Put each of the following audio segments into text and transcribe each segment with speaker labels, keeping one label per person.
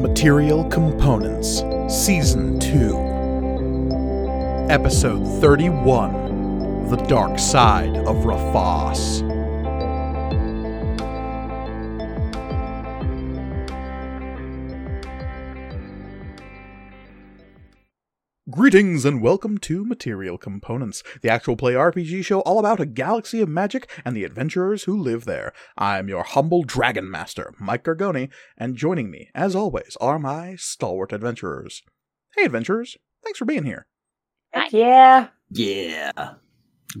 Speaker 1: Material Components, Season 2, Episode 31 The Dark Side of Rafas. Greetings and welcome to Material Components, the actual play RPG show all about a galaxy of magic and the adventurers who live there. I'm your humble dragon master, Mike Gargoni, and joining me, as always, are my stalwart adventurers. Hey, adventurers, thanks for being here.
Speaker 2: Heck yeah.
Speaker 3: Yeah.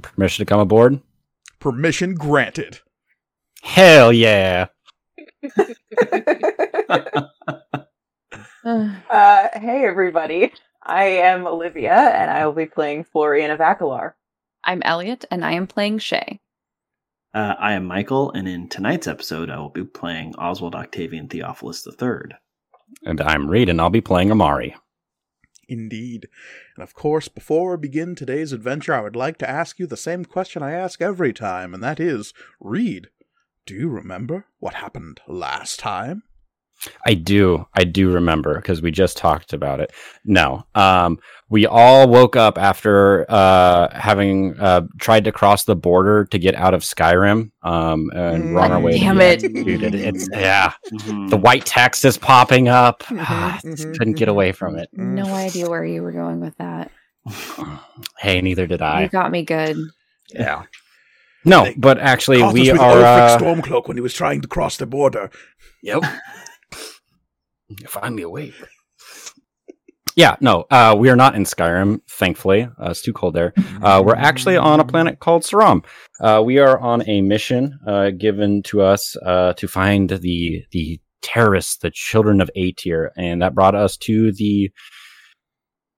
Speaker 4: Permission to come aboard?
Speaker 1: Permission granted.
Speaker 4: Hell yeah.
Speaker 2: uh, hey, everybody. I am Olivia, and I will be playing Floriana Vacalar.
Speaker 5: I'm Elliot, and I am playing Shay.
Speaker 3: Uh, I am Michael, and in tonight's episode, I will be playing Oswald Octavian Theophilus III.
Speaker 4: And I'm Reed, and I'll be playing Amari.
Speaker 1: Indeed. And of course, before we begin today's adventure, I would like to ask you the same question I ask every time, and that is Reed, do you remember what happened last time?
Speaker 4: I do. I do remember because we just talked about it. No. Um, we all woke up after uh, having uh, tried to cross the border to get out of Skyrim um, and we're on our way.
Speaker 5: Mm, Damn
Speaker 4: to be
Speaker 5: it.
Speaker 4: executed. It's, yeah. The white text is popping up. Ah,
Speaker 1: Mhm,
Speaker 4: just
Speaker 1: mhm,
Speaker 4: couldn't get
Speaker 1: mhm.
Speaker 4: away from it.
Speaker 5: No idea where you were going with that.
Speaker 4: Hey, neither did
Speaker 5: You
Speaker 4: I.
Speaker 5: got me good.
Speaker 4: Yeah. No,
Speaker 1: They
Speaker 4: but actually,
Speaker 1: Caught
Speaker 4: we
Speaker 1: us with
Speaker 4: are.
Speaker 1: Ulfric
Speaker 4: Uh,
Speaker 1: Stormcloak when he was trying to cross the border.
Speaker 4: Yep. Find me awake. Yeah, no, uh, we are not in Skyrim, thankfully. Uh, it's too cold there. Uh, we're actually on a planet called Saram. Uh, we are on a mission uh, given to us uh, to find the the terrorists, the children of Aetir, and that brought us to the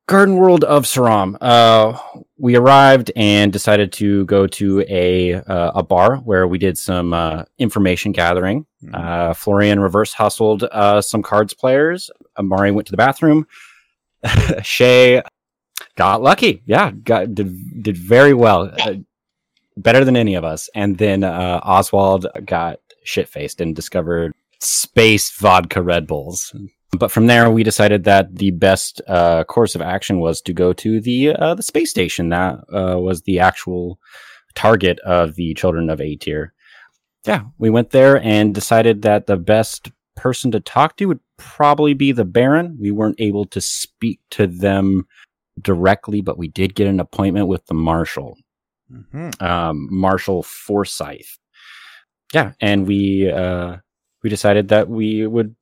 Speaker 4: garden world of Saram. Uh, we arrived and decided to go to a uh, a bar where we did some uh, information gathering.
Speaker 1: Mm-hmm.
Speaker 4: Uh, Florian reverse hustled uh, some cards players. Amari went to the bathroom. Shay got lucky. Yeah, got did, did very well, uh, better than any of us. And then uh, Oswald got shit faced and discovered space vodka Red Bulls. But from there, we decided that the best uh, course of action was to go to the uh, the space station. That uh, was the actual target of the children of A tier yeah, we went there and decided that the best person to talk to would probably be the Baron. We weren't able to speak to them directly, but we did get an appointment with the Marshal,
Speaker 1: Mhm.
Speaker 4: um, Marshal Forsyth. Yeah, and we uh, we decided that we would.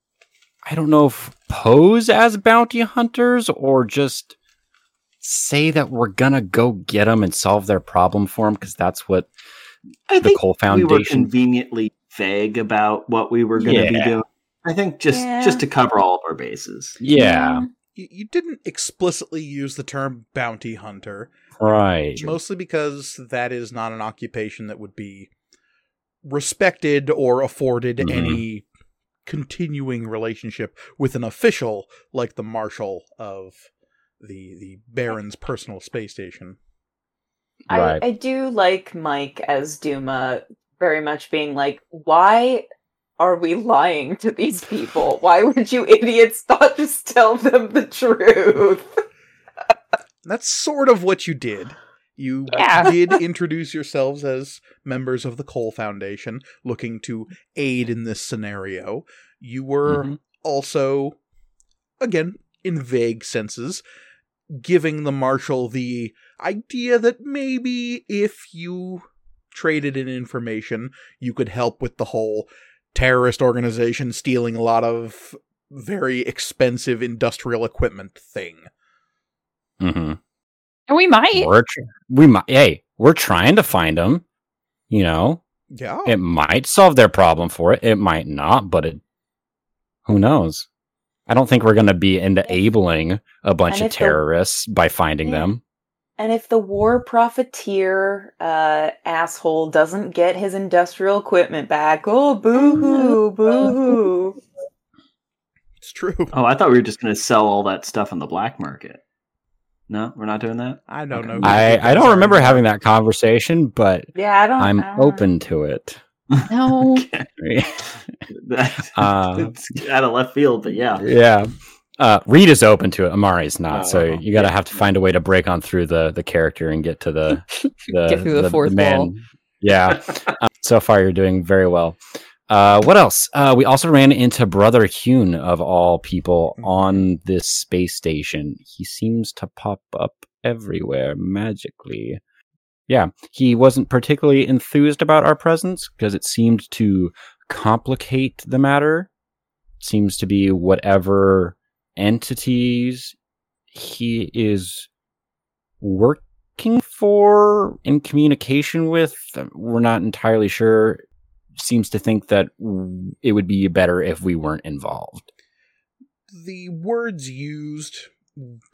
Speaker 4: I don't know if pose as bounty hunters or just say that we're gonna go get them and solve their problem for them because that's what
Speaker 3: I
Speaker 4: the
Speaker 3: think
Speaker 4: Cole
Speaker 3: we were
Speaker 4: Foundation
Speaker 3: conveniently vague about what we were going to be
Speaker 4: Yeah.
Speaker 3: doing. I think just
Speaker 2: Yeah.
Speaker 3: just to cover all of our bases.
Speaker 4: Yeah,
Speaker 1: You, you didn't explicitly use the term bounty hunter,
Speaker 4: right.
Speaker 1: mostly because that is not an occupation that would be respected or afforded
Speaker 4: Mhm.
Speaker 1: any continuing relationship with an official like the marshal of the the baron's personal space station.
Speaker 4: Right.
Speaker 2: I, I do like Mike as Duma very much being like, why are we lying to these people? Why would you idiots not just tell them the truth?
Speaker 1: And that's sort of what you did. You
Speaker 5: Yeah.
Speaker 1: did introduce yourselves as members of the Cole Foundation looking to aid in this scenario. You were
Speaker 4: Mhm.
Speaker 1: also, again, in vague senses, giving the marshal the idea that maybe if you traded in information, you could help with the whole terrorist organization stealing a lot of very expensive industrial equipment thing.
Speaker 3: Mm-hmm.
Speaker 4: Mhm.
Speaker 5: And we might.
Speaker 4: We're tr- we might. Hey, we're trying to find them. You know,
Speaker 1: Yeah.
Speaker 2: Oh.
Speaker 4: it might solve their problem for it. It might not, but it. Who knows? I don't think we're going to be enabling a bunch
Speaker 2: And
Speaker 4: of
Speaker 2: if the-
Speaker 4: terrorists by finding
Speaker 2: Yeah.
Speaker 4: them.
Speaker 2: And if the war profiteer uh, asshole doesn't get his industrial equipment back, oh, boo hoo, boo hoo.
Speaker 1: It's true.
Speaker 3: Oh, I thought we were just going to sell all that stuff on the black market. No, we're not doing that.
Speaker 1: I don't
Speaker 3: Okay.
Speaker 1: know. who
Speaker 4: I
Speaker 1: did
Speaker 4: I
Speaker 1: that,
Speaker 4: don't remember
Speaker 1: sorry.
Speaker 2: Oh,
Speaker 4: having that conversation, but
Speaker 2: Yeah, I don't
Speaker 4: I'm
Speaker 2: I don't-
Speaker 4: open to it.
Speaker 5: No.
Speaker 3: Okay. That-
Speaker 4: Uh,
Speaker 3: it's out of left field, but yeah.
Speaker 4: yeah. Uh, Reed is open to it. Amari's not. so
Speaker 3: Oh,
Speaker 4: you gotta
Speaker 3: yeah.
Speaker 4: have to find a way to break on through the the character and get to the the,
Speaker 6: Get through the fourth wall.
Speaker 4: Yeah. Uh, so far, you're doing very well. Uh, what else? Uh, we also ran into Brother Hune of all people on this space station. He seems to pop up everywhere magically. Yeah, he wasn't particularly enthused about our presence because it seemed to complicate the matter. Seems to be whatever entities he is working for in communication with. um, We're not entirely sure. Seems to think that w- it would be better if we weren't involved.
Speaker 1: the words used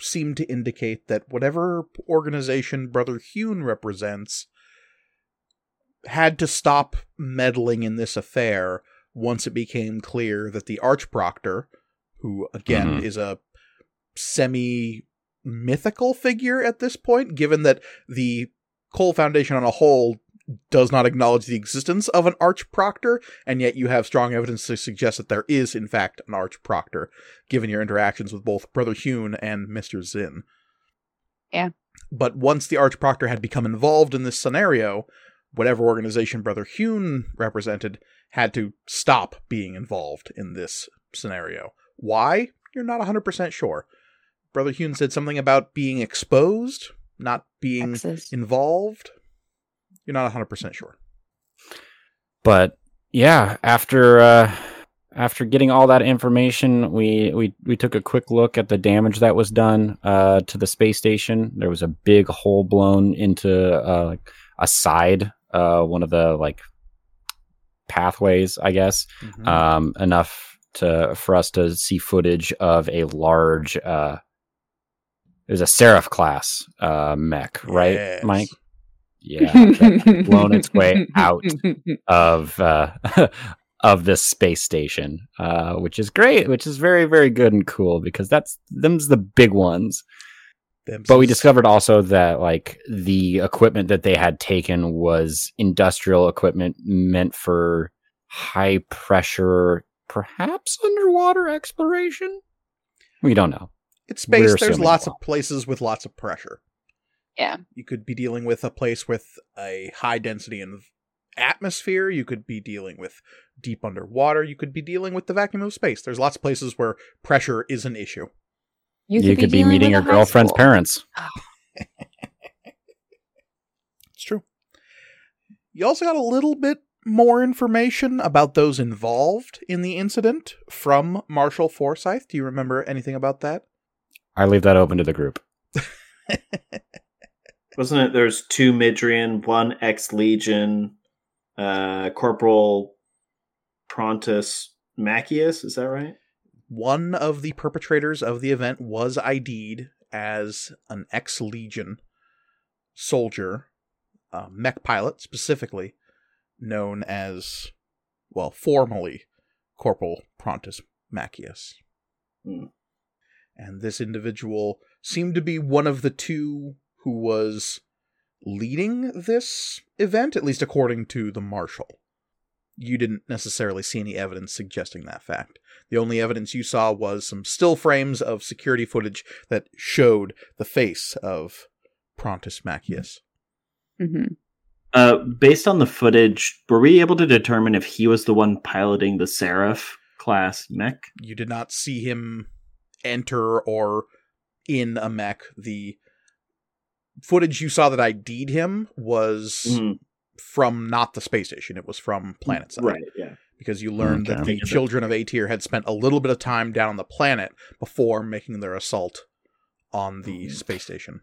Speaker 1: seem to indicate that whatever organization Brother Hune represents had to stop meddling in this affair once it became clear that the Archproctor, who again
Speaker 4: Mhm.
Speaker 1: is a semi mythical figure at this point, given that the Cole Foundation on a whole does not acknowledge the existence of an Archproctor, and yet you have strong evidence to suggest that there is, in fact, an Archproctor given your interactions with both Brother Hune and Mr. Zinn.
Speaker 5: Yeah.
Speaker 1: But once the Archproctor had become involved in this scenario, whatever organization Brother Hune represented had to stop being involved in this scenario. Why? You're not 100% sure. Brother Hune said something about being exposed, not being
Speaker 5: X's.
Speaker 1: involved. You're not 100% sure.
Speaker 4: But yeah, after uh, after getting all that information, we, we we took a quick look at the damage that was done uh, to the space station. There was a big hole blown into uh, like a side, uh, one of the like pathways, I guess.
Speaker 1: Mm-hmm.
Speaker 4: um, enough to for us to see footage of a large. Uh, it was a Seraph class uh, mech, right,
Speaker 1: Yes.
Speaker 4: Mike? Yeah, that had blown its way out of uh, of this space station, uh, which is great, which is very, very good and cool because that's them's the big ones.
Speaker 1: Them
Speaker 4: But we
Speaker 1: says-
Speaker 4: discovered also that like the equipment that they had taken was industrial equipment meant for high pressure, perhaps underwater exploration. We don't know.
Speaker 1: It's space.
Speaker 4: We're
Speaker 1: There's
Speaker 4: assuming
Speaker 1: lots of
Speaker 4: well.
Speaker 1: places with lots of pressure.
Speaker 5: Yeah.
Speaker 1: You could be dealing with a place with a high density in atmosphere. You could be dealing with deep underwater. You could be dealing with the vacuum of space. There's lots of places where pressure is an issue.
Speaker 4: You, could be,
Speaker 5: dealing with
Speaker 4: meeting your
Speaker 5: a high
Speaker 4: girlfriend's
Speaker 5: school.
Speaker 4: parents.
Speaker 1: It's true. You also got a little bit more information about those involved in the incident from Marshall Forsyth. Do you remember anything about that?
Speaker 4: I leave that open to the group.
Speaker 3: Wasn't it there's two Midrian, one ex Legion, uh Corporal Prontus Macius, is that right?
Speaker 1: One of the perpetrators of the event was ID'd as an ex Legion soldier, a mech pilot specifically, known as, well, formally Corporal Prontus Macius.
Speaker 3: Hmm.
Speaker 1: And this individual seemed to be one of the two who was leading this event, at least according to the marshal. You didn't necessarily see any evidence suggesting that fact. The only evidence you saw was some still frames of security footage that showed the face of Prontus Macius.
Speaker 5: Mhm.
Speaker 3: Uh based on the footage, were we able to determine if he was the one piloting the Seraph class mech?
Speaker 1: You did not see him enter or in a mech. The footage you saw that ID'd him was
Speaker 6: Mm-hmm.
Speaker 3: Mhm.
Speaker 1: from not the space station, it was from planetside.
Speaker 3: Right, yeah.
Speaker 1: Because you learned that
Speaker 4: Okay.
Speaker 1: the children of Atir had spent a little bit of time down on the planet before making their assault on the space station.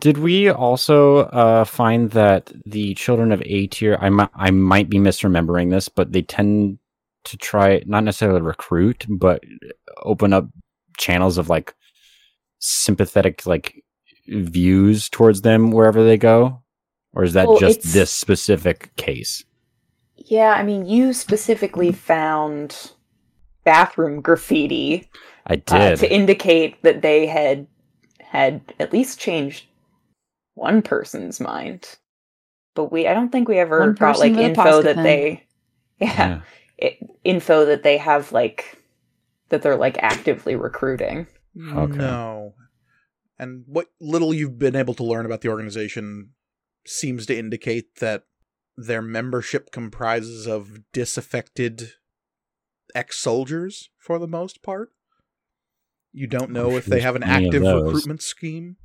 Speaker 4: Did we also uh, find that the children of A tier? I might I might be misremembering this, but they tend to try not necessarily recruit, but open up channels of like sympathetic like views towards them wherever they go, or is that
Speaker 2: Well,
Speaker 4: just
Speaker 2: it's-
Speaker 4: this specific case?
Speaker 2: Yeah, I mean, you specifically found bathroom graffiti
Speaker 4: I
Speaker 2: uh,
Speaker 4: did.
Speaker 2: to indicate that they had had at least changed one person's mind. but we I don't think we ever
Speaker 5: One
Speaker 2: got
Speaker 5: person
Speaker 2: like
Speaker 5: with a
Speaker 2: info
Speaker 5: pasta
Speaker 2: that
Speaker 5: pen.
Speaker 2: they yeah, info that they have like that they're like actively recruiting.
Speaker 4: Okay.
Speaker 1: No. And what little you've been able to learn about the organization seems to indicate that their membership comprises of disaffected ex soldiers for the most part. You don't know
Speaker 4: Oh,
Speaker 1: if they
Speaker 4: shoot,
Speaker 1: have an
Speaker 4: any of
Speaker 1: active
Speaker 4: those.
Speaker 1: recruitment scheme.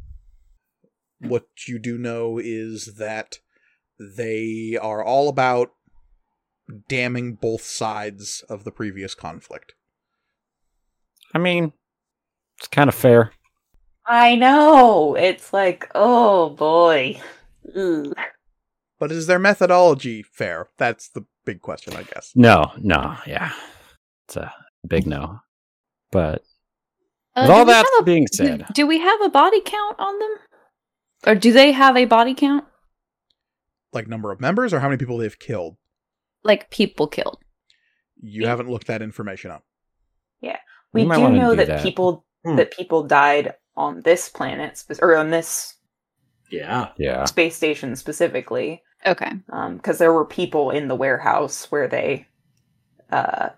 Speaker 1: What you do know is that they are all about damning both sides of the previous conflict.
Speaker 4: I mean, it's kind of fair.
Speaker 2: I know. It's like, oh boy. Ooh.
Speaker 1: But is their methodology fair? That's the big question, I guess.
Speaker 4: No, no, yeah, it's a big no. But
Speaker 5: Uh,
Speaker 4: with
Speaker 5: do
Speaker 4: all
Speaker 5: we
Speaker 4: that
Speaker 5: have a-
Speaker 4: being said,
Speaker 5: do we have a body count on them? Or do they have a body count?
Speaker 1: Like number of members or how many people they've killed.
Speaker 5: Like people killed.
Speaker 1: You haven't looked that information up.
Speaker 2: We
Speaker 4: You might
Speaker 2: do
Speaker 4: wanna
Speaker 2: know
Speaker 4: do
Speaker 2: that,
Speaker 4: that.
Speaker 2: people
Speaker 3: Hmm.
Speaker 2: that people died on this planet spe- or on this
Speaker 3: Yeah.
Speaker 4: yeah,
Speaker 2: space station specifically
Speaker 5: Okay.
Speaker 2: because there were people in the warehouse where they uh,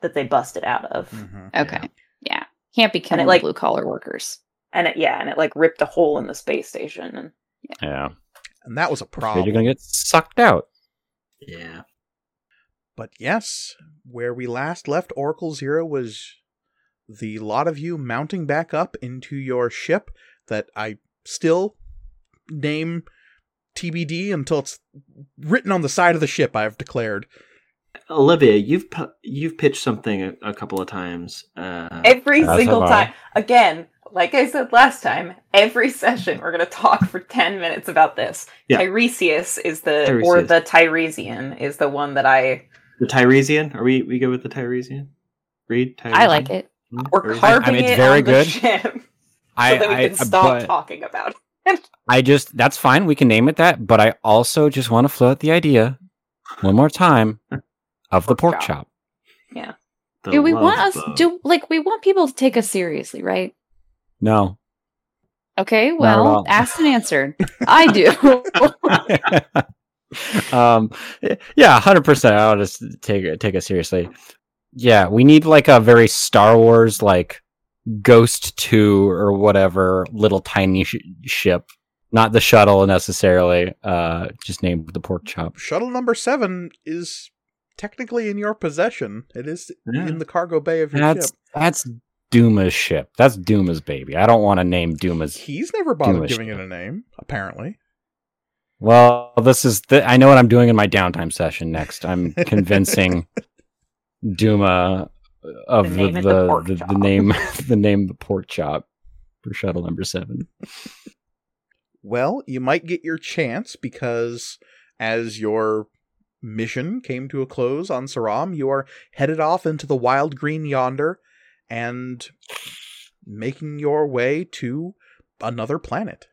Speaker 2: that they busted out of
Speaker 4: Hmm.
Speaker 1: Mm-hmm.
Speaker 5: Okay. Yeah. Can't be killing
Speaker 2: like-
Speaker 5: blue collar workers.
Speaker 2: and it yeah and it like ripped a hole in the space station and
Speaker 4: yeah.
Speaker 1: And that was a
Speaker 4: Afraid You're
Speaker 1: problem.
Speaker 4: gonna get sucked out.
Speaker 3: Yeah.
Speaker 1: But yes, where we last left Oracle Zero was the lot of you mounting back up into your ship that I still name TBD until it's written on the side of the ship, I've declared.
Speaker 3: Olivia, you've pu- you've pitched something a, a couple of times.
Speaker 4: Ah,
Speaker 3: Uh,
Speaker 2: every
Speaker 4: As
Speaker 2: single
Speaker 4: have I.
Speaker 2: time again like i said last time every session we're going to talk for 10 minutes about this
Speaker 3: Yeah.
Speaker 2: tiresias is the or
Speaker 3: Tiresias.
Speaker 2: the tiresian is the one that i
Speaker 3: the Tiresian. Are we we good with the Tiresian? Read. Tiresian?
Speaker 5: I like it.
Speaker 3: Hmm?
Speaker 2: we're
Speaker 3: Or is
Speaker 4: I
Speaker 2: carving
Speaker 4: mean, it's
Speaker 2: it
Speaker 4: very
Speaker 2: on the
Speaker 4: good.
Speaker 2: ship so
Speaker 4: I,
Speaker 2: that we
Speaker 4: I, uh,
Speaker 2: can stop
Speaker 4: but
Speaker 2: talking about it
Speaker 4: I just that's fine. We can name it that. But I also just want to float the idea one more time of the pork
Speaker 2: Pork
Speaker 4: chop.
Speaker 2: chop.
Speaker 3: the
Speaker 5: Do we
Speaker 3: love
Speaker 5: want us
Speaker 3: bug.
Speaker 5: do like we want people to take us seriously, right?
Speaker 4: No,
Speaker 5: Okay,
Speaker 4: all.
Speaker 5: well, asked and answered. I do.
Speaker 4: um, yeah, hundred percent. I'll just take it take it seriously. Yeah, we need like a very Star Wars like Ghost Two or whatever little tiny sh- ship, not the shuttle necessarily. Uh, just named the pork chop.
Speaker 1: Shuttle number seven is technically in your possession. It is
Speaker 3: Yeah.
Speaker 1: in the cargo bay of your ship.
Speaker 4: That's that's Duma's ship. That's Duma's baby. I don't want to name Duma's.
Speaker 1: He's never bothered
Speaker 4: Jewish.
Speaker 1: giving it a name, apparently.
Speaker 4: Well, this is. The, I know what I'm doing in my downtime session next. I'm convincing Duma of
Speaker 2: To
Speaker 4: the
Speaker 2: name
Speaker 4: the,
Speaker 2: it the
Speaker 4: the,
Speaker 2: pork
Speaker 4: the,
Speaker 2: chop.
Speaker 4: name the name the pork chop for shuttle number seven.
Speaker 1: Well, you might get your chance because as your mission came to a close on Saram, you are headed off into the wild green yonder and making your way to another planet.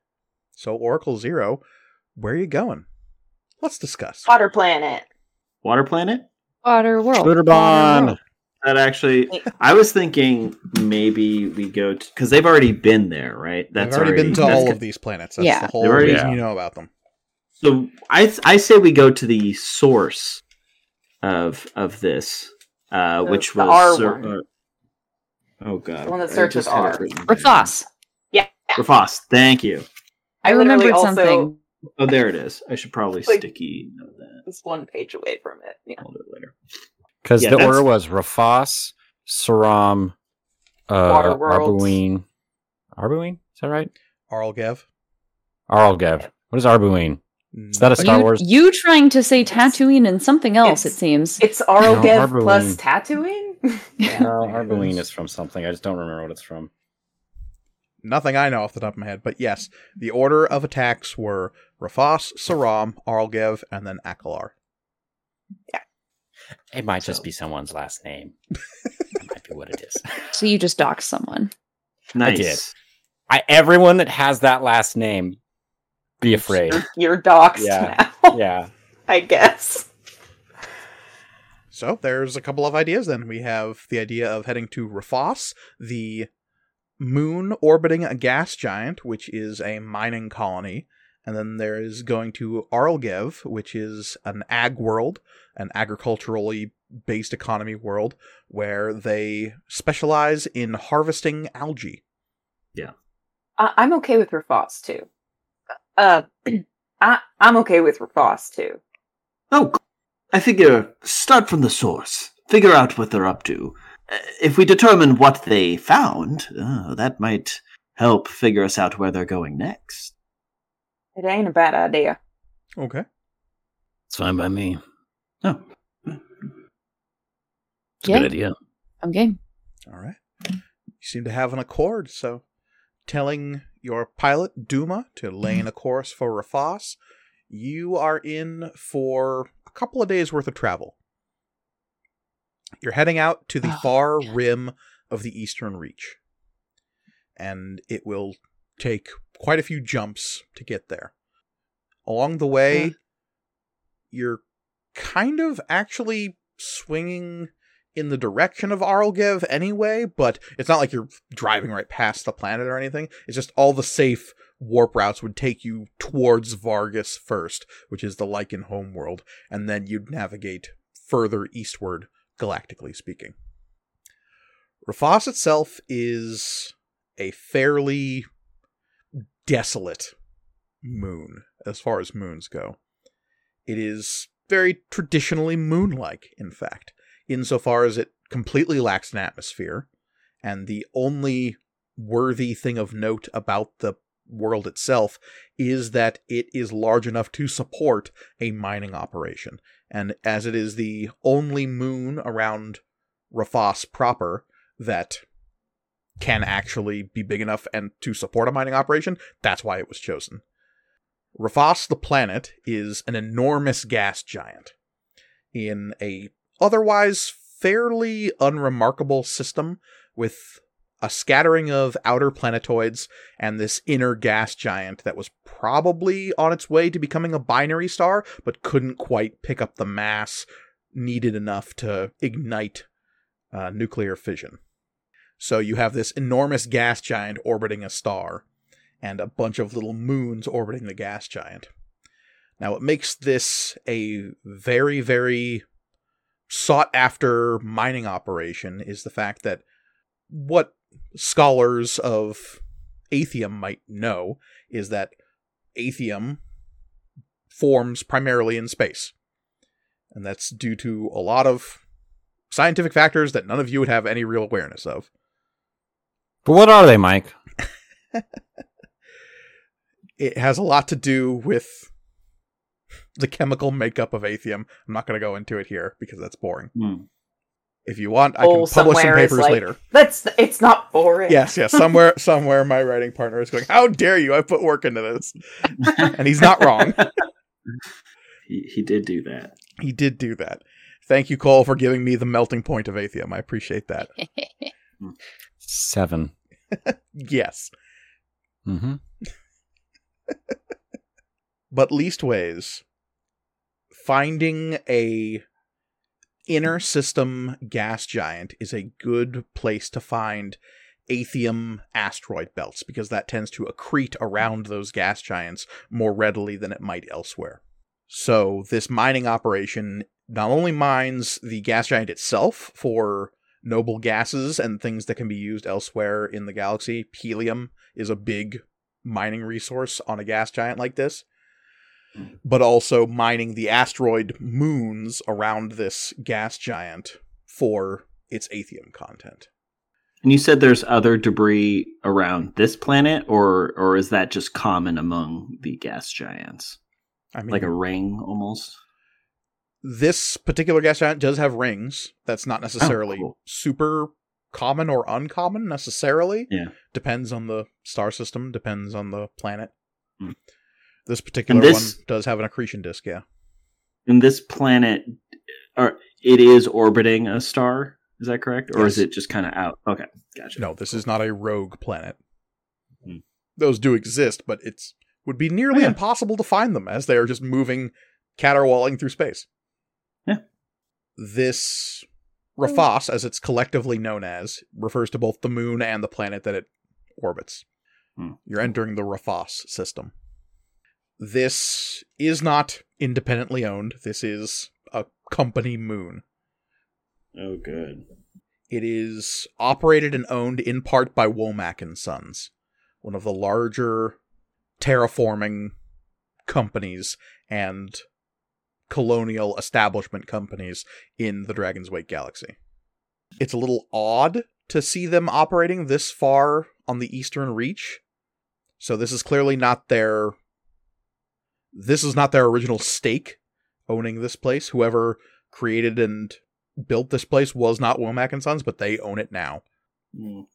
Speaker 1: So, Oracle Zero, where are you going? Let's discuss.
Speaker 2: Water Planet.
Speaker 3: Water Planet?
Speaker 5: Water
Speaker 2: Oh,
Speaker 5: world.
Speaker 4: Schluterbahn.
Speaker 5: Water world.
Speaker 3: That actually, I was thinking maybe we go because they've already been there, right?
Speaker 1: I've already, been to
Speaker 3: that's
Speaker 1: all
Speaker 3: con-
Speaker 1: of these planets. That's
Speaker 5: Yeah.
Speaker 1: the whole
Speaker 3: They're already-
Speaker 1: reason
Speaker 4: Yeah.
Speaker 1: you know about them.
Speaker 3: So I th- I say we go to the source of of this, uh,
Speaker 2: The-
Speaker 3: which
Speaker 2: the
Speaker 3: was
Speaker 2: R one.
Speaker 3: uh, oh god,
Speaker 2: The one that
Speaker 3: I
Speaker 2: starts
Speaker 3: just
Speaker 2: with
Speaker 3: had it
Speaker 2: R.
Speaker 3: written down.
Speaker 5: Rathos.
Speaker 3: Rafos, Thank you.
Speaker 5: I,
Speaker 2: I literally
Speaker 5: remembered
Speaker 2: also-
Speaker 5: something.
Speaker 3: Oh, there it is. I should probably
Speaker 2: Like-
Speaker 3: sticky note that.
Speaker 2: It's one page away from it. Yeah.
Speaker 3: I'll do it later.
Speaker 4: Because
Speaker 3: Yeah,
Speaker 4: the
Speaker 3: that's-
Speaker 4: order was Rafas, Saram, uh,
Speaker 2: Waterworld.
Speaker 4: Arbuin. Arbuin? Is that right?
Speaker 1: Arlgev.
Speaker 4: Arlgev. What is Arbuin? Is that a Star
Speaker 5: you,
Speaker 4: Wars?
Speaker 5: you trying to say Tatooine and something else,
Speaker 2: It's-
Speaker 5: it seems.
Speaker 2: It's Arlgev
Speaker 4: Arborwing.
Speaker 2: plus tattooing?
Speaker 4: No,
Speaker 2: yeah.
Speaker 4: Uh, Arbuin is from something. I just don't remember what it's from.
Speaker 1: Nothing I know off the top of my head, but yes, the order of attacks were Rafas, Saram, Arlgev, and then Akalar.
Speaker 4: It might
Speaker 3: just
Speaker 4: be someone's last name. that might be what it is.
Speaker 5: so you just doxed someone.
Speaker 4: I did.
Speaker 3: Nice.
Speaker 4: I everyone that has that last name, be afraid.
Speaker 2: You're doxxed
Speaker 4: Yeah.
Speaker 2: now,
Speaker 4: yeah.
Speaker 2: I guess.
Speaker 1: So there's a couple of ideas then. We have the idea of heading to Rafas, the moon orbiting a gas giant, which is a mining colony, And then there is going to Arlgev, which is an ag world, an agriculturally based economy world, where they specialize in harvesting algae.
Speaker 2: I- I'm okay with Rafos too. Uh, I- I'm okay with Rafos too.
Speaker 6: Oh, c- I figure start from the source. Figure out what they're up to. Uh, If we determine what they found, uh, that might help figure us out where they're going next.
Speaker 2: It ain't a bad idea.
Speaker 1: Okay.
Speaker 7: It's fine by me.
Speaker 6: Oh.
Speaker 7: It's
Speaker 5: Yeah.
Speaker 7: a good idea.
Speaker 5: I'm game.
Speaker 1: All right. You seem to have an accord, so telling your pilot, Duma, to lay in a course for Rafas, you are in for a couple of days worth of travel. You're heading out to the
Speaker 5: Oh,
Speaker 1: far rim of the Eastern Reach, and it will take quite a few jumps to get there. Along the way, you're kind of actually swinging in the direction of Arlgev anyway, but it's not like you're driving right past the planet or anything. It's just all the safe warp routes would take you towards Vargas first, which is the Lycan homeworld, and then you'd navigate further eastward, galactically speaking. Rafas itself is a fairly desolate moon as far as moons go. It is very traditionally moon like, in fact insofar as it completely lacks an atmosphere, and the only worthy thing of note about the world itself is that it is large enough to support a mining operation. And as it is the only moon around Rafas proper that can actually be big enough and to support a mining operation, that's why it was chosen. Rafas, the planet, is an enormous gas giant in a otherwise fairly unremarkable system with a scattering of outer planetoids and this inner gas giant that was probably on its way to becoming a binary star but couldn't quite pick up the mass needed enough to ignite uh, nuclear fission. So you have this enormous gas giant orbiting a star and a bunch of little moons orbiting the gas giant. Now, it makes this a very, very sought after mining operation is the fact that what scholars of Atheum might know is that Atheum forms primarily in space. And that's due to a lot of scientific factors that none of you would have any real awareness of.
Speaker 4: But what are they, Mike?
Speaker 1: It has a lot to do with the chemical makeup of Atheum. I'm not going to go into it here because that's boring.
Speaker 3: Hmm.
Speaker 1: If you want, I
Speaker 2: Hole
Speaker 1: can publish some
Speaker 2: somewhere is
Speaker 1: papers
Speaker 2: like-
Speaker 1: later.
Speaker 2: That's it's not boring.
Speaker 1: Yes, yes. Somewhere, somewhere, my writing partner is going. How dare you? I put work into this, and he's not wrong.
Speaker 3: He, he did do that.
Speaker 1: He did do that. Thank you, Cole, for giving me the melting point of Atheum. I appreciate that.
Speaker 4: Seven.
Speaker 1: Yes,
Speaker 4: Mm-hmm.
Speaker 1: but leastways, finding a inner system gas giant is a good place to find Atheum asteroid belts because that tends to accrete around those gas giants more readily than it might elsewhere. So, this mining operation not only mines the gas giant itself for noble gases and things that can be used elsewhere in the galaxy, helium is a big mining resource on a gas giant like this, but also mining the asteroid moons around this gas giant for its atheum content.
Speaker 3: And you said there's other debris around this planet, or or is that just common among the gas giants?
Speaker 1: I mean,
Speaker 3: Like a ring almost?
Speaker 1: this particular gas giant does have rings. That's not necessarily
Speaker 3: Oh, cool.
Speaker 1: super common or uncommon necessarily.
Speaker 3: Yeah.
Speaker 1: Depends on the star system, depends on the planet.
Speaker 3: Mm.
Speaker 1: This particular
Speaker 3: this-
Speaker 1: one does have an accretion disk, yeah.
Speaker 3: And this planet or it is orbiting a star, is that correct? Or is
Speaker 1: Yes.
Speaker 3: it just kinda out? Okay, gotcha.
Speaker 1: No, this is not a rogue planet.
Speaker 3: Mm.
Speaker 1: Those do exist, but it's would be nearly
Speaker 3: Oh, Yeah.
Speaker 1: impossible to find them as they are just moving caterwauling through space.
Speaker 3: Yeah.
Speaker 1: This Rafas, as it's collectively known as, refers to both the moon and the planet that it orbits.
Speaker 3: Hmm.
Speaker 1: You're entering the Rafas system. This is not independently owned. This is a company moon.
Speaker 3: Oh, good.
Speaker 1: It is operated and owned in part by Womack and Sons, one of the larger terraforming companies and colonial establishment companies in the Dragon's Wake galaxy. It's a little odd to see them operating this far on the eastern reach. So this is clearly not their this is not their original stake owning this place. Whoever created and built this place was not Womack and Sons, but they own it now.
Speaker 3: Mm.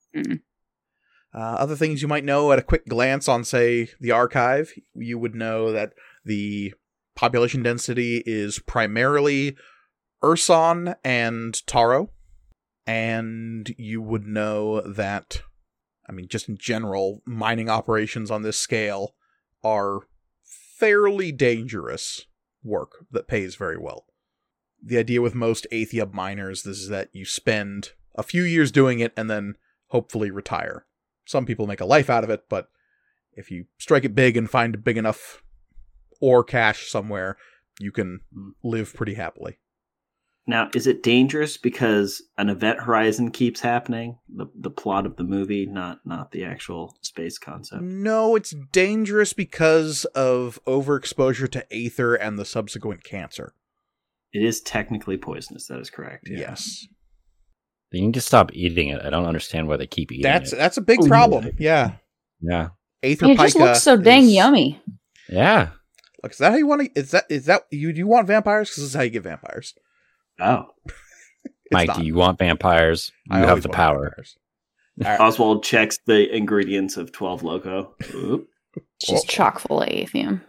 Speaker 1: Uh, other things you might know at a quick glance on, say, the archive, you would know that the population density is primarily Urson and Taro. And you would know that, I mean, just in general, mining operations on this scale are fairly dangerous work that pays very well. The idea with most Athea miners this is that you spend a few years doing it and then hopefully retire. Some people make a life out of it, but if you strike it big and find a big enough or cash somewhere, you can
Speaker 4: Hmm.
Speaker 1: live pretty happily.
Speaker 6: Now, is it dangerous because an event horizon keeps happening? The the plot of the movie, not not the actual space
Speaker 1: Mm.
Speaker 6: concept.
Speaker 1: No, it's dangerous because of overexposure to aether and the subsequent cancer.
Speaker 6: It is technically poisonous. That is correct. yeah.
Speaker 1: Yes.
Speaker 4: They need to stop eating it. I don't understand why they keep eating
Speaker 1: That's
Speaker 4: it.
Speaker 1: that's a big
Speaker 4: Ooh.
Speaker 1: problem. Yeah.
Speaker 4: Yeah.
Speaker 1: Aether
Speaker 5: It just
Speaker 1: pica
Speaker 5: looks so dang
Speaker 1: is-
Speaker 5: yummy.
Speaker 4: Yeah.
Speaker 1: Look, is that how you want to is that is that you do you want vampires? Because this is how you get vampires.
Speaker 6: Oh,
Speaker 1: It's
Speaker 4: Mike,
Speaker 1: not.
Speaker 4: do you want vampires?
Speaker 1: I
Speaker 4: You have
Speaker 1: always
Speaker 4: the
Speaker 1: want
Speaker 4: power.
Speaker 1: vampires.
Speaker 6: Oswald checks the ingredients of Twelve Loco. Oop.
Speaker 5: It's just
Speaker 1: Whoa.
Speaker 5: chock full of atheum.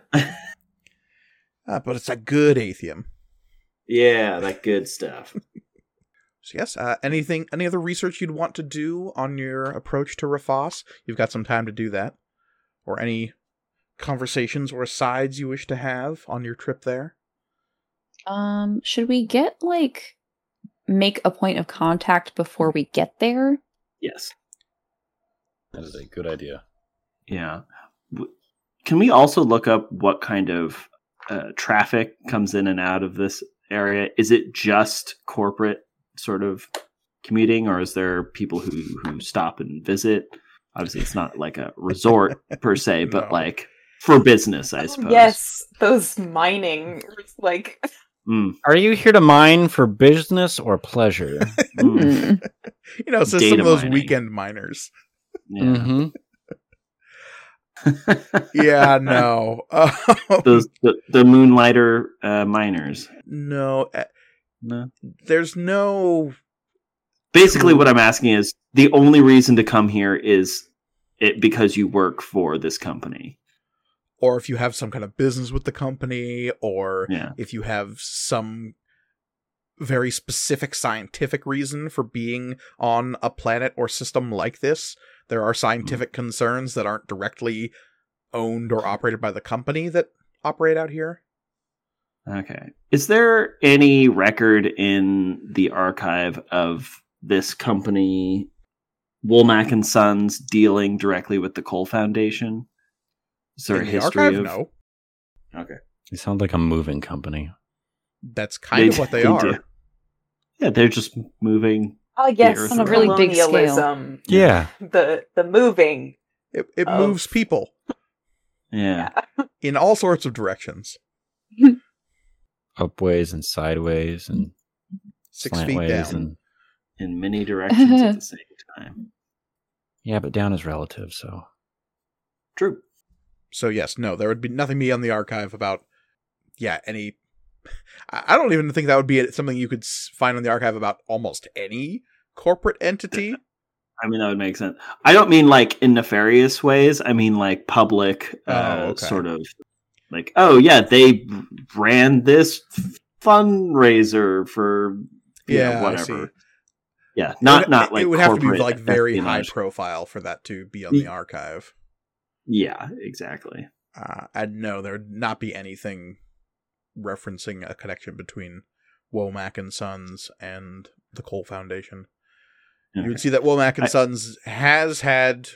Speaker 1: Ah, but it's a good atheum.
Speaker 3: Yeah, that good stuff.
Speaker 1: So yes, uh, anything any other research you'd want to do on your approach to Rafas? You've got some time to do that. Or any conversations or asides you wish to have on your trip there?
Speaker 5: Um, should we get like make a point of contact before we get there?
Speaker 6: Yes.
Speaker 4: That is a good idea.
Speaker 6: Yeah. W- Can we also look up what kind of uh, traffic comes in and out of this area? Is it just corporate sort of commuting, or is there people who who stop and visit? Obviously, it's not like a resort per se, but
Speaker 1: No.
Speaker 6: like for business, I suppose.
Speaker 2: Oh, Yes, those mining, like
Speaker 6: Mm,
Speaker 4: Are you here to mine for business or pleasure?
Speaker 6: mm,
Speaker 5: Hmm.
Speaker 1: You know, so some
Speaker 6: Data
Speaker 1: of those
Speaker 6: mining.
Speaker 1: weekend miners.
Speaker 6: yeah.
Speaker 4: hmm
Speaker 1: Yeah, no. Um,
Speaker 6: Those the, the moonlighter uh, miners.
Speaker 1: no, uh,
Speaker 6: No.
Speaker 1: there's no
Speaker 6: Basically,
Speaker 1: Hmm.
Speaker 6: what I'm asking is the only reason to come here is it because you work for this company.
Speaker 1: or if you have some kind of business with the company or
Speaker 6: Yeah.
Speaker 1: if you have some very specific scientific reason for being on a planet or system like this. There
Speaker 6: Hmm.
Speaker 1: are scientific concerns that aren't directly owned or operated by the company that operate out here.
Speaker 6: Okay. Is there any record in the archive of this company, Woolmack and Sons, dealing directly with the Cole Foundation? Is there
Speaker 1: In
Speaker 6: a
Speaker 1: the
Speaker 6: history
Speaker 1: archive,
Speaker 6: of?
Speaker 1: no.
Speaker 4: They sound like a moving company.
Speaker 1: That's kind
Speaker 6: They
Speaker 1: of what they
Speaker 6: do.
Speaker 1: are.
Speaker 6: Yeah, they're just moving.
Speaker 2: oh yes,
Speaker 6: Earth
Speaker 2: on a
Speaker 6: around.
Speaker 2: really big
Speaker 5: scale.
Speaker 2: scale.
Speaker 4: Yeah.
Speaker 2: The the moving.
Speaker 1: It, it
Speaker 2: Oh.
Speaker 1: moves people
Speaker 6: Yeah.
Speaker 1: in all sorts of directions.
Speaker 4: Upways and sideways and
Speaker 1: Six feet
Speaker 4: slantways
Speaker 1: down.
Speaker 4: and
Speaker 6: in many directions at the same time.
Speaker 4: yeah, but down is relative, so
Speaker 6: True.
Speaker 1: So yes, no, there would be nothing be on the archive about yeah any. I I don't even think that would be something you could s- find on the archive about almost any corporate entity.
Speaker 6: I mean, that would make sense. I don't mean like in nefarious ways. I mean like public, uh,
Speaker 1: Oh, okay.
Speaker 6: sort of like, oh, yeah, they ran this fundraiser for you know,
Speaker 1: Yeah, I
Speaker 6: whatever.
Speaker 1: see.
Speaker 6: Yeah, not
Speaker 1: it, would-
Speaker 6: not
Speaker 1: it-
Speaker 6: like
Speaker 1: it would have to be
Speaker 6: corporate
Speaker 1: like very high
Speaker 6: espionage.
Speaker 1: profile for that to be on the archive.
Speaker 6: Yeah, exactly.
Speaker 1: Uh, and no, there would not be anything referencing a connection between Womack and Sons and the Cole Foundation. You
Speaker 6: Okay.
Speaker 1: would see that Womack and
Speaker 6: I-
Speaker 1: Sons has had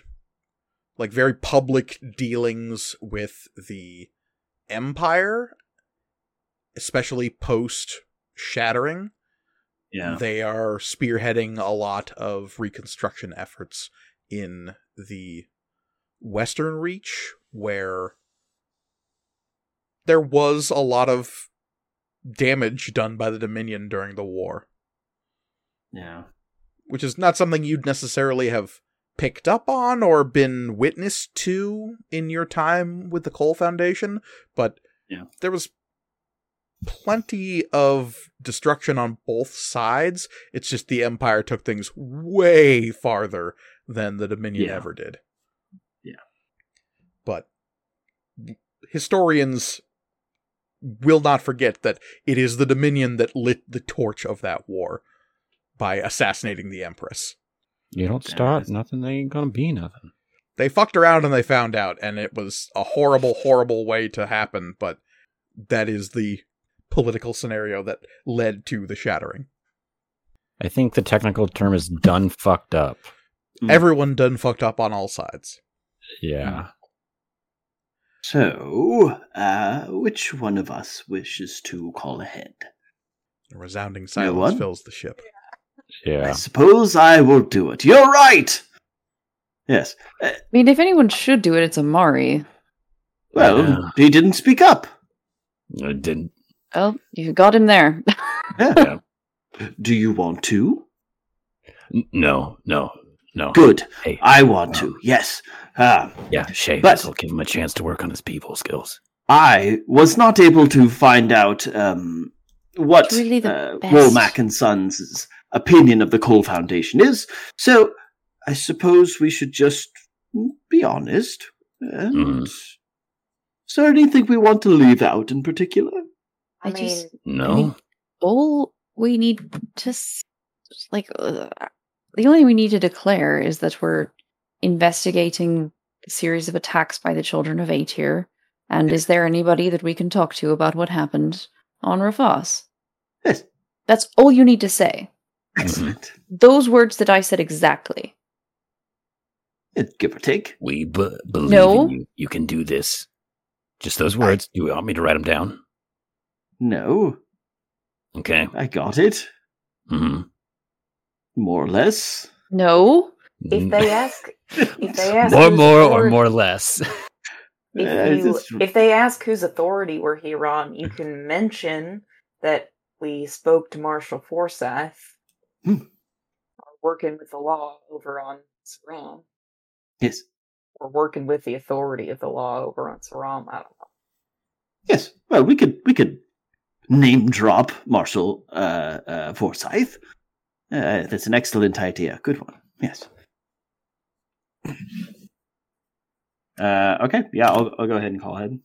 Speaker 1: like very public dealings with the empire, especially post shattering,
Speaker 6: Yeah.
Speaker 1: they are spearheading a lot of reconstruction efforts in the western reach where there was a lot of damage done by the dominion during the war
Speaker 6: Yeah.
Speaker 1: which is not something you'd necessarily have picked up on or been witness to in your time with the Cole Foundation, but
Speaker 6: Yeah.
Speaker 1: there was plenty of destruction on both sides. It's just the Empire took things way farther than the Dominion
Speaker 6: Yeah.
Speaker 1: ever did.
Speaker 6: Yeah.
Speaker 1: But historians will not forget that it is the Dominion that lit the torch of that war by assassinating the Empress.
Speaker 4: You don't
Speaker 6: Yeah,
Speaker 4: start
Speaker 6: it's-
Speaker 4: nothing. They ain't gonna be nothing.
Speaker 1: They fucked around and they found out, and it was a horrible, horrible way to happen, but that is the political scenario that led to the shattering.
Speaker 4: I think the technical term is done fucked up.
Speaker 6: Mm.
Speaker 1: Everyone done fucked up on all sides.
Speaker 4: Yeah.
Speaker 6: So, uh, which one of us wishes to call ahead?
Speaker 1: A resounding
Speaker 6: No
Speaker 1: silence
Speaker 6: one?
Speaker 1: fills the ship.
Speaker 6: I
Speaker 4: Yeah.
Speaker 6: suppose I will do it. You're right. Yes.
Speaker 5: I mean, if anyone should do it, it's Amari.
Speaker 6: Well,
Speaker 7: Yeah.
Speaker 6: he didn't speak up.
Speaker 7: I didn't.
Speaker 5: Oh, you got him there.
Speaker 6: Yeah. Do you want to?
Speaker 7: N- No, no, no.
Speaker 6: Good.
Speaker 7: Hey,
Speaker 6: I want to. Yes. Ah,
Speaker 7: yeah, Shay,
Speaker 6: But-
Speaker 7: this will give him a chance to work on his people skills.
Speaker 6: I was not able to find out um, what
Speaker 5: It's really the
Speaker 6: uh,
Speaker 5: best.
Speaker 6: Womack and Sons' opinion of the Cole Foundation is, so I suppose we should just be honest. And
Speaker 7: Mhm.
Speaker 6: Is there anything we want to leave out in particular?
Speaker 5: I
Speaker 2: I mean,
Speaker 5: just-
Speaker 7: No,
Speaker 5: All we need to, s- like, uh, the only thing we need to declare is that we're investigating a series of attacks by the children of Aetir. And is there anybody that we can talk to about what happened on Rafas?
Speaker 6: Yes.
Speaker 5: That's all you need to say.
Speaker 6: Excellent.
Speaker 5: Those words that I said exactly.
Speaker 6: Yeah, Give or take.
Speaker 7: we b- believe
Speaker 5: No.
Speaker 7: in you. You can do this. Just those words. Do you want me to write them down?
Speaker 6: No,
Speaker 7: Okay.
Speaker 6: I got it.
Speaker 7: hmm
Speaker 6: More or less.
Speaker 5: No.
Speaker 4: Mm.
Speaker 2: if they ask, if they ask,
Speaker 7: more,
Speaker 2: whose
Speaker 7: more, or
Speaker 2: authority-
Speaker 7: more less.
Speaker 6: Uh,
Speaker 2: If, you,
Speaker 6: just-
Speaker 2: if they ask whose authority we're here on, you can mention that we spoke to Marshal Forsyth,
Speaker 6: Hmm.
Speaker 2: or working with the law over on Saram,
Speaker 6: yes.
Speaker 2: or working with the authority of the law over on Saram. I don't know.
Speaker 6: Yes. Well, we could we could name drop Marshal uh, uh, Forsyth. Uh, that's an excellent idea. Good one. Yes. Uh, okay. Yeah, I'll, I'll go ahead and call ahead.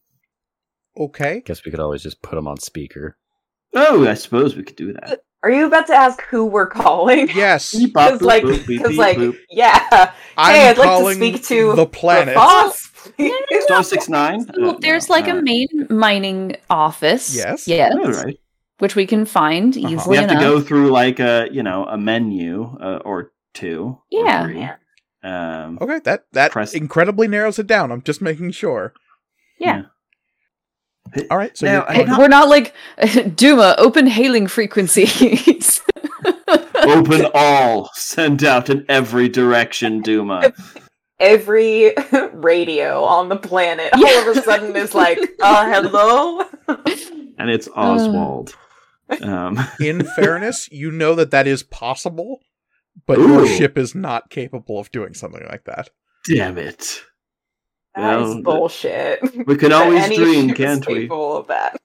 Speaker 1: Okay.
Speaker 4: Guess we could always just put them on speaker.
Speaker 6: Oh, I suppose we could do that.
Speaker 2: Are you about to ask who we're calling?
Speaker 1: Yes.
Speaker 2: Because like, because like, yeah.
Speaker 1: I'm
Speaker 2: hey, I'd like to
Speaker 1: calling
Speaker 2: speak to
Speaker 1: the planet.
Speaker 2: Rafas, please.
Speaker 6: Star six nine. Uh,
Speaker 5: Well, there's like a main mining office.
Speaker 1: Yes.
Speaker 5: Yes.
Speaker 6: All right.
Speaker 5: Which we can find
Speaker 1: Uh-huh.
Speaker 5: easily
Speaker 6: We have to
Speaker 5: enough.
Speaker 6: go through like a you know a menu uh, or two. or
Speaker 5: Yeah.
Speaker 6: three.
Speaker 2: Yeah.
Speaker 6: Um,
Speaker 1: Okay, that that
Speaker 6: Press-
Speaker 1: incredibly narrows it down. I'm just making sure.
Speaker 5: Yeah.
Speaker 6: Yeah.
Speaker 1: All right. So
Speaker 6: Now,
Speaker 1: you're
Speaker 6: I-
Speaker 1: calling-
Speaker 5: We're not like Duma, open hailing frequencies.
Speaker 6: Open all. Send out in every direction, Duma.
Speaker 2: Every radio on the planet all of a sudden is like, uh, hello?
Speaker 6: and it's Oswald. Um,
Speaker 1: in fairness, you know that that is possible, but your
Speaker 6: Ooh.
Speaker 1: ship is not capable of doing something like that.
Speaker 6: damn it!
Speaker 2: That is
Speaker 6: Well,
Speaker 2: bullshit.
Speaker 6: we can
Speaker 2: But
Speaker 6: always
Speaker 2: any
Speaker 6: dream,
Speaker 2: ship is
Speaker 6: can't we?
Speaker 2: capable Of that.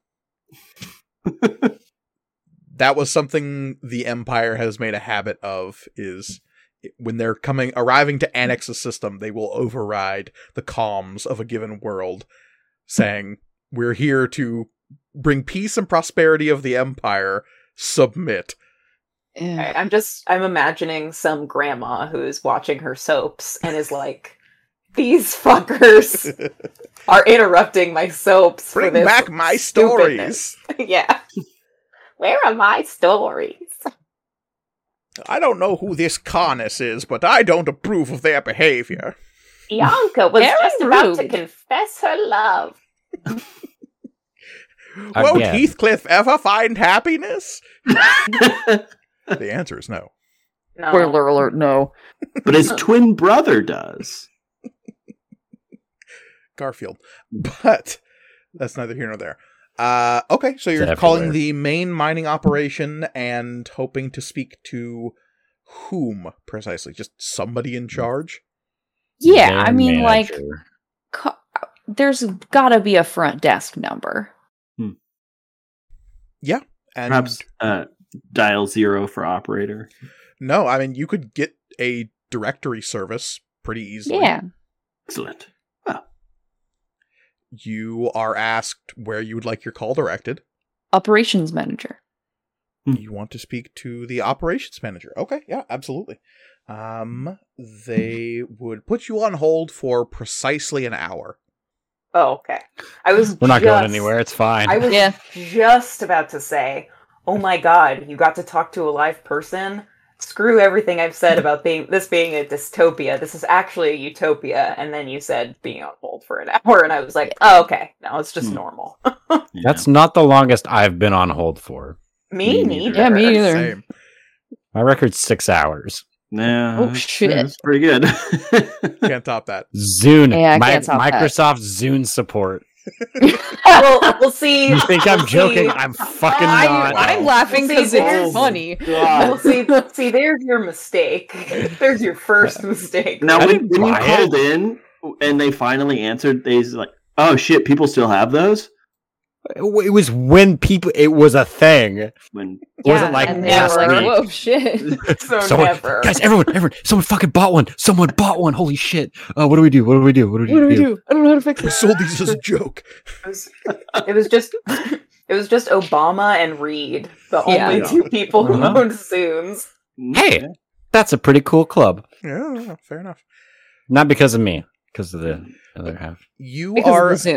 Speaker 1: That was something the Empire has made a habit of is when they're coming arriving to annex a system, they will override the comms of a given world saying, "We're here to bring peace and prosperity of the empire. Submit."
Speaker 5: Yeah.
Speaker 2: I- I'm just, I'm imagining some grandma who is watching her soaps and is like, these fuckers are interrupting my soaps. for
Speaker 1: Bring
Speaker 2: this
Speaker 1: back my
Speaker 2: stupidness."
Speaker 1: stories.
Speaker 2: yeah. Where are my stories?
Speaker 1: I don't know who this Carnus is, but I don't approve of their behavior.
Speaker 2: Bianca was
Speaker 5: Very
Speaker 2: just about to
Speaker 5: rude.
Speaker 2: confess her love.
Speaker 4: Uh,
Speaker 1: Won't
Speaker 4: yeah.
Speaker 1: Heathcliff ever find happiness?
Speaker 6: but
Speaker 1: The answer is no.
Speaker 2: No.
Speaker 5: Spoiler alert, no.
Speaker 6: his twin brother does.
Speaker 1: Garfield. But that's neither here nor there. Uh, okay, so you're
Speaker 4: It's
Speaker 1: calling
Speaker 4: everywhere.
Speaker 1: the main mining operation and hoping to speak to whom precisely? Just somebody
Speaker 4: Mm.
Speaker 1: in charge?
Speaker 5: Yeah,
Speaker 4: Their
Speaker 5: I mean, like,
Speaker 4: manager.
Speaker 5: co- there's gotta be a front desk number.
Speaker 1: And
Speaker 6: Perhaps uh, dial zero for operator.
Speaker 1: no, I mean you could get a directory service pretty easily.
Speaker 5: Yeah.
Speaker 6: Excellent.
Speaker 1: You are asked where you would like your call directed.
Speaker 5: Operations manager.
Speaker 1: You want to speak to the operations manager. Okay, yeah, absolutely. Um, they would put you on hold for precisely an hour.
Speaker 2: Oh, okay. I was.
Speaker 7: We're not going
Speaker 2: just-
Speaker 7: anywhere. It's fine.
Speaker 2: I was
Speaker 5: Yeah.
Speaker 2: just about to say, "Oh my god, you got to talk to a live person." Screw everything I've said about being this being a dystopia. This is actually a utopia. And then you said being on hold for an hour, and I was like, "Oh, okay. No, it's just
Speaker 6: Hmm.
Speaker 2: normal."
Speaker 6: Yeah.
Speaker 7: That's not the longest I've been on hold for.
Speaker 2: me
Speaker 6: Me neither.
Speaker 2: neither.
Speaker 5: Yeah, me neither.
Speaker 1: Same.
Speaker 7: My record's six hours.
Speaker 6: yeah,
Speaker 5: Oh,
Speaker 6: that's-
Speaker 5: shit.
Speaker 6: That's pretty good.
Speaker 1: Can't top that.
Speaker 7: Zune.
Speaker 5: Yeah, I
Speaker 7: Mi-
Speaker 5: can't stop that.
Speaker 7: Microsoft Zune support.
Speaker 2: Well, we'll see.
Speaker 7: You think I'm
Speaker 2: we'll
Speaker 7: joking?
Speaker 2: see.
Speaker 7: I'm fucking
Speaker 2: I-
Speaker 7: not.
Speaker 5: I'm laughing because
Speaker 2: Oh.
Speaker 5: it's funny.
Speaker 2: Well, see, see, there's your mistake. There's your first mistake.
Speaker 6: now,
Speaker 7: I
Speaker 6: when,
Speaker 7: didn't
Speaker 6: when you
Speaker 7: buy it.
Speaker 6: called in and they finally answered, they was like, oh shit, people still have those?
Speaker 7: It it was when people. It was a thing.
Speaker 6: When
Speaker 7: wasn't like
Speaker 5: and they were
Speaker 2: last
Speaker 5: like,
Speaker 7: week.
Speaker 5: whoa, Oh, shit.
Speaker 2: so
Speaker 7: Someone-
Speaker 2: never.
Speaker 7: Guys, everyone, everyone, someone fucking bought one. Someone bought one. Holy shit! Uh, what do we do? What do we do? What do we
Speaker 5: What do we
Speaker 7: do?
Speaker 5: do? I don't know how to fix
Speaker 1: We
Speaker 5: this.
Speaker 1: sold these as a joke.
Speaker 2: It was, it was just it was just Obama and Reed, the
Speaker 5: Yeah.
Speaker 2: only
Speaker 6: Yeah.
Speaker 2: two people who
Speaker 7: Uh-huh.
Speaker 2: owned Zunes.
Speaker 7: Hey, that's a pretty cool club.
Speaker 1: Yeah, fair enough.
Speaker 7: Not because of me, because of the other half.
Speaker 1: You
Speaker 5: Because
Speaker 1: are
Speaker 5: of the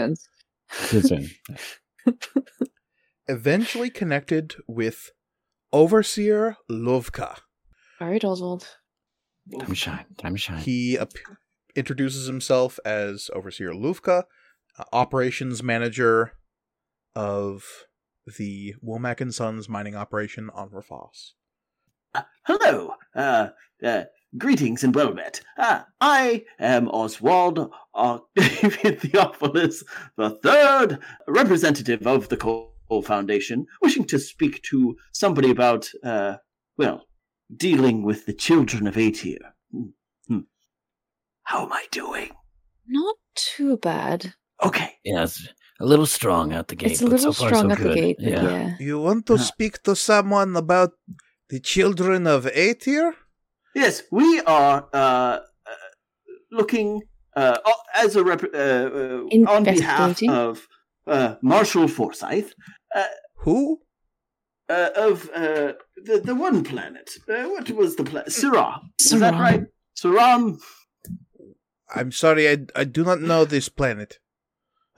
Speaker 5: Zunes.
Speaker 7: It's Zune.
Speaker 1: eventually connected with Overseer Lovka.
Speaker 5: All right, Oswald.
Speaker 7: Time to shine. Time to shine.
Speaker 1: He ap- introduces himself as Overseer Lufka, uh, operations manager of the Womack and Sons mining operation on Rafas.
Speaker 6: Hello. Uh, uh, greetings and well met. Uh, I am Oswald Octavian Theophilus the Third, representative of the Cole Foundation, wishing to speak to somebody about, uh, well, dealing with the children of Aetir. Hmm, hmm. How am I doing?
Speaker 5: Not too bad.
Speaker 6: Okay.
Speaker 7: Yeah, it's a little strong out the gate.
Speaker 5: it's a
Speaker 7: but
Speaker 5: little
Speaker 7: so far,
Speaker 5: strong
Speaker 7: so
Speaker 5: at the
Speaker 7: good.
Speaker 5: gate, but yeah.
Speaker 1: You want
Speaker 5: Uh-huh.
Speaker 6: to Huh.
Speaker 1: speak to someone about the children of Aetir?
Speaker 6: Yes, we are uh, uh, looking uh, o- as a rep- uh, uh, on behalf
Speaker 5: Investigating?
Speaker 6: of uh, Marshall Forsyth
Speaker 1: Who?
Speaker 6: uh, of uh, the the one planet. Uh, what was the planet? Syrah. Is that
Speaker 5: Saran.
Speaker 6: right? Saram.
Speaker 1: I'm sorry, I, I do not know this planet.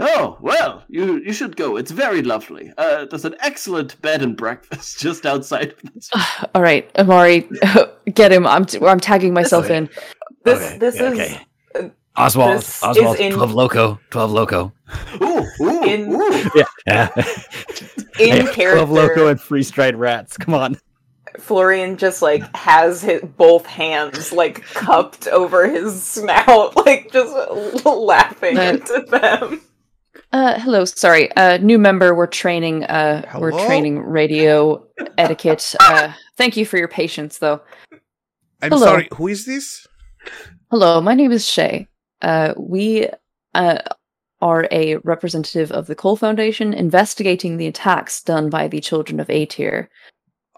Speaker 6: Oh well, you you should go. It's very lovely. Uh, there's an excellent bed and breakfast just outside of this.
Speaker 5: All right, Amari, get him. I'm t- I'm tagging myself
Speaker 7: Okay.
Speaker 5: in.
Speaker 2: This this
Speaker 7: yeah,
Speaker 2: is uh,
Speaker 7: Oswald.
Speaker 2: this
Speaker 7: Oswald.
Speaker 2: is in-
Speaker 7: Twelve loco. Twelve loco.
Speaker 6: Ooh, ooh,
Speaker 2: In-
Speaker 6: ooou
Speaker 7: Yeah.
Speaker 2: in
Speaker 7: Twelve loco
Speaker 2: character.
Speaker 7: and freeze dried rats. Come on.
Speaker 2: Florian just like has his both hands like cupped over his snout, like just laughing
Speaker 5: That-
Speaker 2: into them.
Speaker 5: Uh, hello, sorry, uh, new member. We're training. Uh, we're
Speaker 1: Hello?
Speaker 5: training radio etiquette. Uh, thank you for your patience, though.
Speaker 1: I'm
Speaker 5: Hello.
Speaker 1: sorry, who is this?
Speaker 5: Hello, my name is Shay. Uh, we uh, are a representative of the Cole Foundation investigating the attacks done by the children of Atir.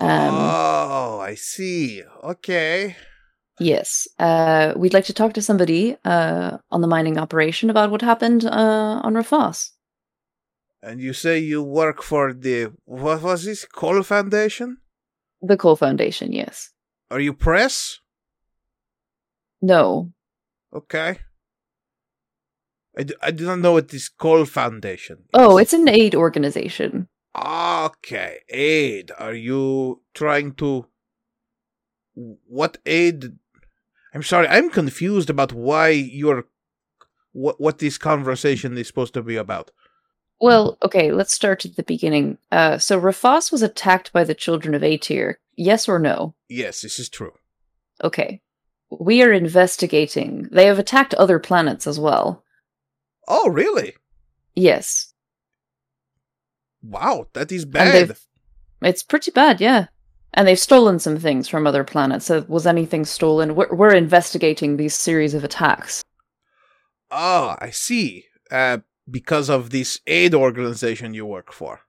Speaker 5: Um,
Speaker 1: oh, I see. Okay.
Speaker 5: Yes. Uh, we'd like to talk to somebody uh, on the mining operation about what happened uh, on Rafas.
Speaker 1: And you say you work for the what was this? Cole Foundation?
Speaker 5: The Cole Foundation, yes.
Speaker 1: Are you press?
Speaker 5: No.
Speaker 1: Okay. I do, I do not know what this Cole Foundation. Is.
Speaker 5: Oh, it's an aid organization.
Speaker 1: okay. Aid. Are you trying to? What aid? I'm sorry. I'm confused about why you're. What what this conversation is supposed to be about?
Speaker 5: Well, okay, let's start at the beginning. Uh, so Rafas was attacked by the children of Aetir. Yes or no?
Speaker 1: Yes, this is true.
Speaker 5: Okay. We are investigating. They have attacked other planets as well.
Speaker 1: Oh, really?
Speaker 5: Yes.
Speaker 1: Wow, that is
Speaker 5: And they've-
Speaker 1: bad.
Speaker 5: It's pretty bad, yeah. And they've stolen some things from other planets. So was anything stolen? We're, we're investigating these series of attacks.
Speaker 1: Oh, I see. Uh, because of this aid organization you work for.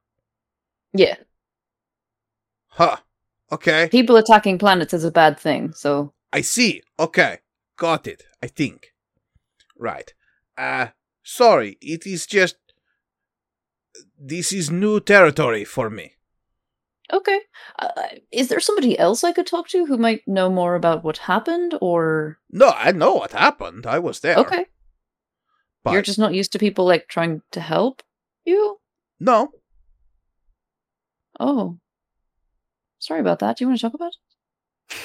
Speaker 5: Yeah.
Speaker 1: Huh. Okay.
Speaker 5: People attacking planets is a bad thing, so
Speaker 1: I see. Okay. Got it. I think. Right. Uh, sorry. It is just. This is new territory for me.
Speaker 5: Okay. Uh, is there somebody else I could talk to who might know more about what happened, or
Speaker 1: No, I know what happened. I was there.
Speaker 5: okay,
Speaker 1: But
Speaker 5: you're just not used to people like trying to help you?
Speaker 1: No.
Speaker 5: Oh, sorry about that. Do you want to talk about? It?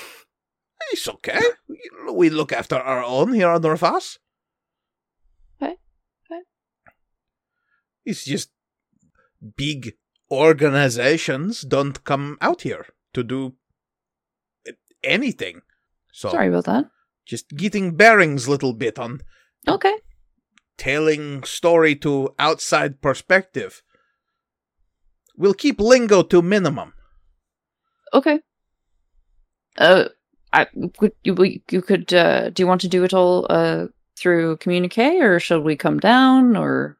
Speaker 1: It's okay. We, we look after our own here on Norfas.
Speaker 5: Okay, okay.
Speaker 1: It's just big organizations don't come out here to do anything. So
Speaker 5: Sorry about that.
Speaker 1: just getting bearings little bit on
Speaker 5: Okay.
Speaker 1: telling story to outside perspective. We'll keep lingo to minimum.
Speaker 5: Okay. Uh, I could you we- you could uh, do you want to do it all uh through communique or shall we come down or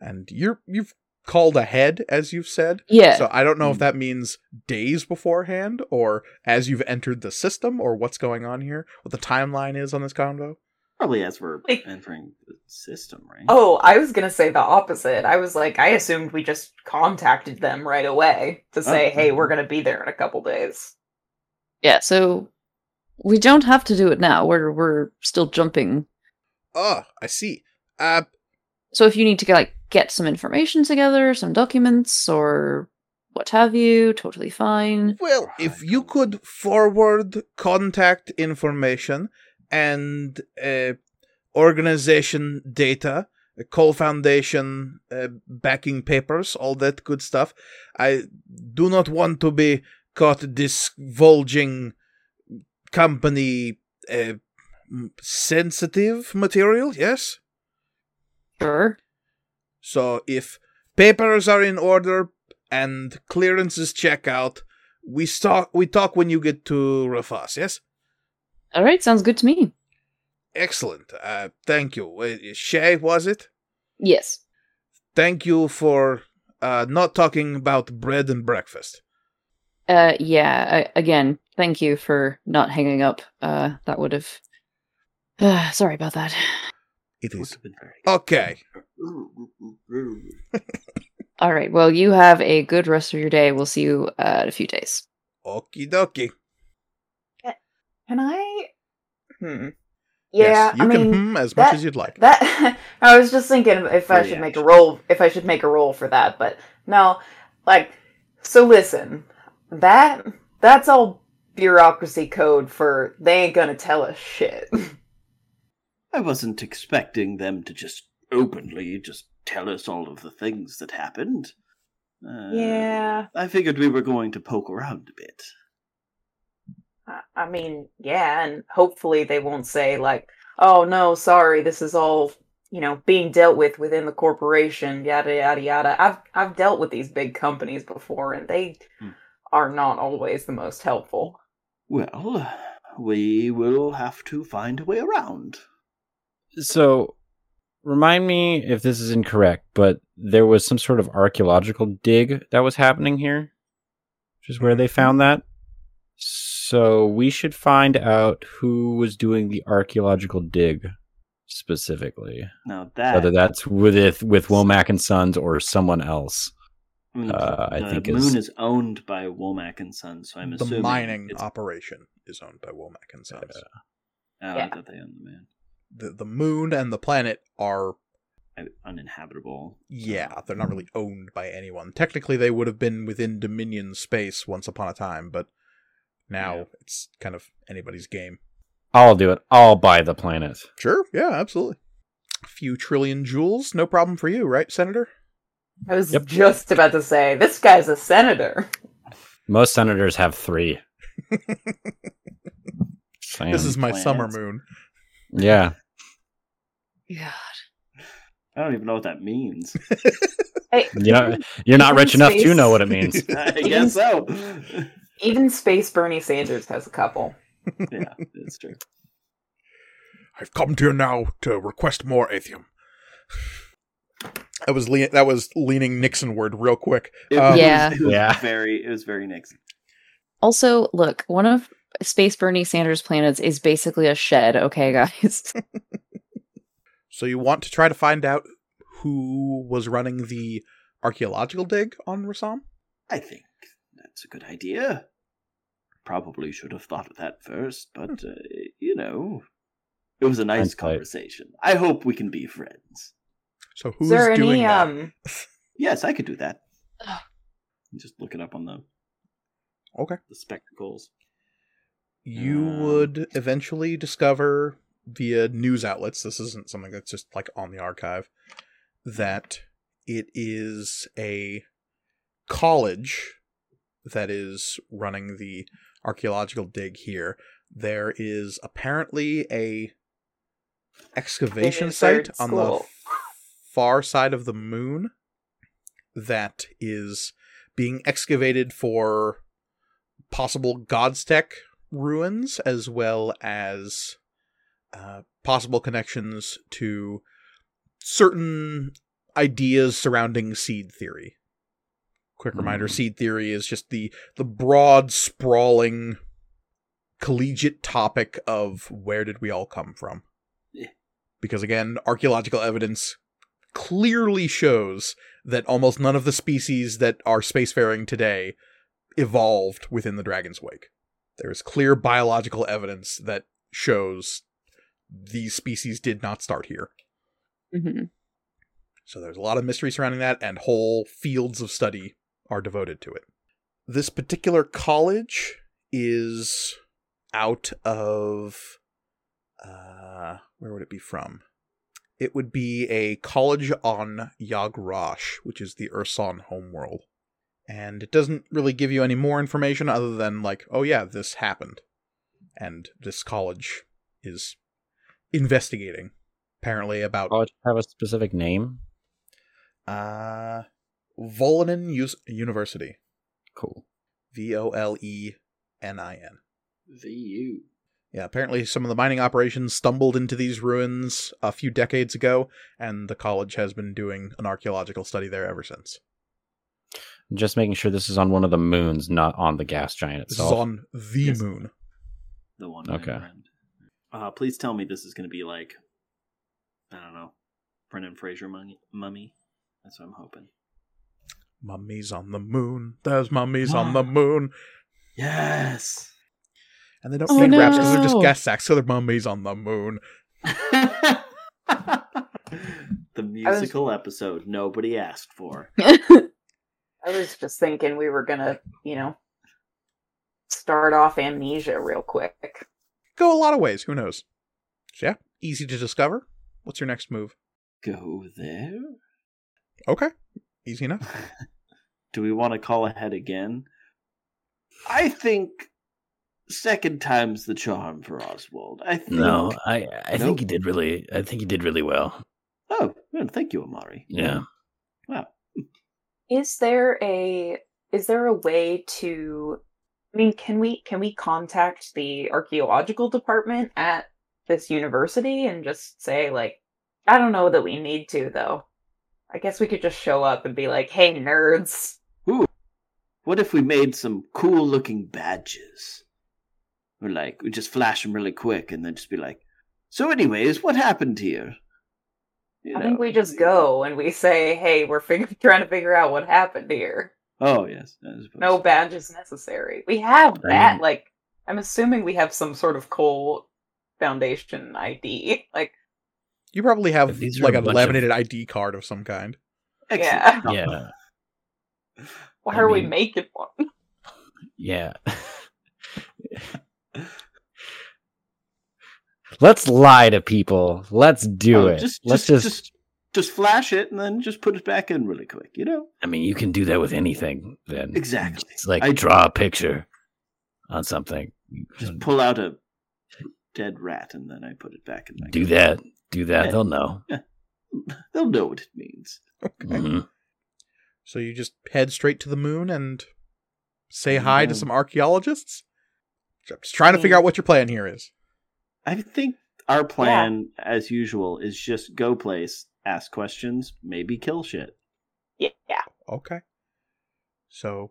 Speaker 1: And you're you've called ahead, as you've said.
Speaker 5: yeah
Speaker 1: So I don't know if that means days beforehand or as you've entered the system or what's going on here, what the timeline is on this convo.
Speaker 6: Probably as we're
Speaker 2: Like-
Speaker 6: entering the system, right?
Speaker 2: Oh, I was gonna say the opposite. I was like, I assumed we just contacted them right away to say,
Speaker 6: Oh.
Speaker 2: hey, we're gonna be there in a couple days.
Speaker 5: yeah so we don't have to do it now we're we're still jumping
Speaker 1: Oh, I see. Uh
Speaker 5: So if you need to get, like get some information together, some documents or what have you, totally fine.
Speaker 1: well, if you could forward contact information and uh, organization data, uh, Cole Foundation uh, backing papers, all that good stuff. I do not want to be caught divulging company uh, m- sensitive material, yes?
Speaker 5: Sure.
Speaker 1: So if papers are in order and clearances check out, we talk we talk when you get to Rafas, yes?
Speaker 5: All right, sounds good to me.
Speaker 1: Excellent. Uh, thank you. Uh, Shay, was it?
Speaker 5: Yes.
Speaker 1: Thank you for uh, not talking about bread and breakfast.
Speaker 5: Uh yeah, I, again, thank you for not hanging up. Uh that would have uh, sorry about that.
Speaker 1: It
Speaker 6: Would have been very
Speaker 1: Okay.
Speaker 6: good.
Speaker 5: All right. Well, you have a good rest of your day. We'll see you uh, in a few days.
Speaker 1: Okie dokie.
Speaker 2: Can I? Hmm. Yeah,
Speaker 1: yes, you
Speaker 2: I
Speaker 1: can
Speaker 2: mean
Speaker 1: hmm as much
Speaker 2: that-
Speaker 1: as you'd like.
Speaker 2: that. I was just thinking if I should make a
Speaker 6: Reaction.
Speaker 2: roll, if I should make a roll for that, but no, like, so listen, that that's all bureaucracy code for they ain't gonna tell us shit.
Speaker 6: I wasn't expecting them to just openly just tell us all of the things that happened. Uh,
Speaker 2: Yeah,
Speaker 6: I figured we were going to poke around a bit.
Speaker 2: I- I mean, yeah, and hopefully they won't say like, "Oh no, sorry, this is all you know being dealt with within the corporation." Yada yada yada. I've I've dealt with these big companies before, and they
Speaker 6: Hmm.
Speaker 2: are not always the most helpful.
Speaker 6: Well, we will have to find a way around.
Speaker 4: So, remind me if this is incorrect, but there was some sort of archaeological dig that was happening here, which is where they found that. So, we should find out who was doing the archaeological dig specifically,
Speaker 6: Now
Speaker 5: Uh,
Speaker 6: that
Speaker 4: whether that's with with Womack and Sons or someone else.
Speaker 6: I mean,
Speaker 4: uh, I
Speaker 6: the
Speaker 4: think
Speaker 6: moon
Speaker 4: is-
Speaker 6: is... owned by Womack and Sons, so I'm
Speaker 1: the
Speaker 6: assuming
Speaker 1: mining
Speaker 6: it's-
Speaker 1: operation is owned by Womack and Sons.
Speaker 6: Oh,
Speaker 2: Yeah.
Speaker 6: I thought they owned the man.
Speaker 1: The, the moon and the planet are,
Speaker 6: I- Uninhabitable.
Speaker 3: Um,
Speaker 1: yeah, they're not really owned by anyone. Technically, they would have been within Dominion space once upon a time, but now
Speaker 6: Yeah.
Speaker 1: it's kind of anybody's game.
Speaker 4: I'll do it. I'll buy the planet.
Speaker 1: Sure. Yeah, absolutely. A few trillion joules, no problem for you, right, Senator?
Speaker 2: I was
Speaker 4: Yep.
Speaker 2: just about to say this guy's a senator.
Speaker 4: Most senators have three. Sam.
Speaker 1: This is my
Speaker 3: Plans.
Speaker 1: summer moon.
Speaker 4: yeah.
Speaker 5: Yeah.
Speaker 3: I don't even know what that means.
Speaker 4: You know, you're not rich enough to
Speaker 2: Space.
Speaker 4: know what it means.
Speaker 3: I guess so.
Speaker 2: Even space Bernie Sanders has a couple.
Speaker 3: yeah, that's true.
Speaker 1: I've come to you now to request more Athium. I was le- that was leaning Nixonward real quick.
Speaker 3: It
Speaker 1: Um,
Speaker 3: was-
Speaker 5: Yeah.
Speaker 3: it was
Speaker 4: Yeah.
Speaker 3: Very. It was very Nixon.
Speaker 5: Also, look, one of Space Bernie Sanders' planets is basically a shed. Okay, guys.
Speaker 1: So you want to try to find out who was running the archaeological dig on Rasam?
Speaker 6: I think that's a good idea. Probably should have thought of that first, but
Speaker 1: Hmm.
Speaker 6: uh, you know, it was a nice
Speaker 4: Hindsight.
Speaker 6: conversation. I hope we can be friends.
Speaker 1: So who's
Speaker 2: is there
Speaker 1: doing
Speaker 2: any
Speaker 1: that?
Speaker 2: um
Speaker 6: Yes, I could do that.
Speaker 5: Ugh.
Speaker 6: Just look it up on the
Speaker 1: Okay.
Speaker 6: the spectacles.
Speaker 1: You
Speaker 6: Um,
Speaker 1: would eventually discover via news outlets, this isn't something that's just like on the archive, that it is a college that is running the archaeological dig here. There is apparently a excavation
Speaker 2: There's
Speaker 1: site
Speaker 2: third
Speaker 1: on the
Speaker 2: school.
Speaker 1: f- far side of the moon that is being excavated for possible God's Tech ruins as well as uh, possible connections to certain ideas surrounding seed theory. Quick reminder:
Speaker 6: Mm.
Speaker 1: seed theory is just the the broad, sprawling, collegiate topic of where did we all come from?
Speaker 6: Yeah.
Speaker 1: Because again, archaeological evidence clearly shows that almost none of the species that are spacefaring today evolved within the Dragon's Wake. There is clear biological evidence that shows these species did not start here.
Speaker 5: Mhm.
Speaker 1: So there's a lot of mystery surrounding that, and whole fields of study are devoted to it. This particular college is out of. Uh, where would it be from? It would be a college on Yag Rosh, which is the Ursan homeworld. And it doesn't really give you any more information other than, like, oh yeah, this happened. And this college is investigating, apparently, about
Speaker 4: College Oh, have a specific name.
Speaker 1: uh, Volinin Us- University.
Speaker 4: Cool.
Speaker 1: V O L E N I N.
Speaker 6: VU.
Speaker 1: Yeah, apparently some of the mining operations stumbled into these ruins a few decades ago, and the college has been doing an archaeological study there ever since.
Speaker 4: Just making sure this is on one of the moons, not on the gas giant
Speaker 1: This
Speaker 4: itself.
Speaker 1: is on the
Speaker 6: Yes.
Speaker 1: moon.
Speaker 6: The one.
Speaker 4: Okay.
Speaker 6: around. Uh, please tell me this is going to be like, I don't know, Brendan Fraser mummy. mummy? That's what I'm hoping.
Speaker 1: Mummies on the moon. There's mummies on the moon.
Speaker 6: Yes.
Speaker 1: And they don't
Speaker 5: Oh,
Speaker 1: sing raps because they're
Speaker 5: no.
Speaker 1: just gas sacks, so they're mummies on the moon.
Speaker 6: the musical episode nobody asked for.
Speaker 2: I was just thinking we were gonna, you know, start off amnesia real quick.
Speaker 1: Go a lot of ways. Who knows? So, yeah, easy to discover. What's your next move?
Speaker 6: Go there.
Speaker 1: Okay, easy enough.
Speaker 6: Do we want to call ahead again? I think second time's the charm for Oswald. I think.
Speaker 7: No, I I
Speaker 6: Nope.
Speaker 7: think he did really. I think he did really well.
Speaker 6: Oh, well, thank you, Amari.
Speaker 7: Yeah.
Speaker 2: Is there a is there a way to I mean, can we can we contact the archaeological department at this university and just say like I don't know that we need to though. I guess we could just show up and be like, "Hey nerds,
Speaker 6: What if we made some cool looking badges? Or like we just flash them really quick and then just be like, "So, anyways, what happened here?" You
Speaker 2: I think
Speaker 6: know.
Speaker 2: we just go and we say, "Hey, we're fig- trying to figure out what happened here."
Speaker 6: Oh yes, I suppose
Speaker 2: No
Speaker 6: so.
Speaker 2: badges necessary. We have
Speaker 7: I
Speaker 2: that.
Speaker 7: mean-
Speaker 2: like, I'm assuming we have some sort of coal foundation ID. Like,
Speaker 1: You probably have
Speaker 7: But these are
Speaker 1: like
Speaker 7: a
Speaker 1: a
Speaker 7: bunch of-
Speaker 1: laminated ID card of some kind.
Speaker 2: yeah.
Speaker 6: Oh.
Speaker 7: Yeah.
Speaker 2: Why
Speaker 7: I
Speaker 2: are we
Speaker 7: mean-
Speaker 2: making one?
Speaker 7: Yeah. Let's lie to people. Let's do
Speaker 6: Oh,
Speaker 7: it. Let's just,
Speaker 6: Um, just just flash it and then just put it back in really quick, you know?
Speaker 8: I mean, you can do that with anything. Then
Speaker 6: Exactly.
Speaker 8: It's like
Speaker 6: I-
Speaker 8: draw a picture on something.
Speaker 6: Just pull out a dead rat and then I put it back in my
Speaker 8: do that. Do that.
Speaker 6: Yeah.
Speaker 8: They'll know.
Speaker 6: They'll know what it means.
Speaker 7: Mm-hmm.
Speaker 8: Mhm.
Speaker 1: So you just head straight to the moon and say hi to
Speaker 6: Yeah.
Speaker 1: some archaeologists? I'm just trying to figure out what your plan here is.
Speaker 6: I think our plan, as usual, is just go place, ask questions, maybe kill shit.
Speaker 2: Yeah.
Speaker 1: Okay. So,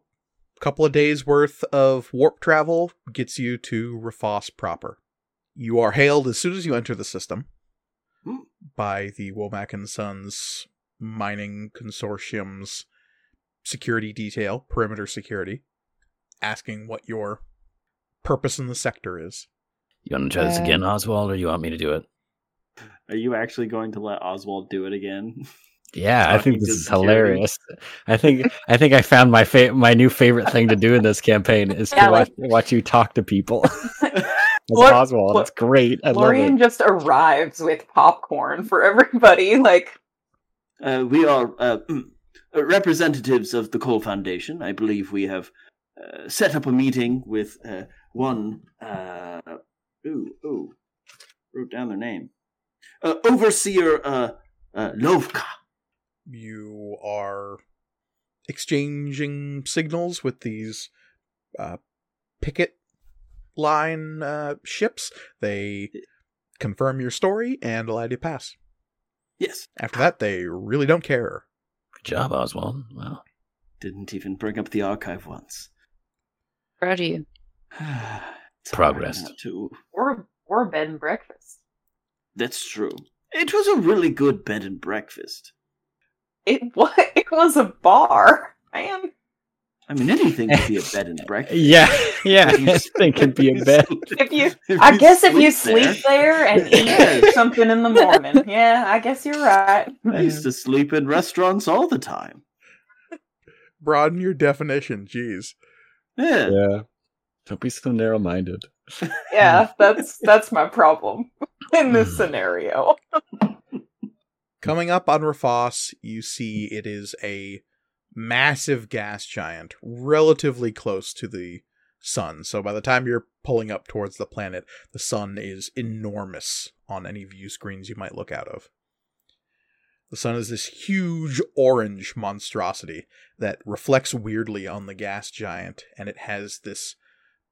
Speaker 1: a couple of days worth of warp travel gets you to Rafos proper. You are hailed as soon as you enter the system
Speaker 6: Hmm.
Speaker 1: by the Womack and Sons mining consortium's security detail, perimeter security, asking what your purpose in the sector is.
Speaker 8: You want to try this
Speaker 5: Uh,
Speaker 8: again, Oswald, or you want me to do it?
Speaker 6: Are you actually going to let Oswald do it again?
Speaker 8: Yeah, I think
Speaker 6: Talking
Speaker 8: this
Speaker 6: to
Speaker 8: is
Speaker 6: security.
Speaker 8: hilarious. I think I think I found my fa- my new favorite thing to do in this campaign is to
Speaker 2: Yeah,
Speaker 8: watch,
Speaker 2: like-
Speaker 8: watch you talk to people. That's
Speaker 2: Lor-
Speaker 8: Oswald.
Speaker 2: Lor-
Speaker 8: That's great. I love
Speaker 2: Lorian
Speaker 8: it.
Speaker 2: just arrives with popcorn for everybody. Like,
Speaker 6: Uh, we are uh, mm, uh, representatives of the Cole Foundation. I believe we have uh, set up a meeting with uh, one. Uh, ooh, ooh, wrote down their name. Uh, Overseer uh, uh, Lovka.
Speaker 1: you are exchanging signals with these uh, picket line uh, ships. They confirm your story and allow you to pass.
Speaker 6: Yes,
Speaker 1: After that, they really don't care.
Speaker 8: Good job, Oswald. Wow.
Speaker 6: didn't even bring up the archive once.
Speaker 5: Proud of you.
Speaker 6: It's hard
Speaker 8: Progress.
Speaker 6: not To,
Speaker 2: or or bed and breakfast.
Speaker 6: that's true. It was a really good bed and breakfast.
Speaker 2: It what? It was a bar, man.
Speaker 6: I mean, anything could be a bed and breakfast.
Speaker 8: Yeah, yeah.
Speaker 6: If you-
Speaker 8: This thing can be a bed.
Speaker 2: If you, I guess, if you sleep there and eat
Speaker 6: Yes.
Speaker 2: something in the morning, yeah, I guess you're right.
Speaker 6: I used to sleep in restaurants all the time.
Speaker 1: Broaden your definition, jeez.
Speaker 6: Yeah.
Speaker 4: Yeah.
Speaker 8: Don't be so narrow-minded.
Speaker 2: Yeah, that's that's my problem in
Speaker 4: Hmm.
Speaker 2: this scenario.
Speaker 1: Coming up on Rafos, you see it is a massive gas giant, relatively close to the sun. So by the time you're pulling up towards the planet, the sun is enormous on any view screens you might look out of. The sun is this huge orange monstrosity that reflects weirdly on the gas giant, and it has this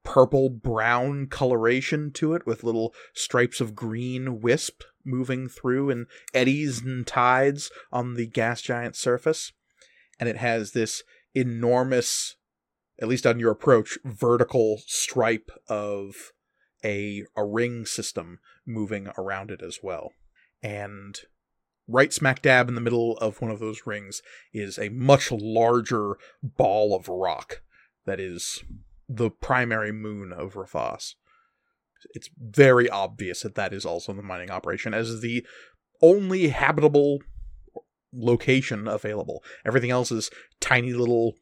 Speaker 1: purple brown coloration to it with little stripes of green wisp moving through and eddies and tides on the gas giant surface. And it has this enormous, at least on your approach, vertical stripe of a, a ring system moving around it as well. And right smack dab in the middle of one of those rings is a much larger ball of rock that is the primary moon of Rafas. It's very obvious that that is also the mining operation, as the only habitable location available. Everything else is tiny little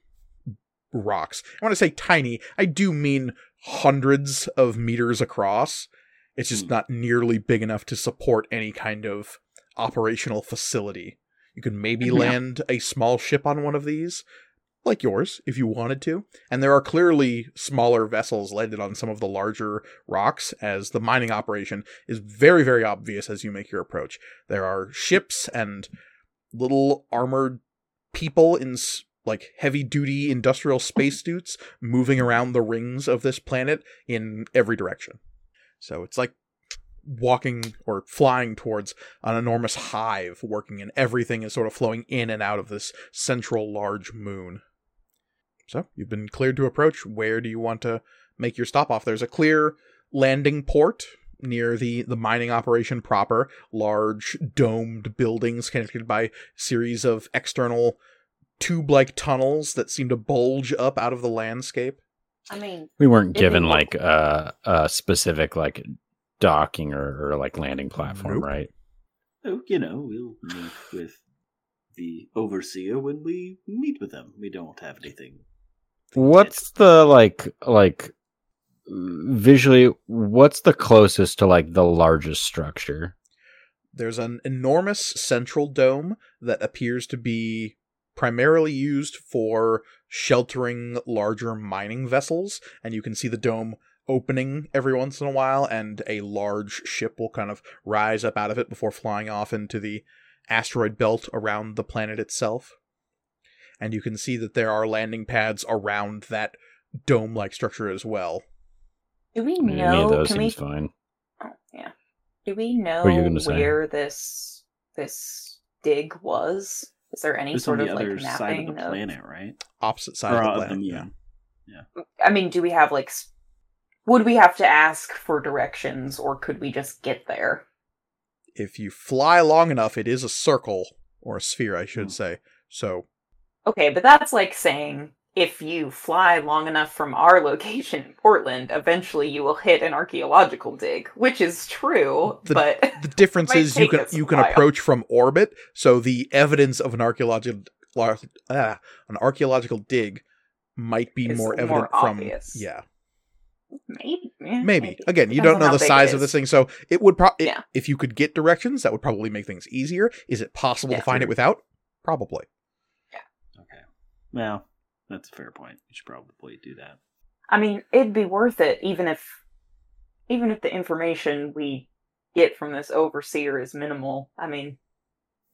Speaker 1: rocks. And when I say tiny, I do mean hundreds of meters across. It's just
Speaker 6: Hmm.
Speaker 1: not nearly big enough to support any kind of operational facility. You could maybe
Speaker 5: Yeah.
Speaker 1: land a small ship on one of these, like yours, if you wanted to. And there are clearly smaller vessels landed on some of the larger rocks, as the mining operation is very, very obvious as you make your approach. There are ships and little armored people in s- like heavy duty industrial spacesuits moving around the rings of this planet in every direction. So it's like walking or flying towards an enormous hive working and everything is sort of flowing in and out of this central large moon. So you've been cleared to approach. Where do you want to make your stop off? There's a clear landing port near the the mining operation proper large domed buildings connected by series of external tube like tunnels that seem to bulge up out of the landscape
Speaker 2: I mean,
Speaker 4: We weren't
Speaker 2: It'd
Speaker 4: given
Speaker 2: be-
Speaker 4: like uh, a specific like docking or, or like landing platform,
Speaker 1: Nope.
Speaker 4: right?
Speaker 6: So, you know, we'll meet with the overseer when we meet with them. We don't have anything.
Speaker 4: What's the like like visually what's the closest to like the largest structure?
Speaker 1: There's an enormous central dome that appears to be primarily used for sheltering larger mining vessels, and you can see the dome opening every once in a while, and a large ship will kind of rise up out of it before flying off into the asteroid belt around the planet itself. And you can see that there are landing pads around that dome like structure as well.
Speaker 2: Do we
Speaker 4: Any of
Speaker 2: know?
Speaker 4: those
Speaker 2: Can we?
Speaker 4: seems fine.
Speaker 2: Oh, yeah. Do we know
Speaker 4: are you gonna say?
Speaker 2: where this this dig was? Is there any
Speaker 6: It's on
Speaker 2: sort
Speaker 6: the
Speaker 2: of like
Speaker 6: other side
Speaker 2: mapping
Speaker 6: of the planet, right?
Speaker 1: Opposite side
Speaker 6: Or
Speaker 1: of the
Speaker 6: of
Speaker 1: planet.
Speaker 6: them,
Speaker 1: yeah.
Speaker 6: yeah.
Speaker 2: I mean, do we have like? s- Would we have to ask for directions, or could we just get there?
Speaker 1: If you fly long enough, it is a circle, or a sphere, I should
Speaker 6: Hmm.
Speaker 1: say. So
Speaker 2: Okay, but that's like saying if you fly long enough from our location in Portland, eventually you will hit an archaeological dig, which is true,
Speaker 1: The-
Speaker 2: but
Speaker 1: the difference
Speaker 2: Might
Speaker 1: is you
Speaker 2: take
Speaker 1: can
Speaker 2: us a
Speaker 1: you can
Speaker 2: while.
Speaker 1: approach from orbit, so the evidence of an archaeological lar- ah, an archaeological dig might be
Speaker 2: Is
Speaker 1: more
Speaker 2: more
Speaker 1: evident from
Speaker 2: obvious. Hmm.
Speaker 1: yeah
Speaker 2: maybe. yeah,
Speaker 1: maybe again you
Speaker 2: Depends
Speaker 1: don't
Speaker 2: on
Speaker 1: know
Speaker 2: how
Speaker 1: the
Speaker 2: big it
Speaker 1: size of
Speaker 2: is.
Speaker 1: this thing so it would probably
Speaker 2: Yeah.
Speaker 1: if you could get directions that would probably make things easier is it possible
Speaker 2: Yeah.
Speaker 1: to find it without probably
Speaker 6: Okay. Well, that's a fair point. You should probably do that.
Speaker 2: I mean, it'd be worth it even if even if the information we get from this overseer is minimal. I mean,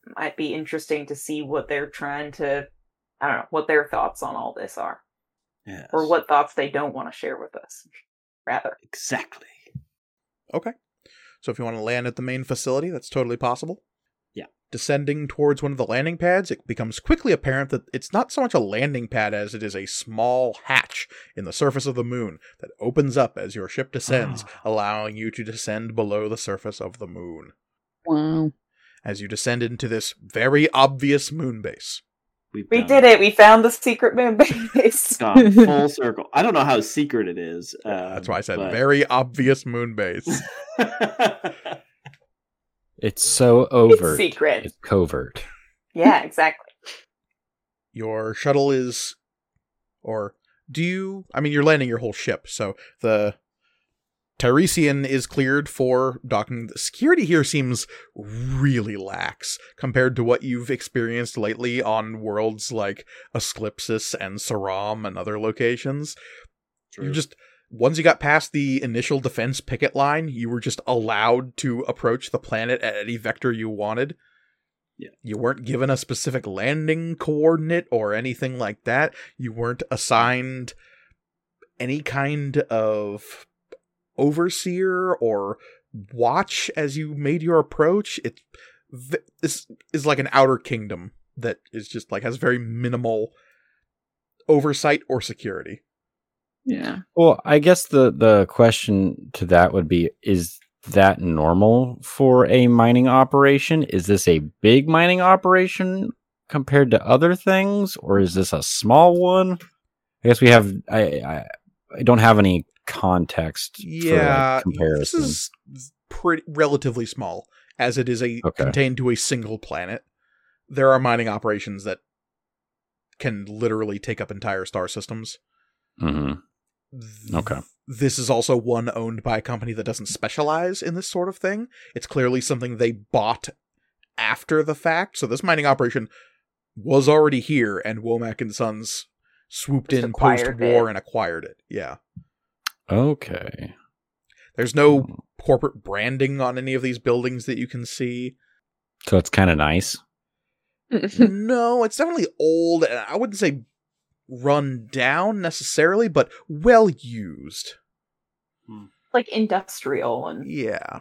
Speaker 2: it might be interesting to see what they're trying to I don't know, what their thoughts on all this are
Speaker 6: Yeah.
Speaker 2: or what thoughts they don't want to share with us. Rather.
Speaker 6: Exactly.
Speaker 1: so if you want to land at the main facility that's totally possible
Speaker 6: Yeah.
Speaker 1: descending towards one of the landing pads it becomes quickly apparent that it's not so much a landing pad as it is a small hatch in the surface of the moon that opens up as your ship descends
Speaker 6: Ah.
Speaker 1: allowing you to descend below the surface of the moon
Speaker 5: Wow.
Speaker 1: as you descend into this very obvious moon base
Speaker 6: We've
Speaker 2: We
Speaker 6: done
Speaker 2: did it. We found the secret moon base.
Speaker 6: Gone full circle. I don't know how secret it is. Um,
Speaker 1: that's why i said
Speaker 6: but-
Speaker 1: very obvious moon base
Speaker 4: It's so
Speaker 2: it's
Speaker 4: overt.
Speaker 2: secret.
Speaker 4: It's covert.
Speaker 2: Yeah, exactly.
Speaker 1: your shuttle is or do you i mean you're landing your whole ship so the Tiresian is cleared for docking. The security here seems really lax compared to what you've experienced lately on worlds like Asclipsis and Saram and other locations. You just once you got past the initial defense picket line, you were just allowed to approach the planet at any vector you wanted.
Speaker 6: Yeah.
Speaker 1: You weren't given a specific landing coordinate or anything like that. You weren't assigned any kind of overseer or watch as you made your approach. It v- this is like an outer kingdom that is just like has very minimal oversight or security.
Speaker 5: Yeah.
Speaker 4: Well, I guess the the question to that would be: Is that normal for a mining operation? Is this a big mining operation compared to other things, or is this a small one? I guess we have. I I, I don't have any context. for,
Speaker 1: yeah
Speaker 4: like, comparison.
Speaker 1: this is pretty relatively small as it is a
Speaker 4: Okay.
Speaker 1: contained to a single planet there are mining operations that can literally take up entire star systems
Speaker 4: Mhm.
Speaker 1: Th-
Speaker 4: Okay.
Speaker 1: this is also one owned by a company that doesn't specialize in this sort of thing it's clearly something they bought after the fact so this mining operation was already here and womack and sons swooped
Speaker 2: Just
Speaker 1: in
Speaker 2: acquired
Speaker 1: post-war
Speaker 2: it.
Speaker 1: and acquired it yeah
Speaker 4: Okay.
Speaker 1: there's no corporate branding on any of these buildings that you can see.
Speaker 4: So it's kind of nice.
Speaker 2: Hmm.
Speaker 1: no, it's definitely old, and I wouldn't say run down necessarily, but well used.
Speaker 2: Like industrial and
Speaker 1: Yeah.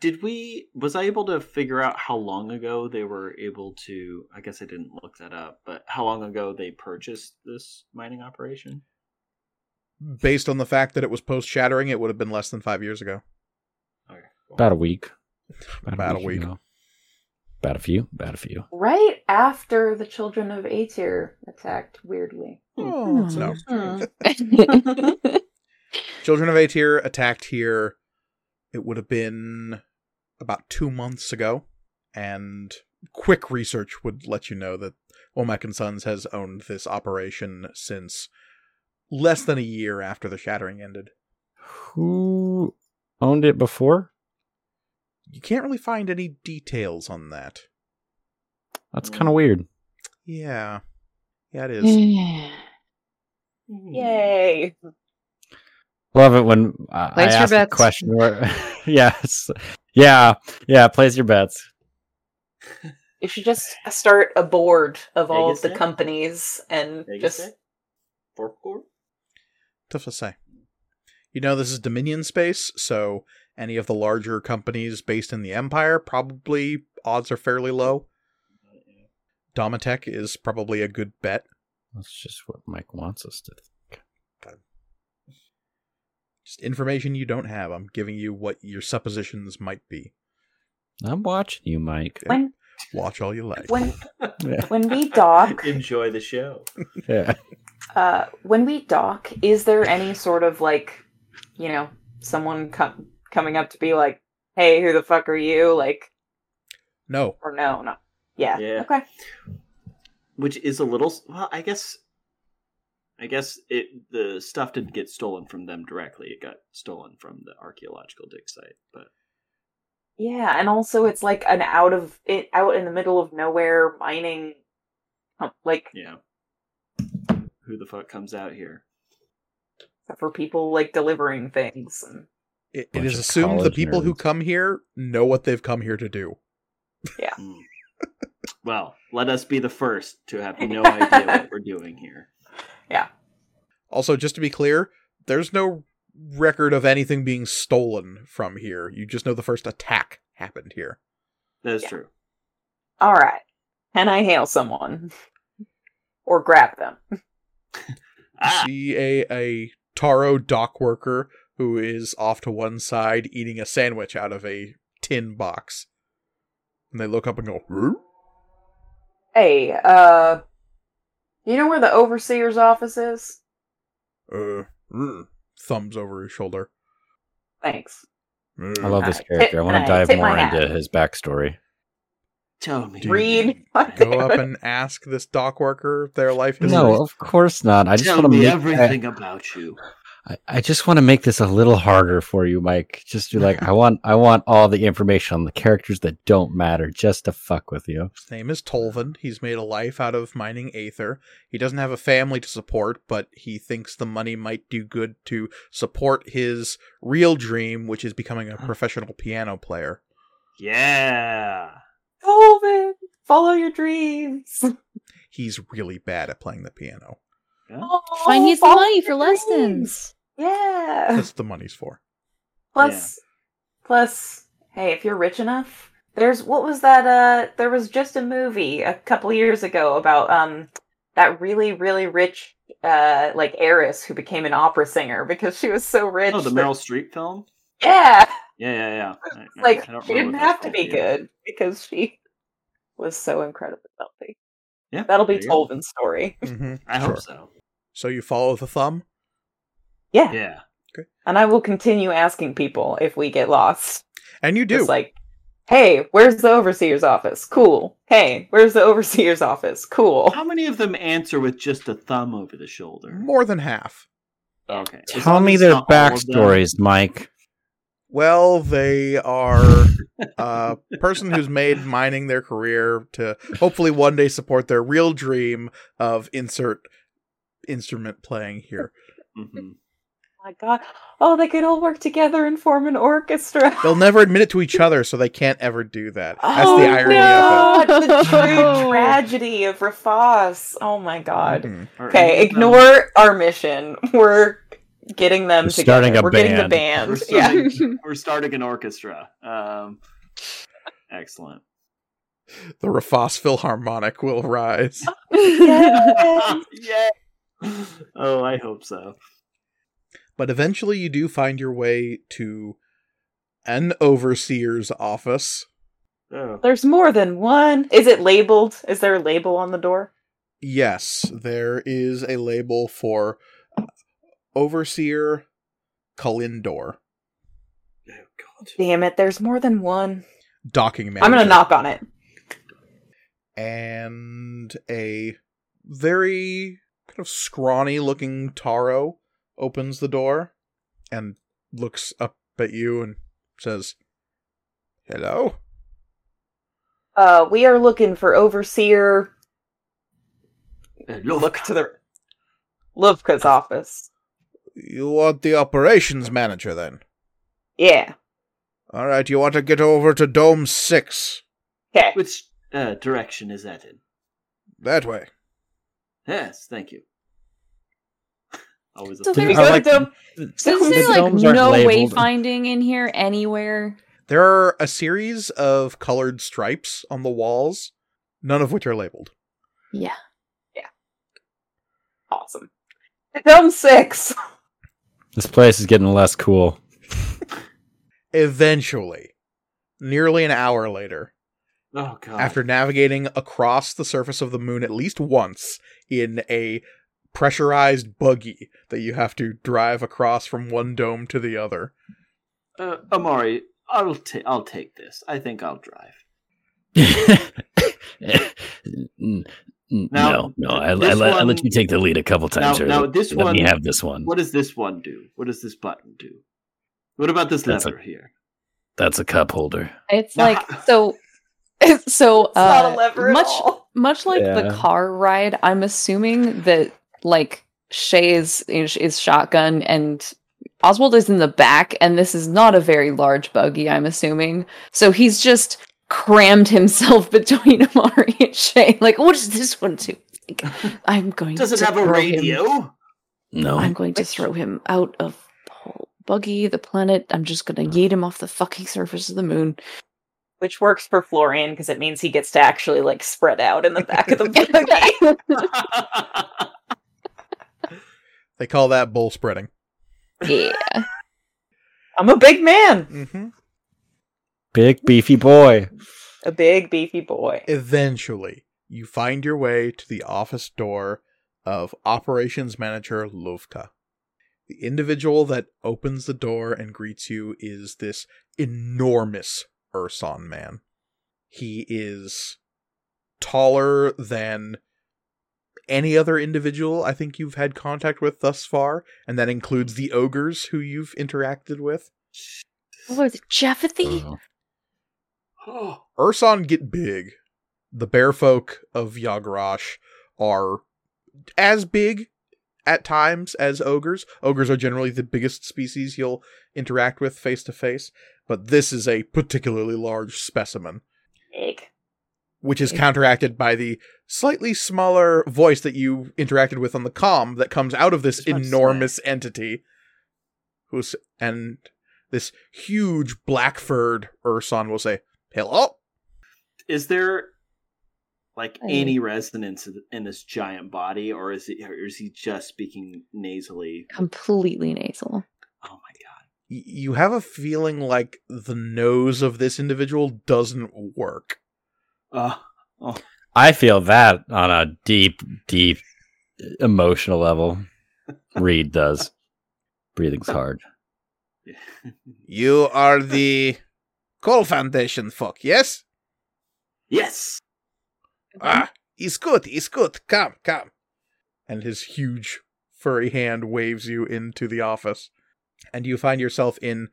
Speaker 6: Did we? Was I able to figure out how long ago they were able to? I guess I didn't look that up, but how long ago they purchased this mining operation?
Speaker 1: Based on the fact that it was post shattering, it would have been less than five years ago.
Speaker 6: Okay. cool.
Speaker 4: About a week.
Speaker 1: About a week.
Speaker 4: ago. About a few. About a few.
Speaker 2: right after the children of Aetir attacked weirdly.
Speaker 6: Oh,
Speaker 5: that's
Speaker 1: No.
Speaker 2: Hmm.
Speaker 1: Children of Aetir attacked here. It would have been about two months ago, and quick research would let you know that Womack and Sons has owned this operation since less than a year after the shattering ended.
Speaker 4: Who owned it before?
Speaker 1: You can't really find any details on that.
Speaker 4: That's kind of weird.
Speaker 1: Yeah. Yeah, it is.
Speaker 5: Yeah.
Speaker 2: Yay.
Speaker 4: Love it when uh, I
Speaker 5: Place your
Speaker 4: ask a
Speaker 5: bets.
Speaker 4: question. Where, yes, yeah, yeah. Place your bets.
Speaker 2: You should just start a board of all of the
Speaker 3: Vegas Day?
Speaker 2: companies and just
Speaker 1: Tough to say. You know, this is Dominion space, so any of the larger companies based in the Empire probably odds are fairly low. Domitech is probably a good bet.
Speaker 4: That's just what Mike wants us to.
Speaker 1: Just information you don't have. I'm giving you what your suppositions might be.
Speaker 4: I'm watching you, Mike.
Speaker 2: when
Speaker 1: Watch all you like.
Speaker 2: when
Speaker 4: Yeah.
Speaker 2: when we dock
Speaker 3: Enjoy the show.
Speaker 4: Yeah.
Speaker 2: uh when we dock is there any sort of like you know someone com- coming up to be like hey who the fuck are you like
Speaker 1: No,
Speaker 2: or no not yeah,
Speaker 3: Yeah.
Speaker 2: okay
Speaker 3: which is a little well i guess i guess it the stuff didn't get stolen from them directly it got stolen from the archaeological dig site but
Speaker 2: yeah and also it's like an out of it out in the middle of nowhere mining um, like
Speaker 3: yeah who the fuck comes out here
Speaker 2: for people like delivering things and
Speaker 1: it, it
Speaker 4: Bunch
Speaker 1: is
Speaker 4: of
Speaker 1: assumed the
Speaker 4: college
Speaker 1: people who
Speaker 4: nerds.
Speaker 1: come here know what they've come here to do.
Speaker 3: Hmm. well let us be the first to have no idea what we're doing here
Speaker 1: Also, just to be clear, there's no record of anything being stolen from here. You just know the first attack happened here.
Speaker 3: that is
Speaker 2: Yeah.
Speaker 3: true
Speaker 2: all right can i hail someone or grab them
Speaker 1: You
Speaker 3: ah,
Speaker 1: see a, a Taro dock worker who is off to one side eating a sandwich out of a tin box. And they look up and go, "Hmm?"
Speaker 2: Hey, uh, you know where the overseer's office is?
Speaker 1: uh, hmm. thumbs over his shoulder.
Speaker 2: Thanks.
Speaker 1: "Hmm."
Speaker 4: I love this
Speaker 2: Alright,
Speaker 4: character. I want
Speaker 2: tip-
Speaker 4: to dive
Speaker 2: tip my
Speaker 4: more
Speaker 2: hat.
Speaker 4: into his backstory.
Speaker 6: Tell me.
Speaker 1: Do
Speaker 2: Read.
Speaker 1: Go up and ask this dock worker their life history.
Speaker 4: No, of course not. I just
Speaker 6: Tell
Speaker 4: want to
Speaker 6: me
Speaker 4: make
Speaker 6: everything about you.
Speaker 4: I, I just want to make this a little harder for you, Mike. Just be like, I want, I want all the information on the characters that don't matter, just to fuck with you.
Speaker 1: His name is Tolvin. He's made a life out of mining aether. He doesn't have a family to support, but he thinks the money might do good to support his real dream, which is becoming a professional piano player.
Speaker 3: yeah
Speaker 2: Colvin, follow your dreams.
Speaker 1: He's really bad at playing the piano.
Speaker 2: Oh,
Speaker 5: Find you some
Speaker 2: follow
Speaker 5: money
Speaker 2: your
Speaker 5: for
Speaker 2: dreams.
Speaker 5: lessons.
Speaker 2: Yeah.
Speaker 1: That's the money's for.
Speaker 2: Plus, plus, hey, if you're rich enough, there's what was that? Uh, there was just a movie a couple years ago about um that really really rich uh like heiress who became an opera singer because she was so rich.
Speaker 3: oh the
Speaker 2: that-
Speaker 3: meryl streep film
Speaker 2: Yeah.
Speaker 3: yeah yeah yeah I-
Speaker 6: Mm,
Speaker 3: I-
Speaker 2: like
Speaker 3: I don't remember
Speaker 2: she didn't
Speaker 3: what that's
Speaker 2: have to
Speaker 3: called,
Speaker 2: be
Speaker 3: yeah.
Speaker 2: good because she was so incredibly wealthy.
Speaker 3: yeah
Speaker 2: That'll be
Speaker 3: there you go.
Speaker 2: Tolvin's story.
Speaker 1: Mm-hmm.
Speaker 3: i
Speaker 1: Sure.
Speaker 3: hope so
Speaker 1: So you follow the thumb?
Speaker 2: Yeah.
Speaker 3: yeah
Speaker 2: and I will continue asking people if we get lost.
Speaker 1: And you do.
Speaker 2: Just like, hey, where's the overseer's office? Cool. Hey, where's the overseer's office? Cool. Oh
Speaker 6: How many of them answer with just a thumb over the shoulder?
Speaker 1: More than half.
Speaker 3: okay As
Speaker 4: Tell
Speaker 3: long
Speaker 4: me
Speaker 3: as
Speaker 4: their
Speaker 3: not all of them-
Speaker 4: backstories, Mike.
Speaker 1: Well, they are a person who's made mining their career to hopefully one day support their real dream of insert instrument playing here.
Speaker 3: Mhm.
Speaker 2: Oh my god. Oh, they could all work together and form an orchestra.
Speaker 1: They'll never admit it to each other, so they can't ever do that. That's
Speaker 2: Oh,
Speaker 1: the irony
Speaker 2: God,
Speaker 5: no.
Speaker 2: the true
Speaker 5: No.
Speaker 2: tragedy of Rafas. Oh my
Speaker 1: of it.
Speaker 2: god.
Speaker 1: Mhm.
Speaker 3: Or
Speaker 2: Okay,
Speaker 3: any of them-
Speaker 2: ignore our mission. We're getting them
Speaker 4: We're
Speaker 2: together.
Speaker 4: starting a
Speaker 2: We're getting the
Speaker 3: We're
Speaker 2: band. Yeah.
Speaker 3: starting, we're starting an orchestra. Um, excellent.
Speaker 1: The Rafas Philharmonic will rise.
Speaker 3: yeah. Oh, I hope so.
Speaker 1: But eventually you do find your way to an overseer's office.
Speaker 3: Oh,
Speaker 2: There's more than one. Is it labeled? Is there a label on the door?
Speaker 1: Yes, there is a label for uh, Overseer Kalindor.
Speaker 3: oh God.
Speaker 2: Damn it, there's more than one.
Speaker 1: docking manager.
Speaker 2: I'm gonna knock on it.
Speaker 1: And a very kind of scrawny looking Taro opens the door and looks up at you and says, Hello?
Speaker 2: Uh, we are looking for overseer
Speaker 3: Look to the
Speaker 2: Lufka's office.
Speaker 1: You want the operations manager then?
Speaker 2: Yeah.
Speaker 1: All right, you want to get over to Dome 6.
Speaker 2: Okay.
Speaker 3: which uh, direction is that in?
Speaker 1: That way.
Speaker 3: Yes, thank you. Always a
Speaker 5: So
Speaker 4: Did-
Speaker 5: there
Speaker 2: We
Speaker 5: you
Speaker 4: I
Speaker 2: go
Speaker 4: like-
Speaker 2: to Dome.
Speaker 5: Isn't
Speaker 2: The
Speaker 5: there like
Speaker 4: domes aren't
Speaker 5: no
Speaker 4: labeled.
Speaker 5: wayfinding in here anywhere?
Speaker 1: There are a series of colored stripes on the walls, none of which are labeled.
Speaker 5: Yeah.
Speaker 2: Awesome. To Dome six.
Speaker 4: This place is getting less cool.
Speaker 1: Eventually, nearly an hour later,
Speaker 3: Oh god.
Speaker 1: after navigating across the surface of the moon at least once in a pressurized buggy that you have to drive across from one dome to the other.
Speaker 3: uh, Amari, I'll take I'll take this. I think I'll drive.
Speaker 8: no, no, I, I,
Speaker 3: this
Speaker 8: let- I let
Speaker 3: one-
Speaker 8: you take the lead a couple times.
Speaker 3: Now-
Speaker 8: here.
Speaker 3: now
Speaker 8: Let-
Speaker 3: this
Speaker 8: let me
Speaker 3: one-
Speaker 8: have this one.
Speaker 3: What does this one do? What does this button do? What about this
Speaker 8: That's a-
Speaker 3: lever here?
Speaker 8: That's a cup holder.
Speaker 5: It's
Speaker 3: Nah.
Speaker 5: like so. So
Speaker 2: It's not
Speaker 5: uh,
Speaker 2: a lever
Speaker 5: much
Speaker 2: at all.
Speaker 5: much like
Speaker 4: Yeah.
Speaker 5: the car ride. I'm assuming that like Shay is is, is shotgun and. Oswald is in the back, and this is not a very large buggy, I'm assuming. So he's just crammed himself between Amari and Shay. Like, what does this one do? Like, I'm going
Speaker 3: Does it
Speaker 5: to
Speaker 3: have a
Speaker 5: throw him-
Speaker 3: radio?
Speaker 8: No,
Speaker 5: I'm going to throw him out of the whole buggy, the planet. I'm just going to yeet him off the fucking surface of the moon.
Speaker 2: Which works for Florian because it means he gets to actually like spread out in the back of the buggy.
Speaker 1: They call that bull spreading.
Speaker 5: yeah.
Speaker 2: I'm a big man.
Speaker 1: Mm-hmm.
Speaker 4: Big beefy boy.
Speaker 2: A big beefy boy.
Speaker 1: Eventually, you find your way to the office door of Operations Manager Lovka. The individual that opens the door and greets you is this enormous Urson man. He is taller than any other individual I think you've had contact with thus far, and that includes the ogres who you've interacted with.
Speaker 5: What was it, Japhethy?
Speaker 3: oh,
Speaker 1: Urson get big. The bear folk of Yagrash are as big at times as ogres. Ogres are generally the biggest species you'll interact with face to face, but this is a particularly large specimen,
Speaker 2: Big.
Speaker 1: which is counteracted by the slightly smaller voice that you interacted with on the comm that comes out of this
Speaker 3: It's much
Speaker 1: enormous entity who's and this huge black furred Urson will say, Hello?
Speaker 3: is there like
Speaker 5: Hey.
Speaker 3: any resonance in- in this giant body, or is it? Or is he just speaking nasally?
Speaker 5: Completely nasal.
Speaker 3: Oh my god!
Speaker 1: y- you have a feeling like the nose of this individual doesn't work.
Speaker 3: Oh,
Speaker 4: I feel that on a deep, deep emotional level. Reed does. Breathing's hard.
Speaker 3: Uh,
Speaker 1: You are the Coal Foundation folk, yes?
Speaker 3: yes.
Speaker 1: Ah, it's good, it's good. Come, come. And his huge furry hand waves you into the office, and you find yourself in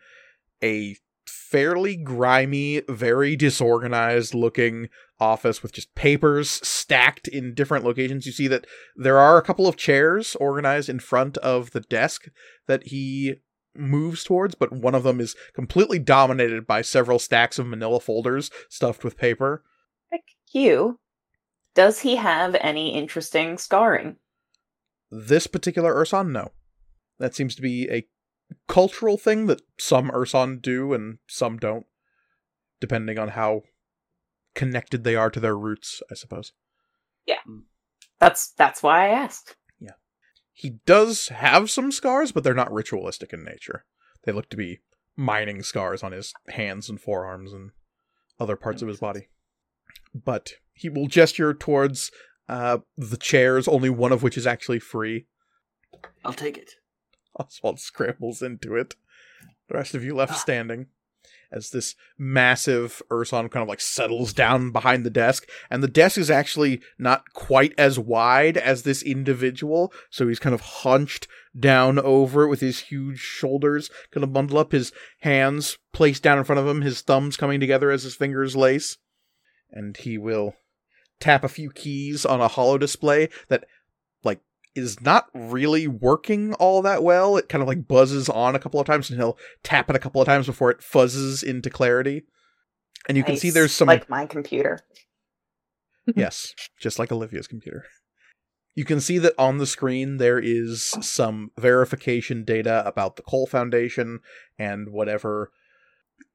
Speaker 1: a fairly grimy, very disorganized looking office with just papers stacked in different locations. You see that there are a couple of chairs organized in front of the desk that he moves towards, but one of them is completely dominated by several stacks of manila folders stuffed with paper.
Speaker 2: Pick Q. Does he have any interesting scarring?
Speaker 1: this particular Urson, no. That seems to be a cultural thing that some Urson do and some don't, depending on how connected they are to their roots, I suppose.
Speaker 2: That's that's why I asked.
Speaker 1: He does have some scars, but they're not ritualistic in nature. They look to be mining scars on his hands and forearms and other parts of his body. But he will gesture towards uh, the chairs, only one of which is actually free,
Speaker 3: I'll take it.
Speaker 1: Oswald scrambles into it. The rest of you left standing. as this massive Urson kind of like settles down behind the desk. And the desk is actually not quite as wide as this individual. So he's kind of hunched down over it with his huge shoulders, kind of bundle up his hands placed down in front of him, his thumbs coming together as his fingers lace. And he will tap a few keys on a hollow display that like is not really working all that well. It kind of like buzzes on a couple of times and he'll tap it a couple of times before it fuzzes into clarity. And you can see
Speaker 2: Nice.
Speaker 1: there's some
Speaker 2: like my computer.
Speaker 1: yes, just like Olivia's computer. You can see that on the screen there is some verification data about the Cole Foundation and whatever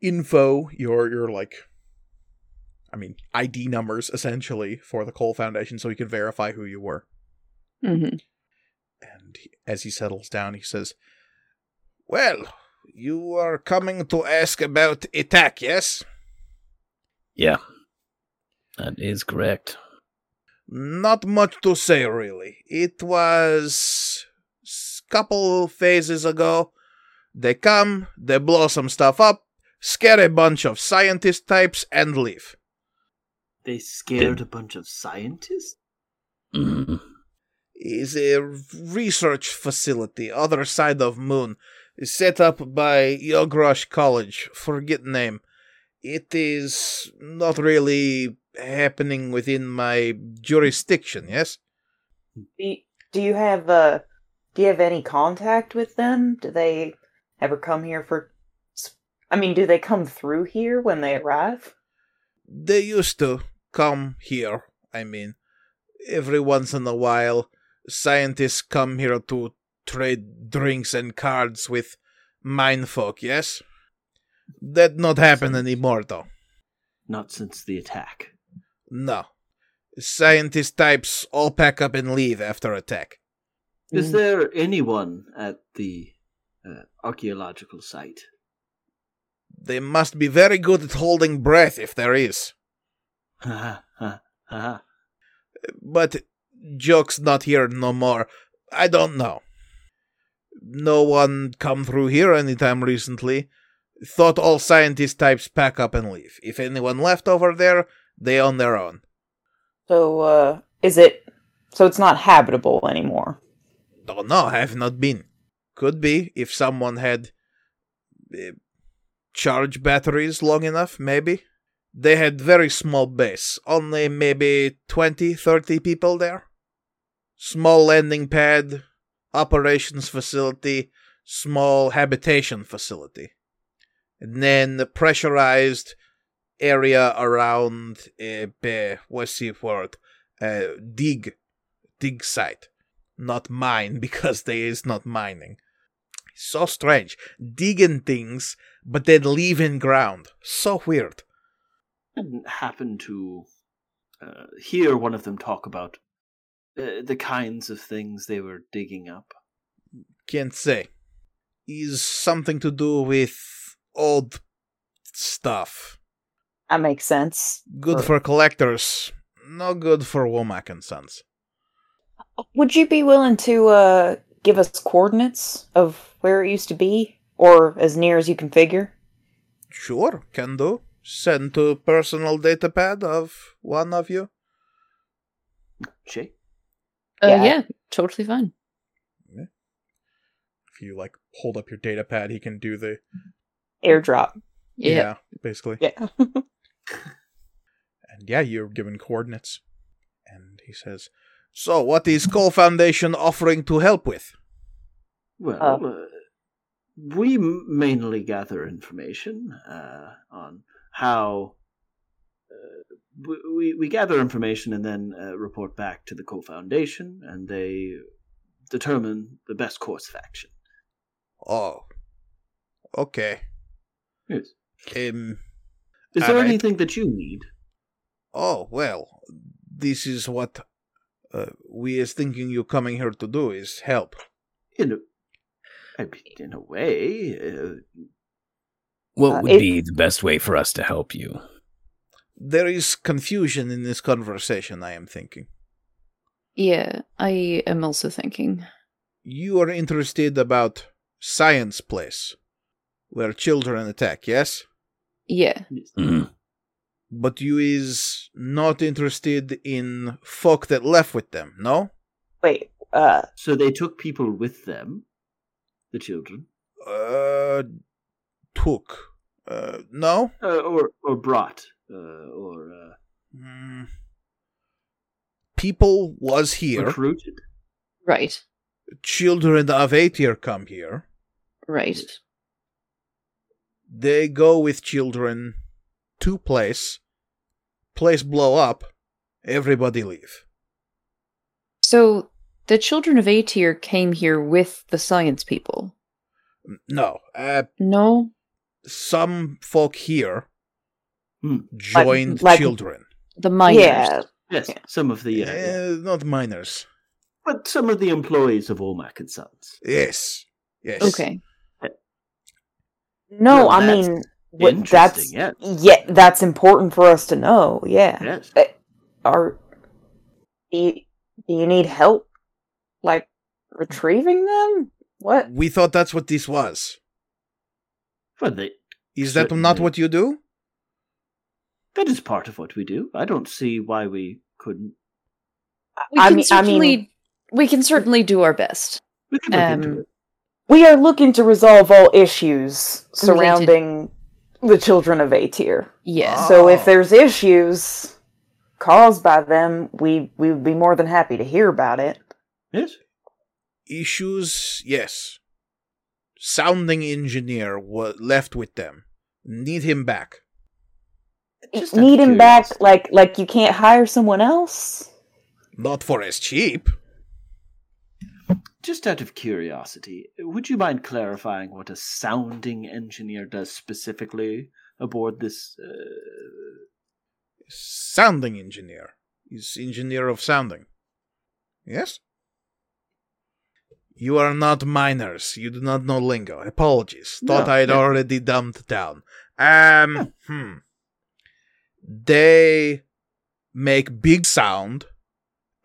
Speaker 1: info your your like I mean ID numbers essentially for the Cole Foundation so he can verify who you were.
Speaker 5: Mm-hmm.
Speaker 1: And he- as he settles down, he says, Well, you are coming to ask about attack, yes?
Speaker 8: Yeah. That is correct.
Speaker 1: Not much to say, really. It was s- couple phases ago. They come, they blow some stuff up, scare a bunch of scientist types, and leave.
Speaker 6: They scared a bunch of scientists?
Speaker 8: Mm.
Speaker 1: Is a research facility other side of moon, set up by Yogrosh College. Forget name. It is not really happening within my jurisdiction. Yes.
Speaker 2: Do you, do you have uh do you have any contact with them? Do they ever come here for s- I mean, do they come through here when they arrive?
Speaker 1: They used to come here, I mean. Every once in a while, scientists come here to trade drinks and cards with mine folk, yes? That not happen anymore, though.
Speaker 6: Not since the attack.
Speaker 1: No. Scientist types all pack up and leave after attack.
Speaker 3: Mm.
Speaker 6: Is there anyone at the uh, archaeological site?
Speaker 1: They must be very good at holding breath if there is.
Speaker 6: Ha ha ha ha.
Speaker 1: But joke's not here no more. I don't know. No one come through here anytime recently. Thought all scientist types pack up and leave. If anyone left over there, they on their own.
Speaker 2: So uh is it so it's not habitable anymore?
Speaker 1: Don't know, have not been. Could be if someone had uh, charge batteries long enough, maybe. They had very small base, only maybe 20, 30 people there. Small landing pad, operations facility, small habitation facility. And then the pressurized area around, uh, the- what's the word, uh, dig, dig site not mine because they is not mining. So strange. Digging things, but then leaving ground. So weird.
Speaker 6: didn't happen to uh, hear one of them talk about uh, the kinds of things they were digging up.
Speaker 1: Can't say. Is something to do with old stuff.
Speaker 2: That makes sense.
Speaker 1: Good for collectors, no good for Womack and Sons.
Speaker 2: Would you be willing to uh give us coordinates of where it used to be or as near as you can figure?
Speaker 1: Sure, can do. Send to personal datapad of one of you.
Speaker 6: Che?
Speaker 5: Uh,
Speaker 2: Yeah.
Speaker 5: yeah. totally fine.
Speaker 1: If you like hold up your datapad, he can do the
Speaker 2: Airdrop.
Speaker 5: Yeah.
Speaker 1: basically.
Speaker 2: Yeah.
Speaker 1: And yeah, you're given coordinates. And he says, So, what is Cole Foundation offering to help with?
Speaker 6: Well,
Speaker 2: Uh.
Speaker 6: uh, we m- mainly gather information uh, on how. Uh, we- we, we gather information and then uh, report back to the Co Foundation, and they determine the best course of action.
Speaker 1: Oh. Okay.
Speaker 6: Yes.
Speaker 1: Um,
Speaker 6: Is there
Speaker 1: Alright.
Speaker 6: anything that you need?
Speaker 1: oh, well, this is what uh, we is thinking you coming here to do is help.
Speaker 6: In a, I mean, in a way, uh,
Speaker 8: What
Speaker 2: Uh,
Speaker 8: would
Speaker 2: it-
Speaker 8: be the best way for us to help you?
Speaker 1: There is confusion in this conversation, I am thinking.
Speaker 5: Yeah, I am also thinking.
Speaker 1: You are interested about Science Place, where children attack, yes?
Speaker 5: Yeah.
Speaker 1: But you is not interested in folk that left with them, no?
Speaker 2: Wait, uh,
Speaker 6: So they took people with them, the children,
Speaker 1: Uh, took. Uh, no?
Speaker 6: uh, or or brought, uh, or uh,
Speaker 1: Hmm. People was here.
Speaker 6: recruited.
Speaker 5: Right.
Speaker 1: Children of Aetir come here.
Speaker 5: Right.
Speaker 1: They go with children to place. Place blow up. Everybody leave.
Speaker 5: So the children of Aetir came here with the science people.
Speaker 1: No. Uh,
Speaker 5: No.
Speaker 1: some folk here
Speaker 6: Hmm.
Speaker 1: joined
Speaker 2: Like- like-
Speaker 1: children.
Speaker 5: The miners.
Speaker 2: yeah,
Speaker 6: Yes,
Speaker 2: Yeah.
Speaker 6: some of the, uh, yeah.
Speaker 1: Eh, not minors.
Speaker 6: but some of the employees of Ormac and Sons.
Speaker 1: Yes. Yes.
Speaker 5: Okay.
Speaker 2: no,
Speaker 6: Well,
Speaker 2: I
Speaker 6: that's
Speaker 2: mean, what, that's
Speaker 6: Interesting, yeah.
Speaker 2: yeah, that's important for us to know. Yeah,
Speaker 6: Yes.
Speaker 2: are do you, do you need help, like retrieving them? What?
Speaker 1: We thought that's what this was.
Speaker 6: Well, they,
Speaker 1: Is that not
Speaker 6: Certainly.
Speaker 1: what you do?
Speaker 6: that is part of what we do. I don't see why we couldn't.
Speaker 5: We can certainly we can certainly do our best.
Speaker 6: We could look
Speaker 5: Um,
Speaker 6: into it.
Speaker 2: we are looking to resolve all issues surrounding the children of Aetir.
Speaker 5: Yes.
Speaker 2: So if
Speaker 1: Oh.
Speaker 2: there's issues caused by them, we we would be more than happy to hear about it.
Speaker 6: Yes.
Speaker 1: Issues, yes. Sounding engineer was left with them. Need him back.
Speaker 6: Just out of
Speaker 2: Need him back,
Speaker 6: curiosity.
Speaker 2: like like you can't hire someone else.
Speaker 1: Not for as cheap.
Speaker 6: Just out of curiosity, would you mind clarifying what a sounding engineer does specifically aboard this? Uh,
Speaker 1: Sounding engineer. He's engineer of sounding. Yes? You are not miners. You do not know lingo. Apologies. Thought
Speaker 6: No,
Speaker 1: I had
Speaker 6: no.
Speaker 1: already dumbed down. Um, hmm. They make big sound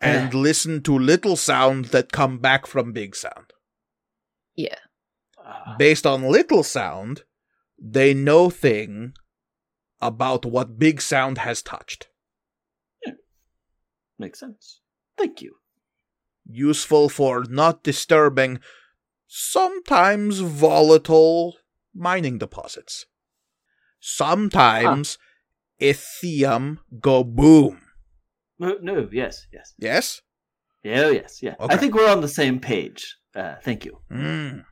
Speaker 1: and listen to little sound that come back from big sound.
Speaker 6: ah,
Speaker 1: based on little sound, they know thing about what big sound has touched.
Speaker 6: makes sense. Thank you.
Speaker 1: Useful for not disturbing, sometimes volatile mining deposits. Sometimes Ethium go boom.
Speaker 6: No, no, yes, yes.
Speaker 1: Yes?
Speaker 6: Yeah, oh, yes, yeah.
Speaker 1: Okay.
Speaker 6: I think we're on the same page. Uh, thank you.
Speaker 1: Mm.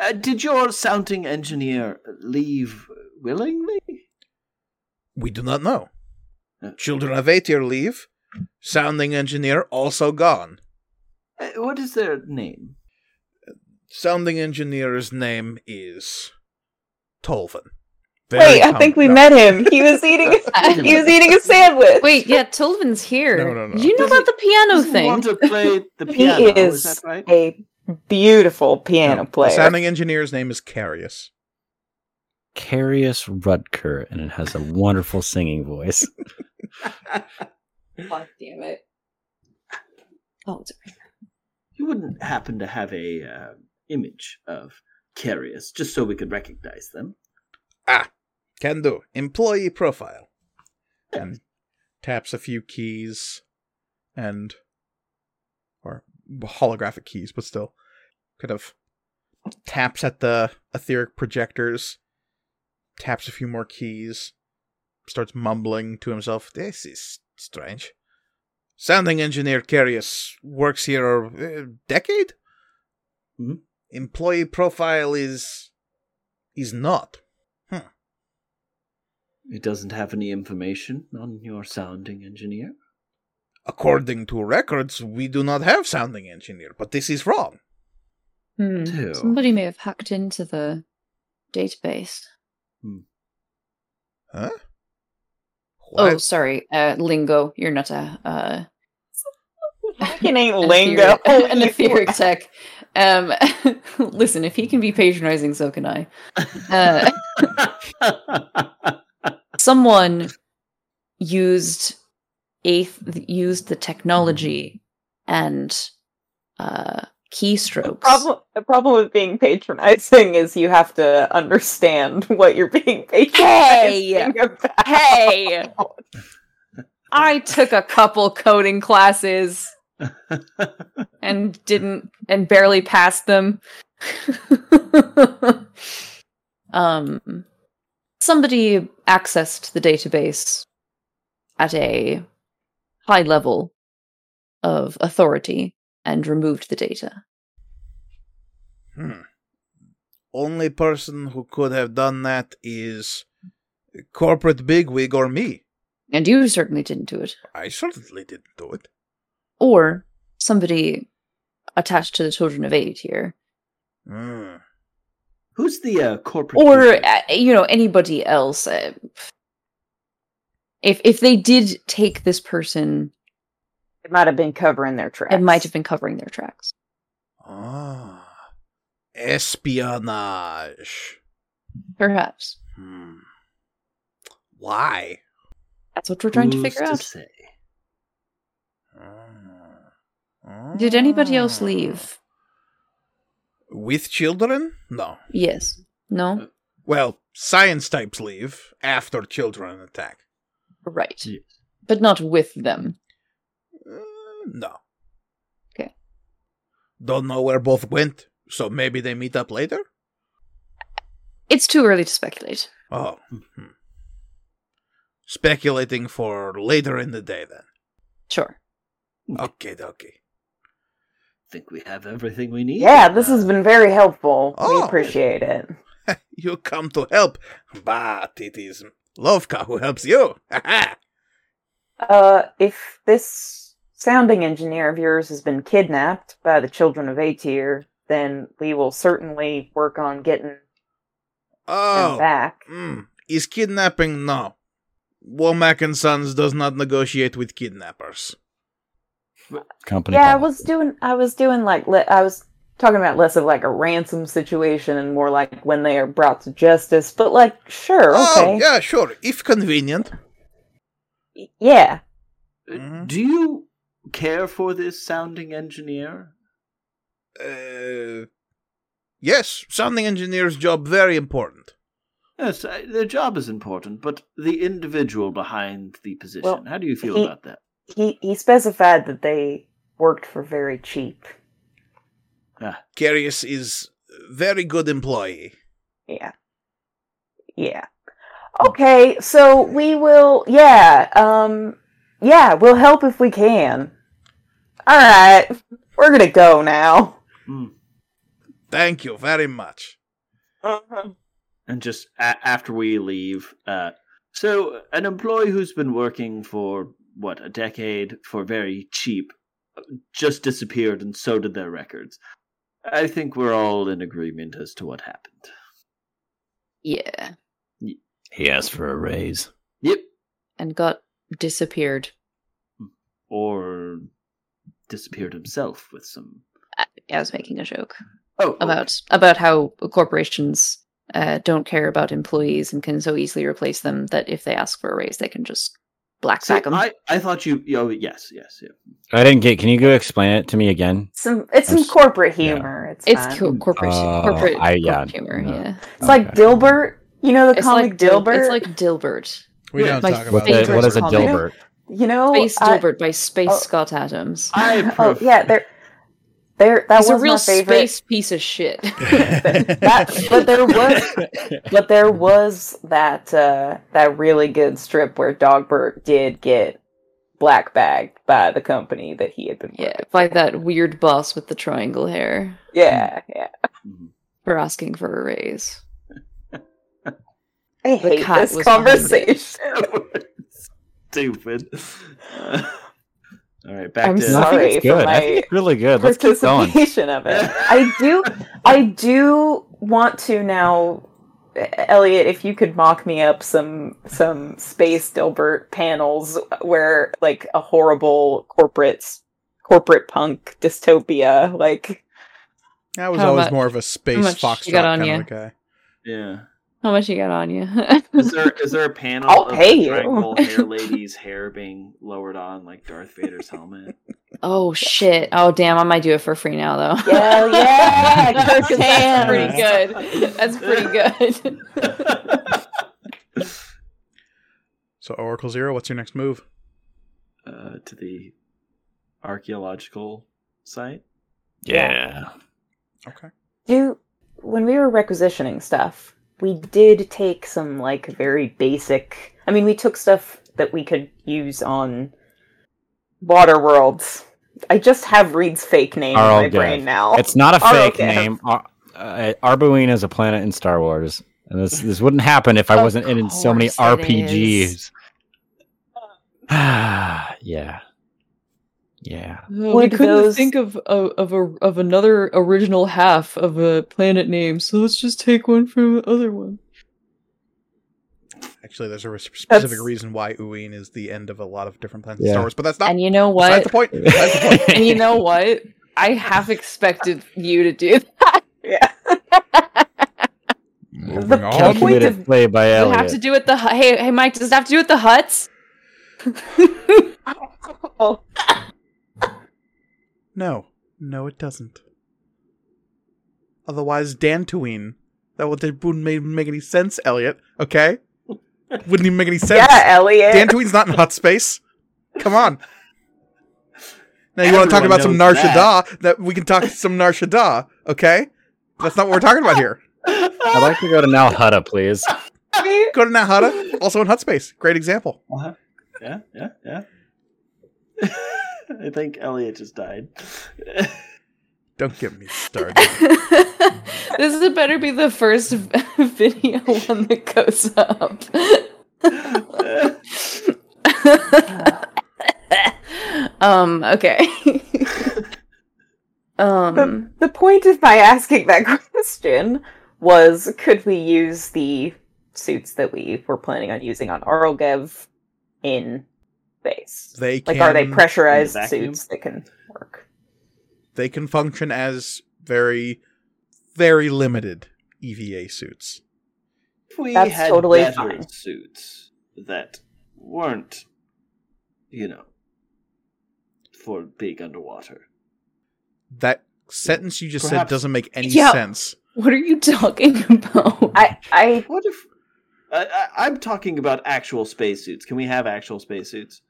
Speaker 6: Uh, did your sounding engineer leave willingly?
Speaker 1: We do not know.
Speaker 6: Uh,
Speaker 1: Children of Aetir leave. Sounding engineer also gone.
Speaker 6: uh, what is their name?
Speaker 1: sounding engineer's name is Tolvin.
Speaker 2: Wait, I think we met him. He was eating. he was eating a sandwich.
Speaker 5: Wait, yeah, Tilvin's here.
Speaker 1: No, no, no.
Speaker 5: Did you know
Speaker 6: Does he-
Speaker 5: about the piano
Speaker 6: Doesn't
Speaker 5: thing?
Speaker 6: want to play the
Speaker 2: he
Speaker 6: piano? Is,
Speaker 2: is
Speaker 6: that right?
Speaker 2: a beautiful piano player.
Speaker 1: sounding engineer's name is Carius.
Speaker 4: Carius Rudker, and it has a wonderful singing voice.
Speaker 5: God damn it. Oh, it's
Speaker 6: You wouldn't happen to have a uh, image of Carius, just so we could recognize them.
Speaker 1: Can do. Employee profile. And taps a few keys and or holographic keys, but still kind of taps at the etheric projectors, taps a few more keys, starts mumbling to himself, This is strange. Sounding engineer Carius works here a decade?
Speaker 6: Mhm.
Speaker 1: Employee profile is is not.
Speaker 6: It doesn't have any information on your sounding engineer.
Speaker 1: according to records, we do not have sounding engineer, but this is wrong.
Speaker 5: Hmm.
Speaker 6: Two.
Speaker 5: Somebody may have hacked into the database.
Speaker 1: Huh?
Speaker 5: Oh,
Speaker 1: What?
Speaker 5: sorry, uh, lingo. You're not a uh,
Speaker 2: Fucking ain't
Speaker 5: an
Speaker 2: lingo.
Speaker 5: etheric- oh, an etheric tech. Um, listen, if he can be patronizing, so can I. Uh, someone used a used the technology and uh, keystrokes.
Speaker 2: Problem, the problem with being patronizing is you have to understand what you're being patronizing
Speaker 5: Hey!
Speaker 2: about.
Speaker 5: Hey, I took a couple coding classes and didn't and barely passed them. um, somebody accessed the database at a high level of authority and removed the data.
Speaker 1: Hmm. Only person who could have done that is corporate bigwig or me.
Speaker 5: And you certainly didn't do it.
Speaker 1: I certainly didn't do it.
Speaker 5: Or somebody attached to the Children of Aid here.
Speaker 1: Hmm.
Speaker 6: Who's the uh, corporate?
Speaker 5: or
Speaker 6: leader?
Speaker 5: uh, you know anybody else uh, if if they did take this person
Speaker 2: It might have been covering their tracks.
Speaker 5: it might have been covering their tracks
Speaker 1: Ah, espionage.
Speaker 5: perhaps
Speaker 1: Hmm. Why?
Speaker 5: that's what we're trying to
Speaker 6: Who's
Speaker 5: figure out
Speaker 6: say?
Speaker 1: Ah.
Speaker 5: did anybody else
Speaker 1: Ah.
Speaker 5: leave
Speaker 1: With children? No.
Speaker 5: yes no
Speaker 1: Well, science types leave after children attack.
Speaker 5: right
Speaker 6: Yes.
Speaker 5: but not with them
Speaker 1: Uh, no.
Speaker 5: Okay.
Speaker 1: Don't know where both went, so maybe they meet up later?
Speaker 5: it's too early to speculate
Speaker 1: Oh. hmm. Speculating for later in the day then.
Speaker 5: sure
Speaker 1: Okay, okay.
Speaker 6: think we have everything we need.
Speaker 2: Yeah, this has been very helpful.
Speaker 1: Oh.
Speaker 2: We appreciate it.
Speaker 1: You come to help, but it is Lovka who helps you. Ha ha!
Speaker 2: Uh, if this sounding engineer of yours has been kidnapped by the children of Atir, then we will certainly work on getting him
Speaker 1: Oh,
Speaker 2: back.
Speaker 1: mm, is kidnapping? No. Womack and Sons does not negotiate with kidnappers.
Speaker 4: Company.
Speaker 2: Yeah, I
Speaker 4: policy.
Speaker 2: was doing. I was doing like. Le- I was talking about less of like a ransom situation and more like when they are brought to justice. But like, sure,
Speaker 1: Oh,
Speaker 2: okay,
Speaker 1: yeah, sure, if convenient.
Speaker 2: Y- yeah.
Speaker 1: Mhm.
Speaker 6: Uh, Do you care for this sounding engineer?
Speaker 1: Uh, yes, sounding engineer's job very important.
Speaker 6: Yes, I, their job is important, but the individual behind the position.
Speaker 2: Well,
Speaker 6: how do you feel
Speaker 2: he-
Speaker 6: about that?
Speaker 2: He he specified that they worked for very cheap.
Speaker 1: Carius is very good employee.
Speaker 2: Yeah. Yeah. Okay, so we will yeah, um yeah, we'll help if we can. All right. We're going to go now.
Speaker 1: Thank you very much.
Speaker 5: Uh-huh.
Speaker 6: And just a- after we leave, uh, so an employee who's been working for what a decade for very cheap just disappeared, and so did their records. I think we're all in agreement as to what happened.
Speaker 5: yeah
Speaker 8: He asked for a raise.
Speaker 6: Yep,
Speaker 5: and got disappeared
Speaker 6: or disappeared himself with some.
Speaker 5: i was making a joke
Speaker 6: Oh, okay.
Speaker 5: about about how corporations uh, don't care about employees and can so easily replace them that if they ask for a raise they can just black
Speaker 6: See,
Speaker 5: sack them
Speaker 6: I, I thought you. Oh, yes, yes, yeah.
Speaker 4: I didn't get. Can you go explain it to me again?
Speaker 2: Some it's some
Speaker 4: That's-
Speaker 2: corporate humor. It's
Speaker 5: It's
Speaker 2: fine.
Speaker 5: co- corporate,
Speaker 4: Oh,
Speaker 5: corporate,
Speaker 4: I- yeah,
Speaker 5: corporate humor.
Speaker 4: no.
Speaker 5: Yeah,
Speaker 2: It's like
Speaker 4: Okay.
Speaker 2: Dilbert. You know the
Speaker 5: it's
Speaker 2: comic
Speaker 5: like Dil-
Speaker 2: Dilbert.
Speaker 5: It's like Dilbert.
Speaker 1: We
Speaker 6: Yeah,
Speaker 1: don't
Speaker 5: my
Speaker 1: talk
Speaker 4: What,
Speaker 1: about
Speaker 4: the,
Speaker 5: favorite
Speaker 1: that.
Speaker 4: what is a
Speaker 5: comment.
Speaker 4: Dilbert?
Speaker 2: you know
Speaker 5: Space
Speaker 2: Oh, I-
Speaker 5: Dilbert by Space
Speaker 2: oh.
Speaker 5: Scott Adams.
Speaker 6: I
Speaker 2: Oh
Speaker 6: pref-
Speaker 2: yeah, there there that
Speaker 5: He's a
Speaker 2: was
Speaker 5: real
Speaker 2: my favorite.
Speaker 5: space piece of shit.
Speaker 2: that, but there was but there was that uh that really good strip where Dogbert did get black bagged by the company that he had been
Speaker 5: yeah,
Speaker 2: working
Speaker 5: by
Speaker 2: for.
Speaker 5: that weird boss with the triangle hair
Speaker 2: yeah yeah
Speaker 6: Mhm.
Speaker 5: for asking for a raise.
Speaker 2: I
Speaker 5: The
Speaker 2: hate
Speaker 5: cat
Speaker 2: this
Speaker 5: was behind it.
Speaker 2: conversation
Speaker 6: Stupid. all right, back
Speaker 2: I'm
Speaker 6: to
Speaker 2: sorry.
Speaker 4: I think it's
Speaker 2: for
Speaker 4: good. I think
Speaker 2: my
Speaker 4: it's really good. Let's keep going.
Speaker 2: participation of it I do I do want to now Elliot if you could mock me up some some space Dilbert panels where like a horrible corporate corporate punk dystopia like
Speaker 1: I was
Speaker 5: How
Speaker 1: always
Speaker 5: much-
Speaker 1: more of a
Speaker 5: how
Speaker 1: space
Speaker 5: much
Speaker 1: foxtrot
Speaker 5: you got on
Speaker 1: kind
Speaker 5: you?
Speaker 1: of a guy.
Speaker 6: yeah.
Speaker 5: How much you got on you?
Speaker 6: Is there is there a panel
Speaker 2: I'll
Speaker 6: of
Speaker 2: pay
Speaker 6: the
Speaker 2: you.
Speaker 6: triangle hair lady's hair being lowered on like Darth Vader's helmet?
Speaker 5: Oh shit! Oh damn! I might do it for free now though.
Speaker 2: Hell yeah, Kirk is
Speaker 5: that's pretty
Speaker 2: hands.
Speaker 5: good. That's pretty good.
Speaker 6: uh,
Speaker 1: So Oracle Zero, what's your next move?
Speaker 6: uh, to the archaeological site.
Speaker 4: Yeah.
Speaker 1: Okay.
Speaker 2: Do when we were requisitioning stuff, we did take some like very basic. I mean, we took stuff that we could use on water worlds. I just have Reed's fake name in my
Speaker 4: Arlgath.
Speaker 2: brain now.
Speaker 4: It's not a
Speaker 2: Oh,
Speaker 4: fake
Speaker 2: okay.
Speaker 4: name. Ar- uh, Arbuin is a planet in Star Wars, and this this wouldn't happen if I
Speaker 5: Of
Speaker 4: wasn't in so many
Speaker 5: course it
Speaker 4: RPGs. yeah, yeah.
Speaker 2: Would
Speaker 9: Oh, we couldn't
Speaker 2: those-
Speaker 9: think of, of of a of another original half of a planet name, so let's just take one from the other one.
Speaker 1: Actually, there's a re- specific
Speaker 2: That's-
Speaker 1: reason why Uin is the end of a lot of different planets in
Speaker 4: Yeah.
Speaker 1: Star Wars, but that's not
Speaker 5: and you know
Speaker 1: besides
Speaker 5: what?
Speaker 1: the point. Besides the point.
Speaker 9: And
Speaker 5: And you know what? I half expected you to do that.
Speaker 2: yeah.
Speaker 1: Moving
Speaker 2: The
Speaker 1: on.
Speaker 2: point
Speaker 4: Calculated
Speaker 2: of-
Speaker 4: play by
Speaker 5: Does it have to
Speaker 4: Elliot.
Speaker 5: do with the hu- hey hey Mike? Does it have to do with the huts?
Speaker 2: Oh,
Speaker 1: No, no, it doesn't. Otherwise, Dantooine. That would that wouldn't make, make any sense, Elliot. Okay, wouldn't even make any sense.
Speaker 2: yeah, Elliot.
Speaker 1: Dantooine's not in hot space. Come on. Now you want to talk
Speaker 6: Everyone
Speaker 1: about some
Speaker 6: knows
Speaker 1: Narshada? That. we can talk some Narshada, okay? That's not what we're talking about here.
Speaker 4: I'd like to go to Nalhutta, please.
Speaker 1: Go to Nahada, also in hot space. Great example.
Speaker 6: Yeah, yeah, yeah. I think Elliot just died.
Speaker 1: Don't get me started.
Speaker 5: this is better be the first video one that goes up. um. Okay.
Speaker 2: the,
Speaker 5: um.
Speaker 2: the point of my asking that question was could we use the suits that we were planning on using on Arlgev in space?
Speaker 1: They
Speaker 2: Like,
Speaker 1: can,
Speaker 2: are they pressurized
Speaker 6: in the vacuum?
Speaker 2: suits that can work?
Speaker 1: They can function as very, very limited EVA suits.
Speaker 6: If we
Speaker 2: That's
Speaker 6: had
Speaker 2: totally
Speaker 6: better
Speaker 2: fine.
Speaker 6: suits that weren't, you know, for big underwater.
Speaker 1: That sentence you just said
Speaker 6: Perhaps-
Speaker 1: doesn't make any
Speaker 5: Yeah.
Speaker 1: sense.
Speaker 5: What are you talking about?
Speaker 2: I, I,
Speaker 6: What if? I, I, I'm talking about actual spacesuits. Can we have actual spacesuits?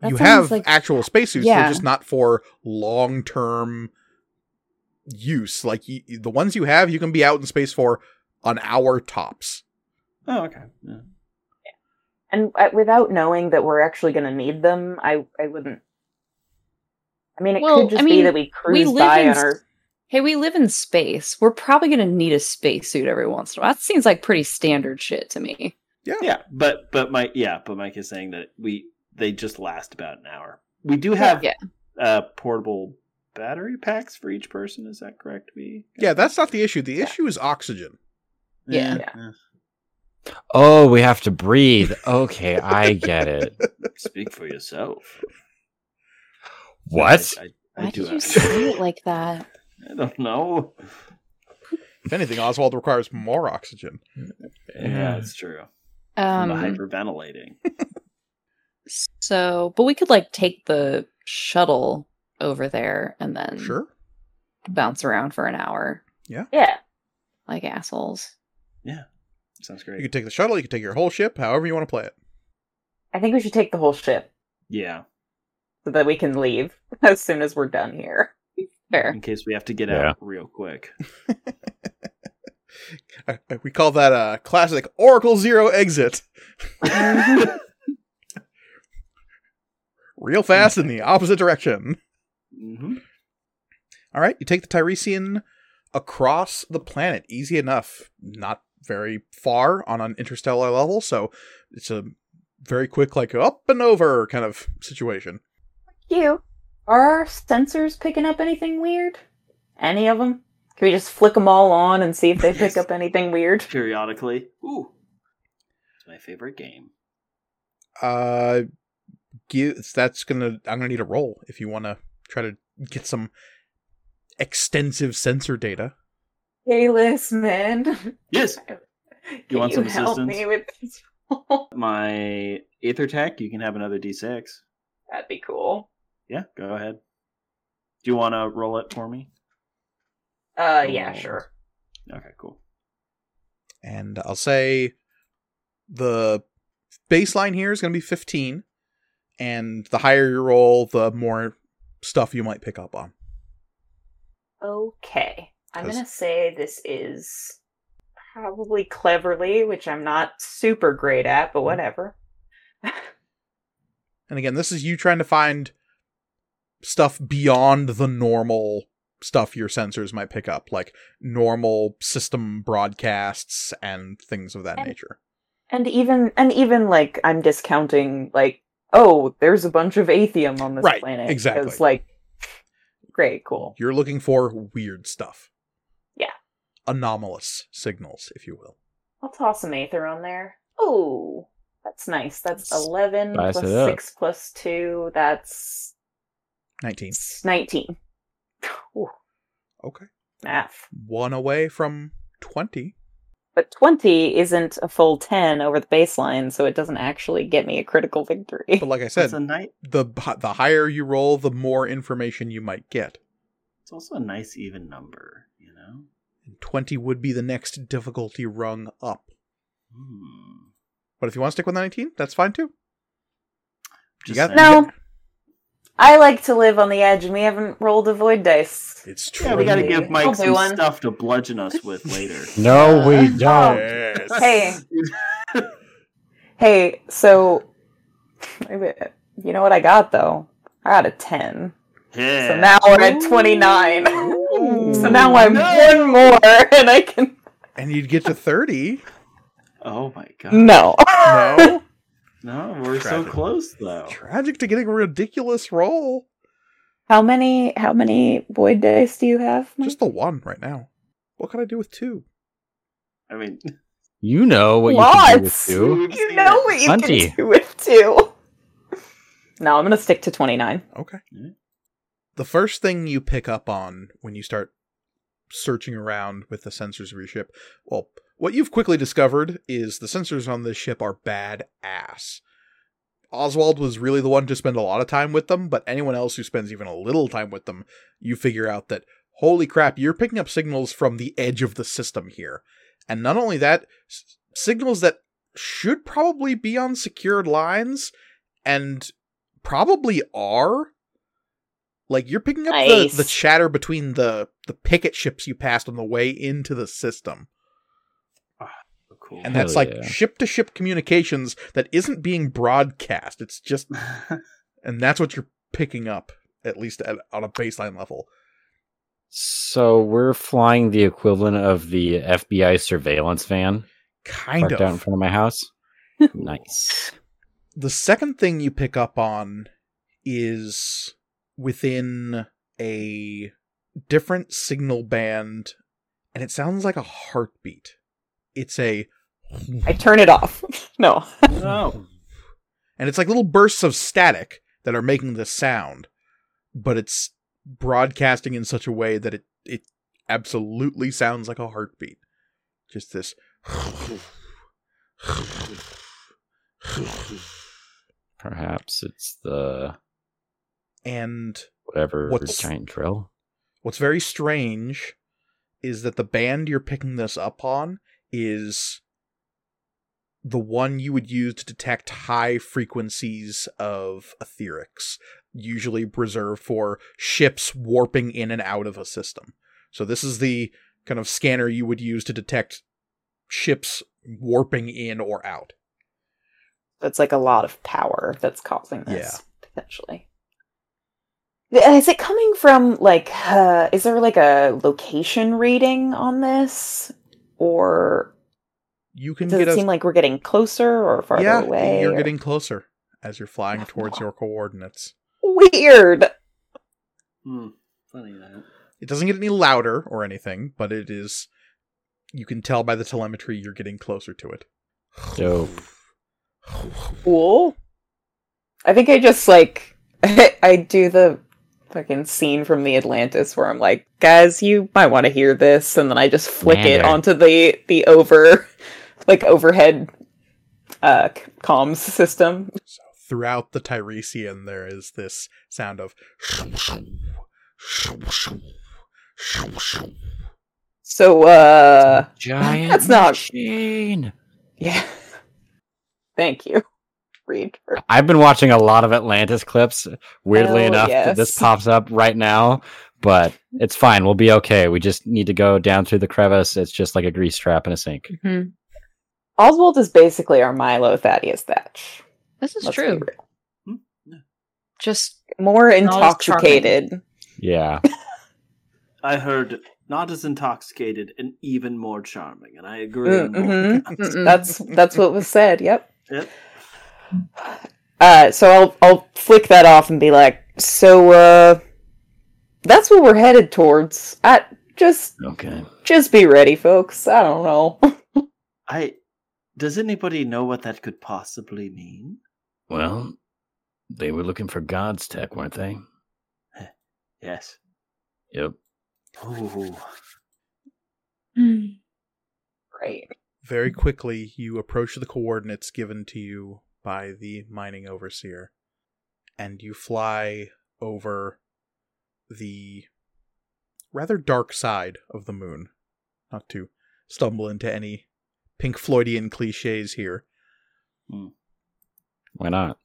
Speaker 5: That
Speaker 1: you
Speaker 5: sounds
Speaker 1: have
Speaker 5: like-
Speaker 1: actual spacesuits.
Speaker 5: Yeah.
Speaker 1: They're just not for long term use. Like y the ones you have, you can be out in space for an hour tops.
Speaker 6: Oh, okay. Yeah.
Speaker 2: and uh, without knowing that we're actually going to need them, I, I wouldn't. I mean, it
Speaker 5: Well, I
Speaker 2: could just be
Speaker 5: mean,
Speaker 2: that we cruise
Speaker 5: live
Speaker 2: by
Speaker 5: in
Speaker 2: on
Speaker 5: s-
Speaker 2: our.
Speaker 5: Hey, we live in space. We're probably going to need a spacesuit every once in a while. That seems like pretty standard shit to me.
Speaker 6: Yeah, but but Mike, yeah, but Mike is saying that we they just last about an hour. We do have
Speaker 5: Yeah.
Speaker 6: uh, portable battery packs for each person. Is that correct? We
Speaker 1: Yeah, that's not the issue. The issue is oxygen.
Speaker 5: Yeah.
Speaker 4: Oh, we have to breathe. Okay, I get it.
Speaker 6: Speak for yourself.
Speaker 4: What?
Speaker 6: I, I, I
Speaker 5: Why
Speaker 6: do
Speaker 5: did you
Speaker 6: have-
Speaker 5: say it like that?
Speaker 6: I don't know.
Speaker 1: If anything, Oswald requires more oxygen.
Speaker 6: Yeah, it's true. From the
Speaker 5: Um,
Speaker 6: hyperventilating.
Speaker 5: so, but we could like take the shuttle over there and then
Speaker 1: Sure.
Speaker 5: bounce around for an hour
Speaker 2: Yeah.
Speaker 5: like assholes.
Speaker 6: Sounds
Speaker 1: You
Speaker 6: great.
Speaker 1: could take the shuttle, you could take your whole ship, however you want to play it.
Speaker 2: I think we should take the whole ship
Speaker 6: Yeah,
Speaker 2: so that we can leave as soon as we're done here.
Speaker 5: Fair.
Speaker 6: in case we have to get
Speaker 4: Yeah.
Speaker 6: out real quick.
Speaker 1: Uh, uh, We call that a classic Oracle Zero exit.
Speaker 3: Mm-hmm.
Speaker 1: Real fast in the opposite direction.
Speaker 6: hmm
Speaker 1: All right, you take the Tiresian across the planet. Easy enough. Not very far on an interstellar level, so it's a very quick, like up and over kind of situation.
Speaker 2: you. Are our sensors picking up anything weird? Any of them? Can we just flick them all on and see if they pick up anything weird?
Speaker 6: Periodically. Ooh, it's my favorite game.
Speaker 1: Uh, give, that's gonna. I'm gonna need a roll if you want to try to get some extensive sensor data.
Speaker 2: Hey, listen, man.
Speaker 6: Yes,
Speaker 2: Can
Speaker 6: want some
Speaker 2: help me
Speaker 6: assistance?
Speaker 2: with this?
Speaker 6: my Aether Tech. You can have another D6.
Speaker 2: That'd be cool.
Speaker 3: Yeah, go ahead. Do you want to roll it for me? Oh.
Speaker 2: Uh, yeah, sure.
Speaker 3: Okay, cool.
Speaker 1: and I'll say the baseline here is going to be 15, and the higher you roll, the more stuff you might pick up on.
Speaker 2: Okay. I'm
Speaker 1: Does-
Speaker 2: going to say this is probably cleverly, which I'm not super great at, but whatever.
Speaker 1: And again, this is you trying to find stuff beyond the normal stuff your sensors might pick up, like normal system broadcasts and things of that
Speaker 2: And-
Speaker 1: nature.
Speaker 2: And even and even like I'm discounting like oh, there's a bunch of atheum on this
Speaker 1: Right,
Speaker 2: planet.
Speaker 1: exactly.
Speaker 2: It's like great, cool.
Speaker 1: You're looking for weird stuff.
Speaker 2: Yeah.
Speaker 1: Anomalous signals, if you will.
Speaker 2: I'll toss some aether on there. Oh, that's nice. That's
Speaker 4: Spice
Speaker 2: 11 plus
Speaker 4: it up.
Speaker 2: 6 plus 2. That's
Speaker 1: 19.
Speaker 2: 19. Ooh,
Speaker 1: Okay.
Speaker 2: math.
Speaker 1: One away from 20.
Speaker 2: But 20 isn't a full 10 over the baseline, so it doesn't actually get me a critical victory.
Speaker 1: But like I said,
Speaker 3: That's a nice.
Speaker 1: the the higher you roll, the more information you might get.
Speaker 3: It's also a nice even number, you know.
Speaker 1: And 20 would be the next difficulty rung up.
Speaker 3: Hmm.
Speaker 1: But if you want to stick with 19, that's fine too.
Speaker 3: Just
Speaker 1: got-
Speaker 3: saying.
Speaker 2: No. I like to live on the edge, and we haven't rolled a void dice.
Speaker 1: It's true.
Speaker 3: Yeah, we gotta give
Speaker 2: I'll
Speaker 3: Mike
Speaker 2: do
Speaker 3: some
Speaker 2: one.
Speaker 3: stuff to bludgeon us with later.
Speaker 4: No, we don't.
Speaker 1: Yes.
Speaker 2: Hey. Hey, so. You know what I got, though? I got a 10.
Speaker 3: Yeah.
Speaker 2: So now we're at 29. so now I'm
Speaker 3: No.
Speaker 2: one more, and I can.
Speaker 1: And you'd get to 30.
Speaker 3: Oh my god.
Speaker 2: No.
Speaker 1: No.
Speaker 3: No, we're so
Speaker 1: Tragic.
Speaker 3: close though.
Speaker 1: Tragic to getting a ridiculous roll.
Speaker 2: How many how many void dice do you have? Mike?
Speaker 1: Just the one right now. What could I do with two?
Speaker 3: I mean,
Speaker 4: You know what you can do with
Speaker 2: Lots.
Speaker 4: two.
Speaker 3: we've
Speaker 2: you
Speaker 3: seen
Speaker 2: know
Speaker 3: it.
Speaker 2: what you
Speaker 4: Plenty.
Speaker 2: can do with two. No, I'm gonna stick to 29.
Speaker 1: Okay.
Speaker 3: Yeah.
Speaker 1: The first thing you pick up on when you start searching around with the sensors of your ship, well, what you've quickly discovered is the sensors on this ship are bad ass. Oswald was really the one to spend a lot of time with them, but anyone else who spends even a little time with them, you figure out that holy crap, you're picking up signals from the edge of the system here. And not only that, s- signals that should probably be on secured lines and probably are. Like you're picking up
Speaker 2: Nice.
Speaker 1: the, the chatter between the the picket ships you passed on the way into the system.
Speaker 6: Oh,
Speaker 3: Cool.
Speaker 1: And
Speaker 4: Hell
Speaker 1: that's like
Speaker 4: yeah.
Speaker 1: ship to ship communications that isn't being broadcast. It's just and that's what you're picking up at least at, on a baseline level.
Speaker 4: So we're flying the equivalent of the FBI surveillance van
Speaker 1: Kind
Speaker 4: parked
Speaker 1: of.
Speaker 4: out in front of my house. nice.
Speaker 1: the second thing you pick up on is within a different signal band and it sounds like a heartbeat it's a
Speaker 2: I turn it off. no.
Speaker 3: no.
Speaker 1: and it's like little bursts of static that are making this sound but it's broadcasting in such a way that it it absolutely sounds like a heartbeat just this
Speaker 4: Perhaps it's the
Speaker 1: and
Speaker 4: whatever
Speaker 1: What's-
Speaker 4: giant drill.
Speaker 1: What's very strange is that the band you're picking this up on is the one you would use to detect high frequencies of etherics, usually reserved for ships warping in and out of a system. So this is the kind of scanner you would use to detect ships warping in or out.
Speaker 2: That's like a lot of power that's causing this potentially. Is it coming from like uh, is there like a location reading on this? Or
Speaker 1: You can
Speaker 2: Does
Speaker 1: get
Speaker 2: it
Speaker 1: a
Speaker 2: seem like we're getting closer or farther
Speaker 1: yeah,
Speaker 2: away?
Speaker 1: you're
Speaker 2: or-
Speaker 1: getting closer as you're flying towards your coordinates.
Speaker 2: weird.
Speaker 3: Hmm. Funny that.
Speaker 1: It doesn't get any louder or anything, but it is. You can tell by the telemetry you're getting closer to it.
Speaker 4: Dope.
Speaker 2: Cool. I think I just like I do the fucking scene from the Atlantis where I'm like, guys, you might want to hear this, and then I just flick it
Speaker 4: Lander.
Speaker 2: onto the the over like overhead uh c- comms system.
Speaker 1: So throughout the Tiresian, there is this sound of.
Speaker 2: So, uh,
Speaker 4: Giant
Speaker 2: That's not-
Speaker 4: machine.
Speaker 2: yeah. Thank you, Reed. for-
Speaker 4: I've been watching a lot of Atlantis clips. Weirdly
Speaker 2: Hell
Speaker 4: enough, that this
Speaker 2: yes.
Speaker 4: pops up right now, but it's fine. We'll be okay. We just need to go down through the crevice. It's just like a grease trap in a sink.
Speaker 5: Mhm.
Speaker 2: Oswald is basically our Milo Thaddeus Thatch.
Speaker 5: This is
Speaker 2: Let's be
Speaker 5: true.
Speaker 2: real.
Speaker 5: Just
Speaker 2: More
Speaker 5: Not as charming.
Speaker 2: intoxicated.
Speaker 4: Yeah.
Speaker 6: I heard not as intoxicated and even more charming, and I agree.
Speaker 2: Mm,
Speaker 6: more.
Speaker 2: mhm. That's that's what was said. Yep.
Speaker 6: Yep.
Speaker 2: Uh, so I'll I'll flick that off and be like, so uh, that's what we're headed towards. I just
Speaker 4: Okay.
Speaker 2: just be ready, folks. I don't know.
Speaker 6: I does anybody know what that could possibly mean?
Speaker 4: Well, they were looking for God's tech, weren't they?
Speaker 6: Yes.
Speaker 4: Yep.
Speaker 6: Ooh.
Speaker 5: Hmm.
Speaker 2: Right.
Speaker 1: Very quickly, you approach the coordinates given to you by the mining overseer, and you fly over the rather dark side of the moon. Not to stumble into any Pink Floydian cliches here.
Speaker 4: Why not?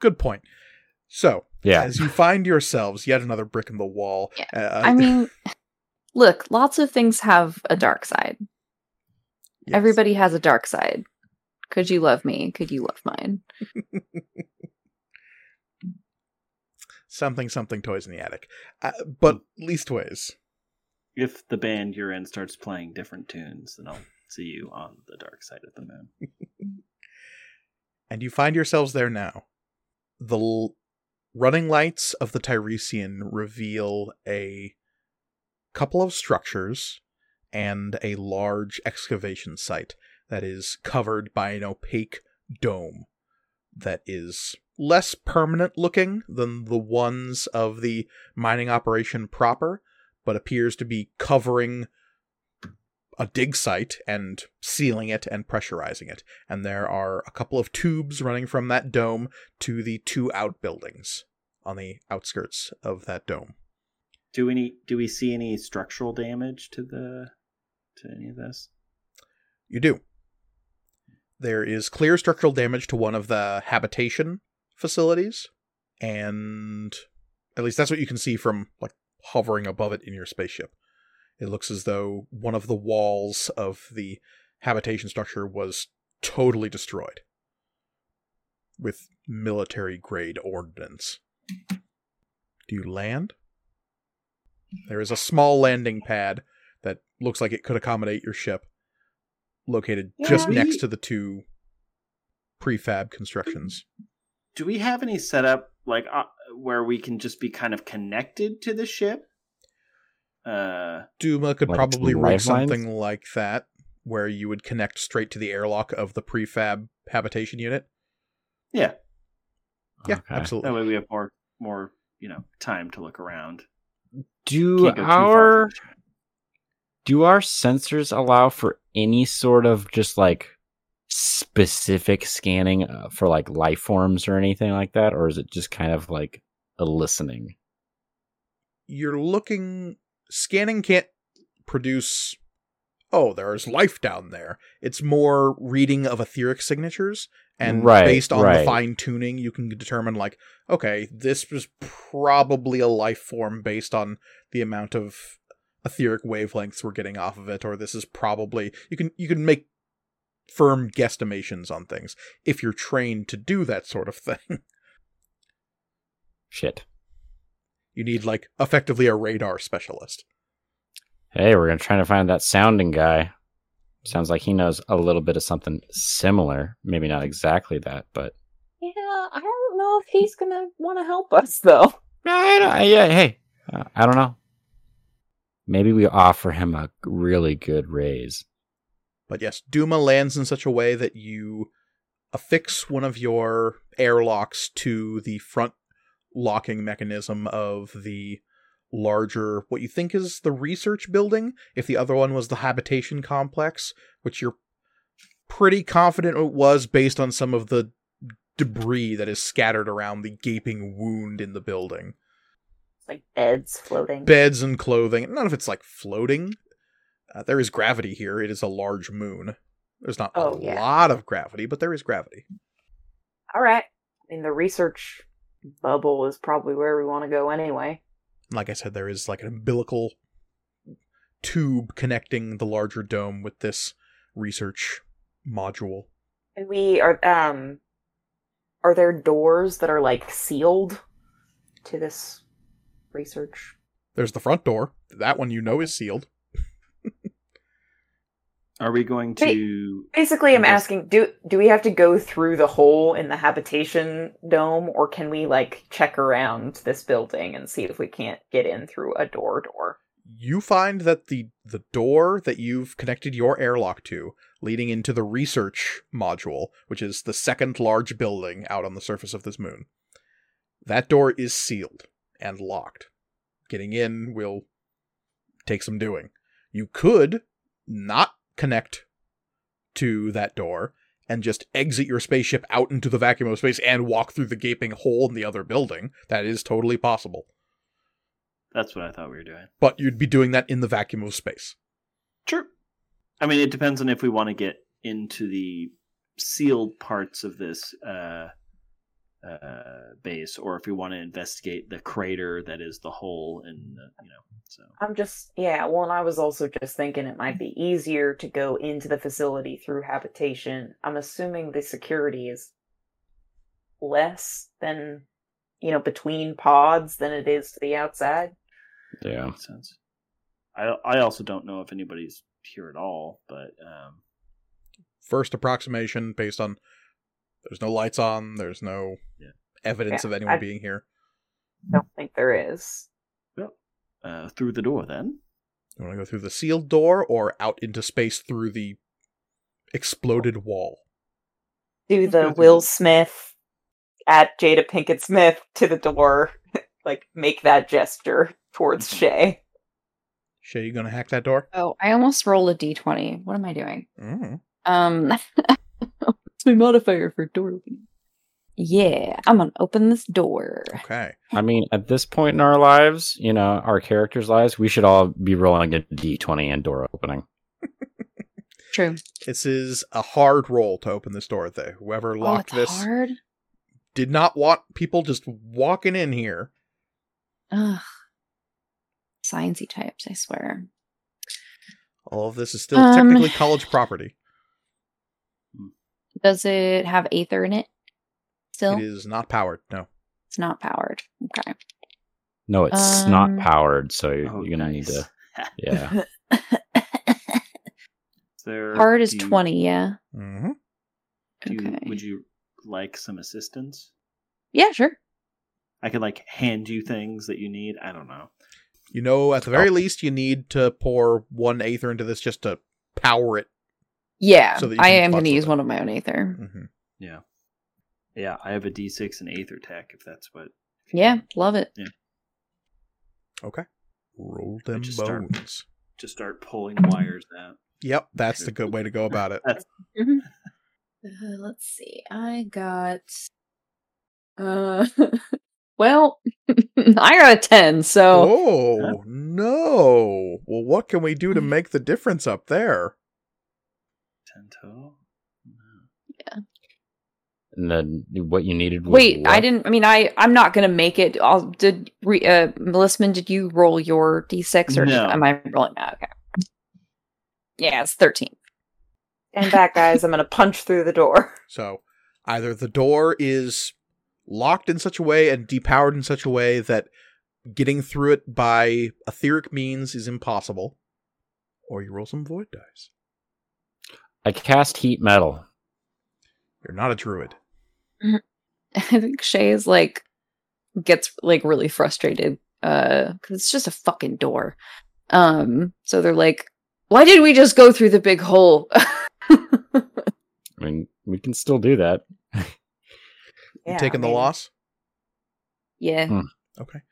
Speaker 1: Good point. So,
Speaker 4: Yeah.
Speaker 1: as you find yourselves yet another brick in the wall,
Speaker 5: Yeah,
Speaker 1: uh,
Speaker 5: I mean, look, lots of things have a dark side.
Speaker 1: yes.
Speaker 5: Everybody has a dark side. Could you love me? Could you love mine?
Speaker 1: something something toys in the attic, uh, but leastways.
Speaker 6: If the band you're in starts playing different tunes, then I'll see you on the dark side of the moon.
Speaker 1: and you find yourselves there now. The l- running lights of the Tiresian reveal a couple of structures and a large excavation site that is covered by an opaque dome that is less permanent looking than the ones of the mining operation proper, but appears to be covering a dig site and sealing it and pressurizing it and there are a couple of tubes running from that dome to the two outbuildings on the outskirts of that dome.
Speaker 6: Do any do we see any structural damage to the to any of this?
Speaker 1: You do. There is clear structural damage to one of the habitation facilities, and at least that's what you can see from like hovering above it in your spaceship. It looks as though one of the walls of the habitation structure was totally destroyed with military grade ordnance. Do you land? There is a small landing pad that looks like it could accommodate your ship located just
Speaker 2: Yeah.
Speaker 1: next to the two prefab constructions.
Speaker 6: Do we have any setup like uh, where we can just be kind of connected to the ship? Uh,
Speaker 1: Duma could
Speaker 4: Like
Speaker 1: probably
Speaker 4: some
Speaker 1: rig
Speaker 4: lifelines?
Speaker 1: something like that where you would connect straight to the airlock of the prefab habitation unit.
Speaker 6: yeah.
Speaker 1: Yeah,
Speaker 4: Okay.
Speaker 1: absolutely.
Speaker 6: That way we have more more you know time to look around.
Speaker 4: Do
Speaker 6: Can't go too far
Speaker 4: our
Speaker 6: from the ship.
Speaker 4: do our sensors allow for any sort of just like specific scanning uh, for like life forms or anything like that or is it just kind of like a listening
Speaker 1: you're looking scanning can't produce oh there's life down there it's more reading of etheric signatures and
Speaker 4: Right,
Speaker 1: based on the
Speaker 4: right.
Speaker 1: fine tuning you can determine like okay this was probably a life form based on the amount of etheric wavelengths we're getting off of it or this is probably you can you can make firm guesstimations on things if you're trained to do that sort of thing
Speaker 4: shit
Speaker 1: you need like effectively a radar specialist
Speaker 4: hey we're gonna try to find that sounding guy sounds like he knows a little bit of something similar maybe not exactly that but
Speaker 2: Yeah, I don't know if he's gonna want to help us though.
Speaker 4: I don't- I- yeah hey uh, i don't know maybe we offer him a really good raise
Speaker 1: But yes, Duma lands in such a way that you affix one of your airlocks to the front locking mechanism of the larger, what you think is the research building, if the other one was the habitation complex, which you're pretty confident it was based on some of the debris that is scattered around the gaping wound in the building.
Speaker 2: like beds floating.
Speaker 1: Beds and clothing. None of it's like floating. Uh, there is gravity here. It is a large moon. There's not
Speaker 2: Oh,
Speaker 1: a
Speaker 2: yeah.
Speaker 1: lot of gravity, but there is gravity.
Speaker 2: All right. I mean, the research bubble is probably where we want to go anyway.
Speaker 1: Like I said, there is like an umbilical tube connecting the larger dome with this research module.
Speaker 2: And we are um are there doors that are like sealed to this research?
Speaker 1: There's the front door. That one you know is sealed.
Speaker 3: Are we going to?
Speaker 2: Basically, I'm
Speaker 3: Yes.
Speaker 2: asking do do we have to go through the hole in the habitation dome or can we like check around this building and see if we can't get in through a door door?
Speaker 1: You find that the the door that you've connected your airlock to, leading into the research module, which is the second large building out on the surface of this moon, that door is sealed and locked. Getting in will take some doing. You could not connect to that door and just exit your spaceship out into the vacuum of space and walk through the gaping hole in the other building. That is totally possible
Speaker 3: That's what I thought we were doing.
Speaker 1: but you'd be doing that in the vacuum of space.
Speaker 3: True. I mean, it depends on if we want to get into the sealed parts of this uh, uh, base, or if we want to investigate the crater that is the hole, and the, you know, so
Speaker 2: I'm just yeah, well and I was also just thinking it might be easier to go into the facility through habitation. I'm assuming the security is less than you know between pods than it is to the outside.
Speaker 4: Yeah.
Speaker 3: makes sense. I I also don't know if anybody's here at all, but um,
Speaker 1: First approximation based on there's no lights on, there's no
Speaker 3: Yeah.
Speaker 1: evidence
Speaker 2: Yeah,
Speaker 1: of anyone
Speaker 2: I-
Speaker 1: being here.
Speaker 2: Don't think there is.
Speaker 3: uh, through the door then.
Speaker 1: You want to go through the sealed door or out into space through the exploded wall?
Speaker 2: Do
Speaker 3: Let's go
Speaker 2: the
Speaker 3: through
Speaker 2: Will
Speaker 3: the-
Speaker 2: Smith at Jada Pinkett Smith to the door, like make that gesture towards
Speaker 1: Mm-hmm.
Speaker 2: Shay.
Speaker 1: Shay, you gonna hack that door?
Speaker 5: Oh, I almost rolled a d20. What am I doing?
Speaker 1: Mm.
Speaker 5: Um,
Speaker 10: It's my modifier for door opening.
Speaker 5: yeah, I'm gonna open this door.
Speaker 1: Okay.
Speaker 4: I mean, at this point in our lives, you know, our characters' lives, we should all be rolling a d20 and door opening.
Speaker 5: True.
Speaker 1: This is a hard roll to open this door. Though whoever locked
Speaker 5: oh, it's
Speaker 1: this
Speaker 5: hard.
Speaker 1: did not want people just walking in here.
Speaker 5: Ugh. Sciencey types, I swear.
Speaker 1: All of this is still
Speaker 5: Um,
Speaker 1: technically college property.
Speaker 5: Does it have aether in it? Still,
Speaker 1: It is not powered. No.
Speaker 5: it's not powered. Okay.
Speaker 4: No, it's not
Speaker 5: Um,
Speaker 4: powered, so you're,
Speaker 3: Oh,
Speaker 4: you're gonna need
Speaker 3: nice.
Speaker 4: to. Yeah.
Speaker 3: Is there-
Speaker 5: Hard is
Speaker 3: do you-
Speaker 5: twenty. Yeah.
Speaker 1: Mm-hmm.
Speaker 3: do you-
Speaker 5: okay.
Speaker 3: Would you like some assistance?
Speaker 5: Yeah, sure.
Speaker 3: I could like hand you things that you need. I don't know.
Speaker 1: You know, at the very least, you need to pour one aether into this just to power it.
Speaker 5: Yeah,
Speaker 1: So that you
Speaker 5: I
Speaker 1: can
Speaker 5: am
Speaker 1: fuck
Speaker 5: going to
Speaker 1: with
Speaker 5: use
Speaker 1: it.
Speaker 5: one of my own aether.
Speaker 1: Mm-hmm.
Speaker 3: Yeah. Yeah, I have a D6 and Aether Tech if that's what.
Speaker 5: Yeah, love it.
Speaker 1: Roll them
Speaker 3: just start-
Speaker 1: bones.
Speaker 3: To start pulling wires out.
Speaker 1: Yep, that's the good way to go about it.
Speaker 3: That's
Speaker 5: Uh, let's see. I got. Uh, well, I got a ten. So
Speaker 1: Oh, Hmm. no! Well, what can we do to make the difference up there?
Speaker 3: 10 total. No.
Speaker 4: And then what you needed
Speaker 1: Oh,
Speaker 4: was.
Speaker 5: wait, I
Speaker 4: what?
Speaker 5: didn't. I mean, I I'm not going to make it. I'll did. Re, uh, Melissman, did you roll your d6 or
Speaker 3: No.
Speaker 5: am I rolling? Oh, okay. Yeah, it's thirteen.
Speaker 2: And back, guys, I'm gonna punch through the door.
Speaker 1: So, either the door is locked in such a way and depowered in such a way that getting through it by etheric means is impossible, or you roll some void dice.
Speaker 4: I cast heat metal.
Speaker 1: You're not a druid.
Speaker 5: I think Shay is like gets like really frustrated uh cuz it's just a fucking door. Um so they're like why did we just go through the big hole?
Speaker 4: I mean, we can still do that.
Speaker 1: You
Speaker 2: Yeah,
Speaker 1: taking
Speaker 2: I mean,
Speaker 1: the loss?
Speaker 5: yeah.
Speaker 4: Hmm.
Speaker 1: Okay.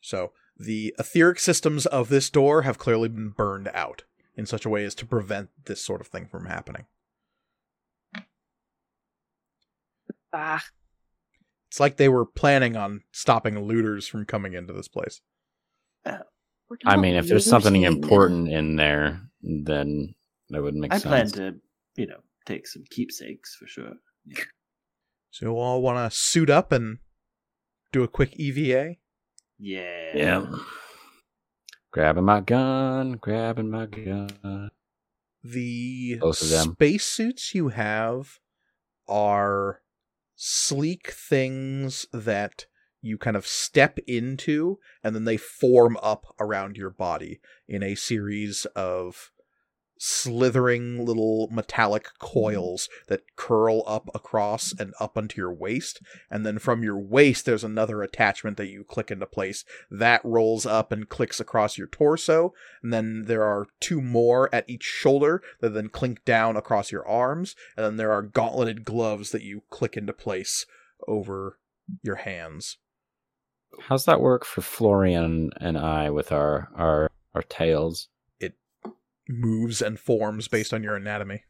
Speaker 1: So the etheric systems of this door have clearly been burned out in such a way as to prevent this sort of thing from happening.
Speaker 5: Ah,
Speaker 1: It's like they were planning on stopping looters from coming into this place.
Speaker 5: We're
Speaker 4: I
Speaker 5: not
Speaker 4: mean, if there's
Speaker 5: losing
Speaker 4: something
Speaker 5: them.
Speaker 4: important in there, then that would make
Speaker 3: I plan
Speaker 4: sense.
Speaker 3: to, you know, take some keepsakes for sure.
Speaker 1: So you all want to suit up and do a quick EVA?
Speaker 3: Yeah.
Speaker 4: Grabbing my gun, grabbing my gun.
Speaker 1: The
Speaker 4: Both of them.
Speaker 1: spacesuits you have are sleek things that you kind of step into and then they form up around your body in a series of slithering little metallic
Speaker 4: Hmm.
Speaker 1: coils that curl up across and up onto your waist and then from your waist there's another attachment that you click into place that rolls up and clicks across your torso and then there are two more at each shoulder that then clink down across your arms, and then there are gauntleted gloves that you click into place over your hands.
Speaker 4: How's that work for Florian and I with our our our tails?
Speaker 1: Moves and forms based on your anatomy.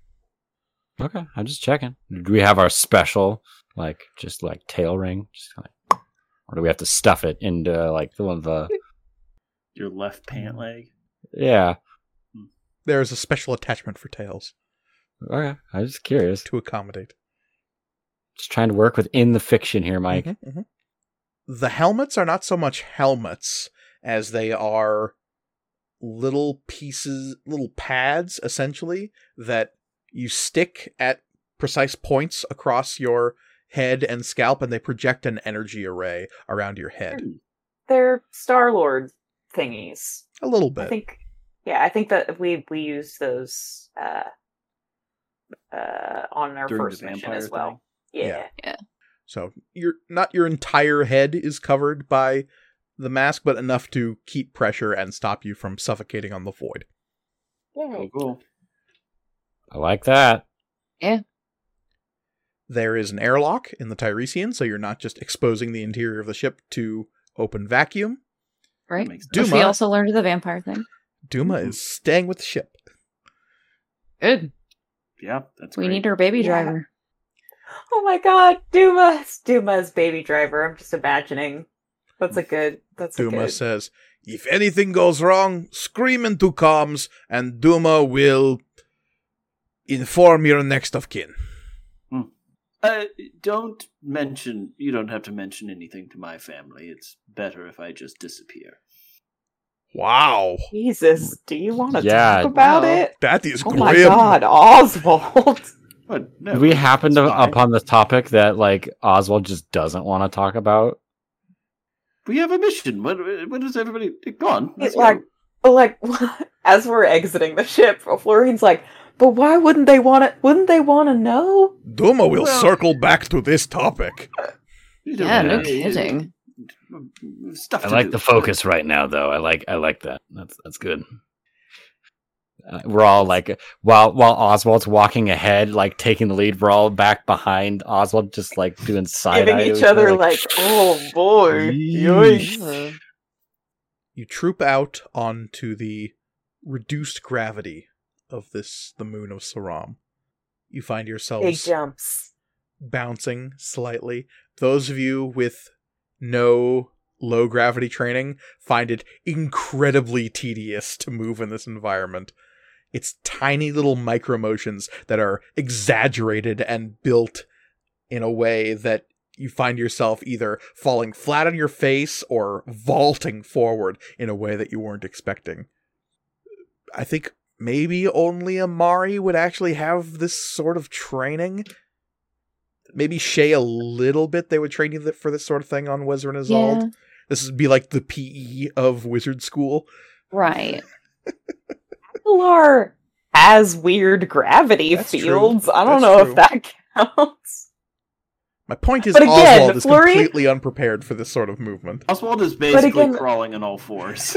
Speaker 4: Okay, I'm just checking. Do we have our special, like just like tail ring, just kinda like, or do we have to stuff it into like the one of the
Speaker 3: Your left
Speaker 4: Mm-hmm.
Speaker 3: pant leg.
Speaker 4: yeah?
Speaker 1: There is a special attachment for tails
Speaker 4: Okay, I'm just curious.
Speaker 1: to accommodate.
Speaker 4: Just trying to work within the fiction here, Mike.
Speaker 1: Mhm, mhm. The helmets are not so much helmets as they are little pieces, little pads, essentially, that you stick at precise points across your head and scalp, and they project an energy array around your
Speaker 2: Hmm.
Speaker 1: head.
Speaker 2: They're Star Lord thingies.
Speaker 1: A little
Speaker 2: I
Speaker 1: bit.
Speaker 2: think, yeah, I think that we we used those uh, uh, on our
Speaker 3: During the
Speaker 2: first mission
Speaker 3: vampire
Speaker 2: as well. Yeah.
Speaker 1: Yeah. So your not your entire head is covered by the mask, but enough to keep pressure and stop you from suffocating on the void.
Speaker 3: Cool, cool.
Speaker 4: I like that.
Speaker 1: There is an airlock in the Tiresian, so you're not just exposing the interior of the ship to open vacuum.
Speaker 3: That
Speaker 5: right?
Speaker 3: makes
Speaker 1: Do
Speaker 5: Which
Speaker 3: sense.
Speaker 1: Duma.
Speaker 5: we also learned the vampire thing.
Speaker 1: Duma
Speaker 3: Mhm.
Speaker 1: is staying with the ship.
Speaker 10: Good.
Speaker 3: Yeah, that's
Speaker 5: We
Speaker 3: great.
Speaker 5: need our baby
Speaker 2: Yeah.
Speaker 5: driver.
Speaker 2: Oh my God, Duma's Duma's baby driver. I'm just imagining. That's a good. That's a
Speaker 1: Duma
Speaker 2: good.
Speaker 1: says, If anything goes wrong, scream into comms, and Duma will inform your next of kin.
Speaker 3: Uh, don't mention. You don't have to mention anything to my family. It's better if I just disappear.
Speaker 1: Wow.
Speaker 2: Jesus, do you want to
Speaker 4: Yeah,
Speaker 2: talk about
Speaker 10: no.
Speaker 2: it?
Speaker 1: That is
Speaker 2: Oh
Speaker 1: grim.
Speaker 2: my God, Oswald.
Speaker 3: But no,
Speaker 4: Do we happen
Speaker 3: it's
Speaker 4: to
Speaker 3: fine.
Speaker 4: upon the topic that like Oswald just doesn't want to talk about?
Speaker 3: We have a mission. What? What is everybody? eh, Go on. Let's
Speaker 2: It's like,
Speaker 3: go.
Speaker 2: like as we're exiting the ship, Florian's like, but why wouldn't they want to? Wouldn't they want to know?
Speaker 1: Duma will
Speaker 3: Well-
Speaker 1: circle back to this topic.
Speaker 3: You don't
Speaker 5: Yeah, no
Speaker 3: have-
Speaker 5: kidding.
Speaker 3: Stuff.
Speaker 4: I
Speaker 3: to
Speaker 4: like
Speaker 3: do.
Speaker 4: the focus right now, though. I like I like that. That's that's good. Uh, we're all like while while Oswald's walking ahead, like taking the lead. We're all back behind Oswald, just like doing side
Speaker 2: Giving each other like, oh boy,
Speaker 4: Yeesh.
Speaker 2: yoish."
Speaker 1: You troop out onto the reduced gravity of this, the moon of Saram. You find
Speaker 2: big
Speaker 1: yourselves
Speaker 2: jumps.
Speaker 1: bouncing slightly. Those of you with no low gravity training find it incredibly tedious to move in this environment. It's tiny little micro motions that are exaggerated and built in a way that you find yourself either falling flat on your face or vaulting forward in a way that you weren't expecting. I think maybe only Amari would actually have this sort of training maybe Shay a little bit. They would train you th- for this sort of thing on Wizard and Isolde.
Speaker 5: Yeah,
Speaker 1: This would be like the PE of wizard school.
Speaker 5: right.
Speaker 2: Pilar has weird gravity
Speaker 1: That's true.
Speaker 2: fields. I don't
Speaker 1: That's
Speaker 2: know
Speaker 1: true.
Speaker 2: if that counts.
Speaker 1: My point is,
Speaker 2: But again,
Speaker 1: Oswald is
Speaker 2: Flurry-
Speaker 1: completely unprepared for this sort of movement.
Speaker 3: Oswald is basically
Speaker 2: again-
Speaker 3: crawling on all fours.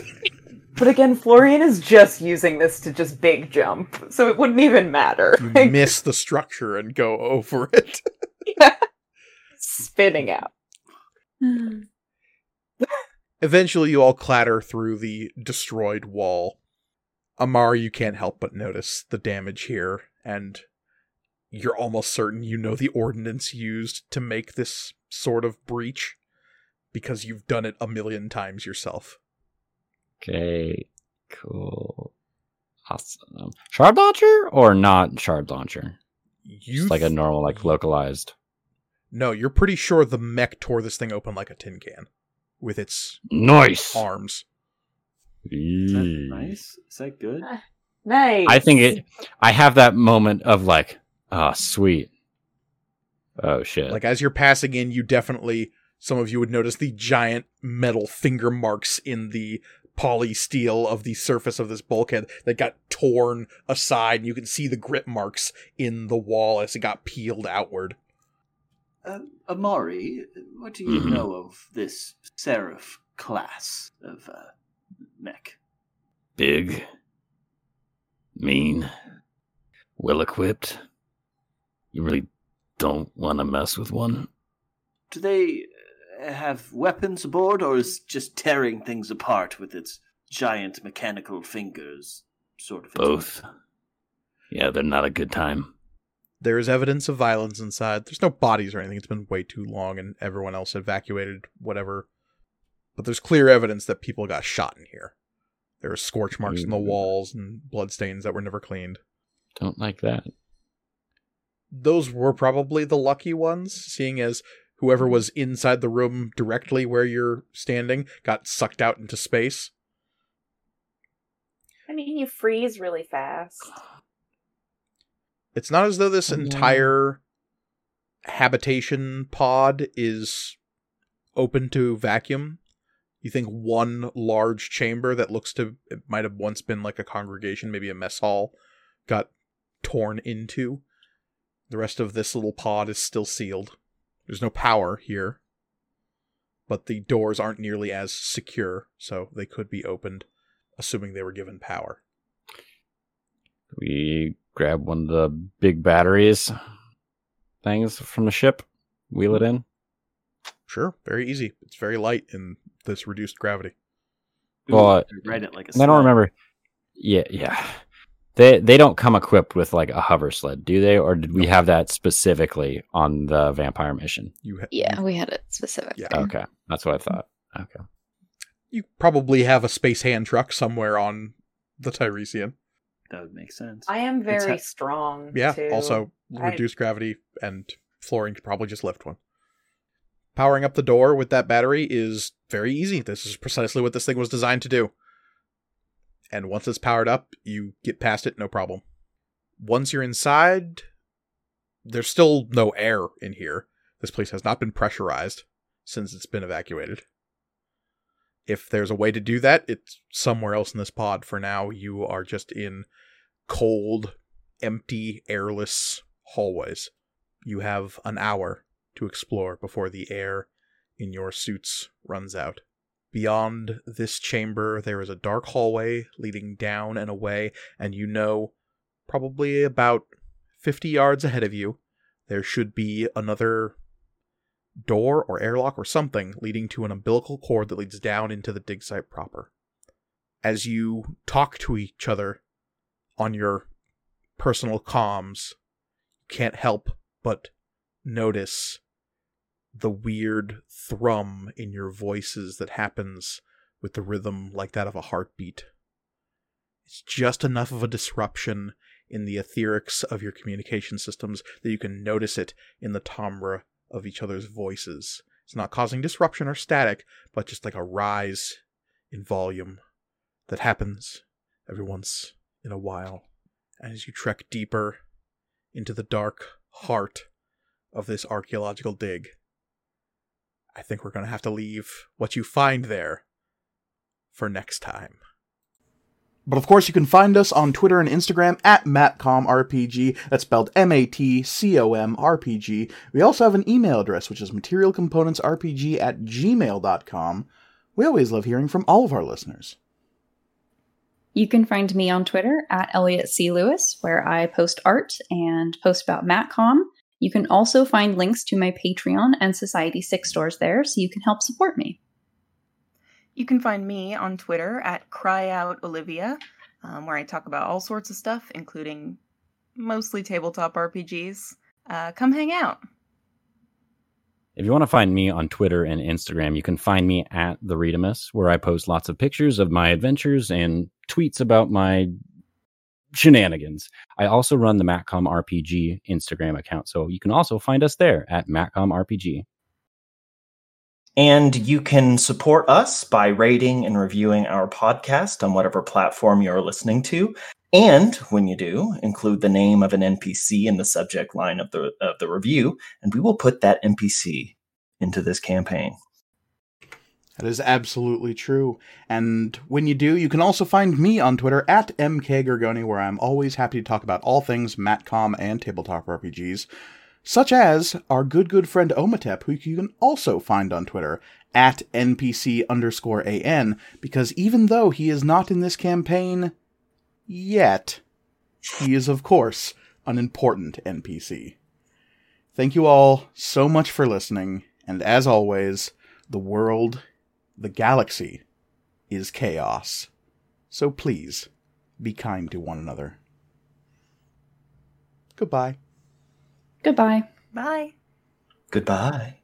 Speaker 2: But again, Florian is just using this to just big jump, so it wouldn't even matter.
Speaker 1: You
Speaker 2: Like,
Speaker 1: miss the structure and go over it.
Speaker 2: spinning out.
Speaker 1: Eventually, you all clatter through the destroyed wall. Amar, you can't help but notice the damage here, and you're almost certain you know the ordinance used to make this sort of breach because you've done it a million times yourself.
Speaker 8: Okay, cool. Awesome. Shard launcher or not shard launcher?
Speaker 1: You
Speaker 8: Just like a
Speaker 1: th-
Speaker 8: normal, like localized.
Speaker 1: no, you're pretty sure the mech tore this thing open like a tin can with its
Speaker 8: Nice.
Speaker 1: arms.
Speaker 3: Is that
Speaker 4: Hmm.
Speaker 3: nice? Is that good?
Speaker 2: Nice.
Speaker 8: I think it. I have that moment of like, oh
Speaker 4: "Ah,
Speaker 8: sweet. Oh shit.
Speaker 1: Like as you're passing in, you definitely some of you would notice the giant metal finger marks in the poly steel of the surface of this bulkhead that got torn aside and you can see the grip marks in the wall as it got peeled outward.
Speaker 6: Uh, Amari, what do you
Speaker 4: Hmm.
Speaker 8: Mhm.
Speaker 6: know of this Seraph class of uh, mech?
Speaker 8: big, mean, well equipped. You really don't want to mess with one.
Speaker 6: Do they uh, have weapons aboard, or is just tearing things apart with its giant mechanical fingers sort of its-
Speaker 8: Yeah, they're not a good time.
Speaker 1: There is evidence of violence inside. There's no bodies or anything. It's been way too long and everyone else evacuated, whatever. But there's clear evidence that people got shot in here. There are scorch marks in the walls and bloodstains that were never cleaned.
Speaker 8: Don't like that.
Speaker 1: those were probably the lucky ones, seeing as whoever was inside the room directly where you're standing got sucked out into space.
Speaker 2: I mean, you freeze really fast.
Speaker 1: It's not as though this
Speaker 10: Oh, wow.
Speaker 1: entire habitation pod is open to vacuum. You think one large chamber that looks to it might have once been like a congregation, maybe a mess hall, got torn into. The rest of this little pod is still sealed. There's no power here. But the doors aren't nearly as secure, so they could be opened, assuming they were given power.
Speaker 8: We grab one of the big batteries things from the ship, wheel it in.
Speaker 1: Sure, very easy. It's very light in this reduced gravity.
Speaker 3: Ooh,
Speaker 8: Well,
Speaker 3: I read it like a
Speaker 8: I don't
Speaker 3: slug.
Speaker 8: remember. Yeah, yeah. They they don't come equipped with like a hover sled, do they? Or did we have that specifically on the vampire mission?
Speaker 1: You ha-
Speaker 5: Yeah, we had it specific.
Speaker 1: Yeah.
Speaker 5: there.
Speaker 8: Okay, that's what I thought. Okay,
Speaker 1: you probably have a space hand truck somewhere on the Tiresian.
Speaker 3: That would make sense.
Speaker 2: I am
Speaker 3: It's ha-
Speaker 2: very strong.
Speaker 1: Yeah,
Speaker 2: too.
Speaker 1: also
Speaker 2: I-
Speaker 1: reduced gravity and flooring probably just left one. Powering up the door with that battery is very easy. This is precisely what this thing was designed to do. And once it's powered up, you get past it no problem. Once you're inside, there's still no air in here. This place has not been pressurized since it's been evacuated. If there's a way to do that, it's somewhere else in this pod. For now, you are just in cold, empty, airless hallways. You have an hour to explore before the air in your suits runs out. Beyond this chamber, there is a dark hallway leading down and away, and you know, probably about 50 yards ahead of you, there should be another door or airlock or something leading to an umbilical cord that leads down into the dig site proper. As you talk to each other on your personal comms, you can't help but notice the weird thrum in your voices that happens with the rhythm like that of a heartbeat. It's just enough of a disruption in the etherics of your communication systems that you can notice it in the timbre of each other's voices. It's not causing disruption or static, but just like a rise in volume that happens every once in a while. And as you trek deeper into the dark heart of this archaeological dig, I think we're going to have to leave what you find there for next time. But of course, you can find us on Twitter and Instagram at MatcomRPG. That's spelled M A T C O M R P G. We also have an email address, which is materialcomponentsrpg at gmail.com. We always love hearing from all of our listeners.
Speaker 5: You can find me on Twitter at Elliot C. Lewis, where I post art and post about MatCom. You can also find links to my Patreon and Society 6 stores there, so you can help support me.
Speaker 11: You can find me on Twitter at CryOutOlivia, um, where I talk about all sorts of stuff, including mostly tabletop RPGs. Uh, come hang out.
Speaker 4: If you want to find me on Twitter and Instagram, you can find me at the Readimus, where I post lots of pictures of my adventures and tweets about my shenanigans. I also run the Matcom RPG Instagram account, so you can also find us there at Matcom RPG.
Speaker 12: And you can support us by rating and reviewing our podcast on whatever platform you're listening to. And when you do, include the name of an NPC in the subject line of the of the review, and we will put that NPC into this campaign.
Speaker 1: That is absolutely true. And when you do, you can also find me on Twitter at mkgergoni, where I'm always happy to talk about all things Matcom and tabletop RPGs, such as our good good friend Omatep, who you can also find on Twitter at npc underscore an, because even though he is not in this campaign yet, he is of course an important NPC. Thank you all so much for listening, and as always, the world the galaxy is chaos. So please be kind to one another. Goodbye.
Speaker 5: Goodbye.
Speaker 11: Bye.
Speaker 12: Goodbye.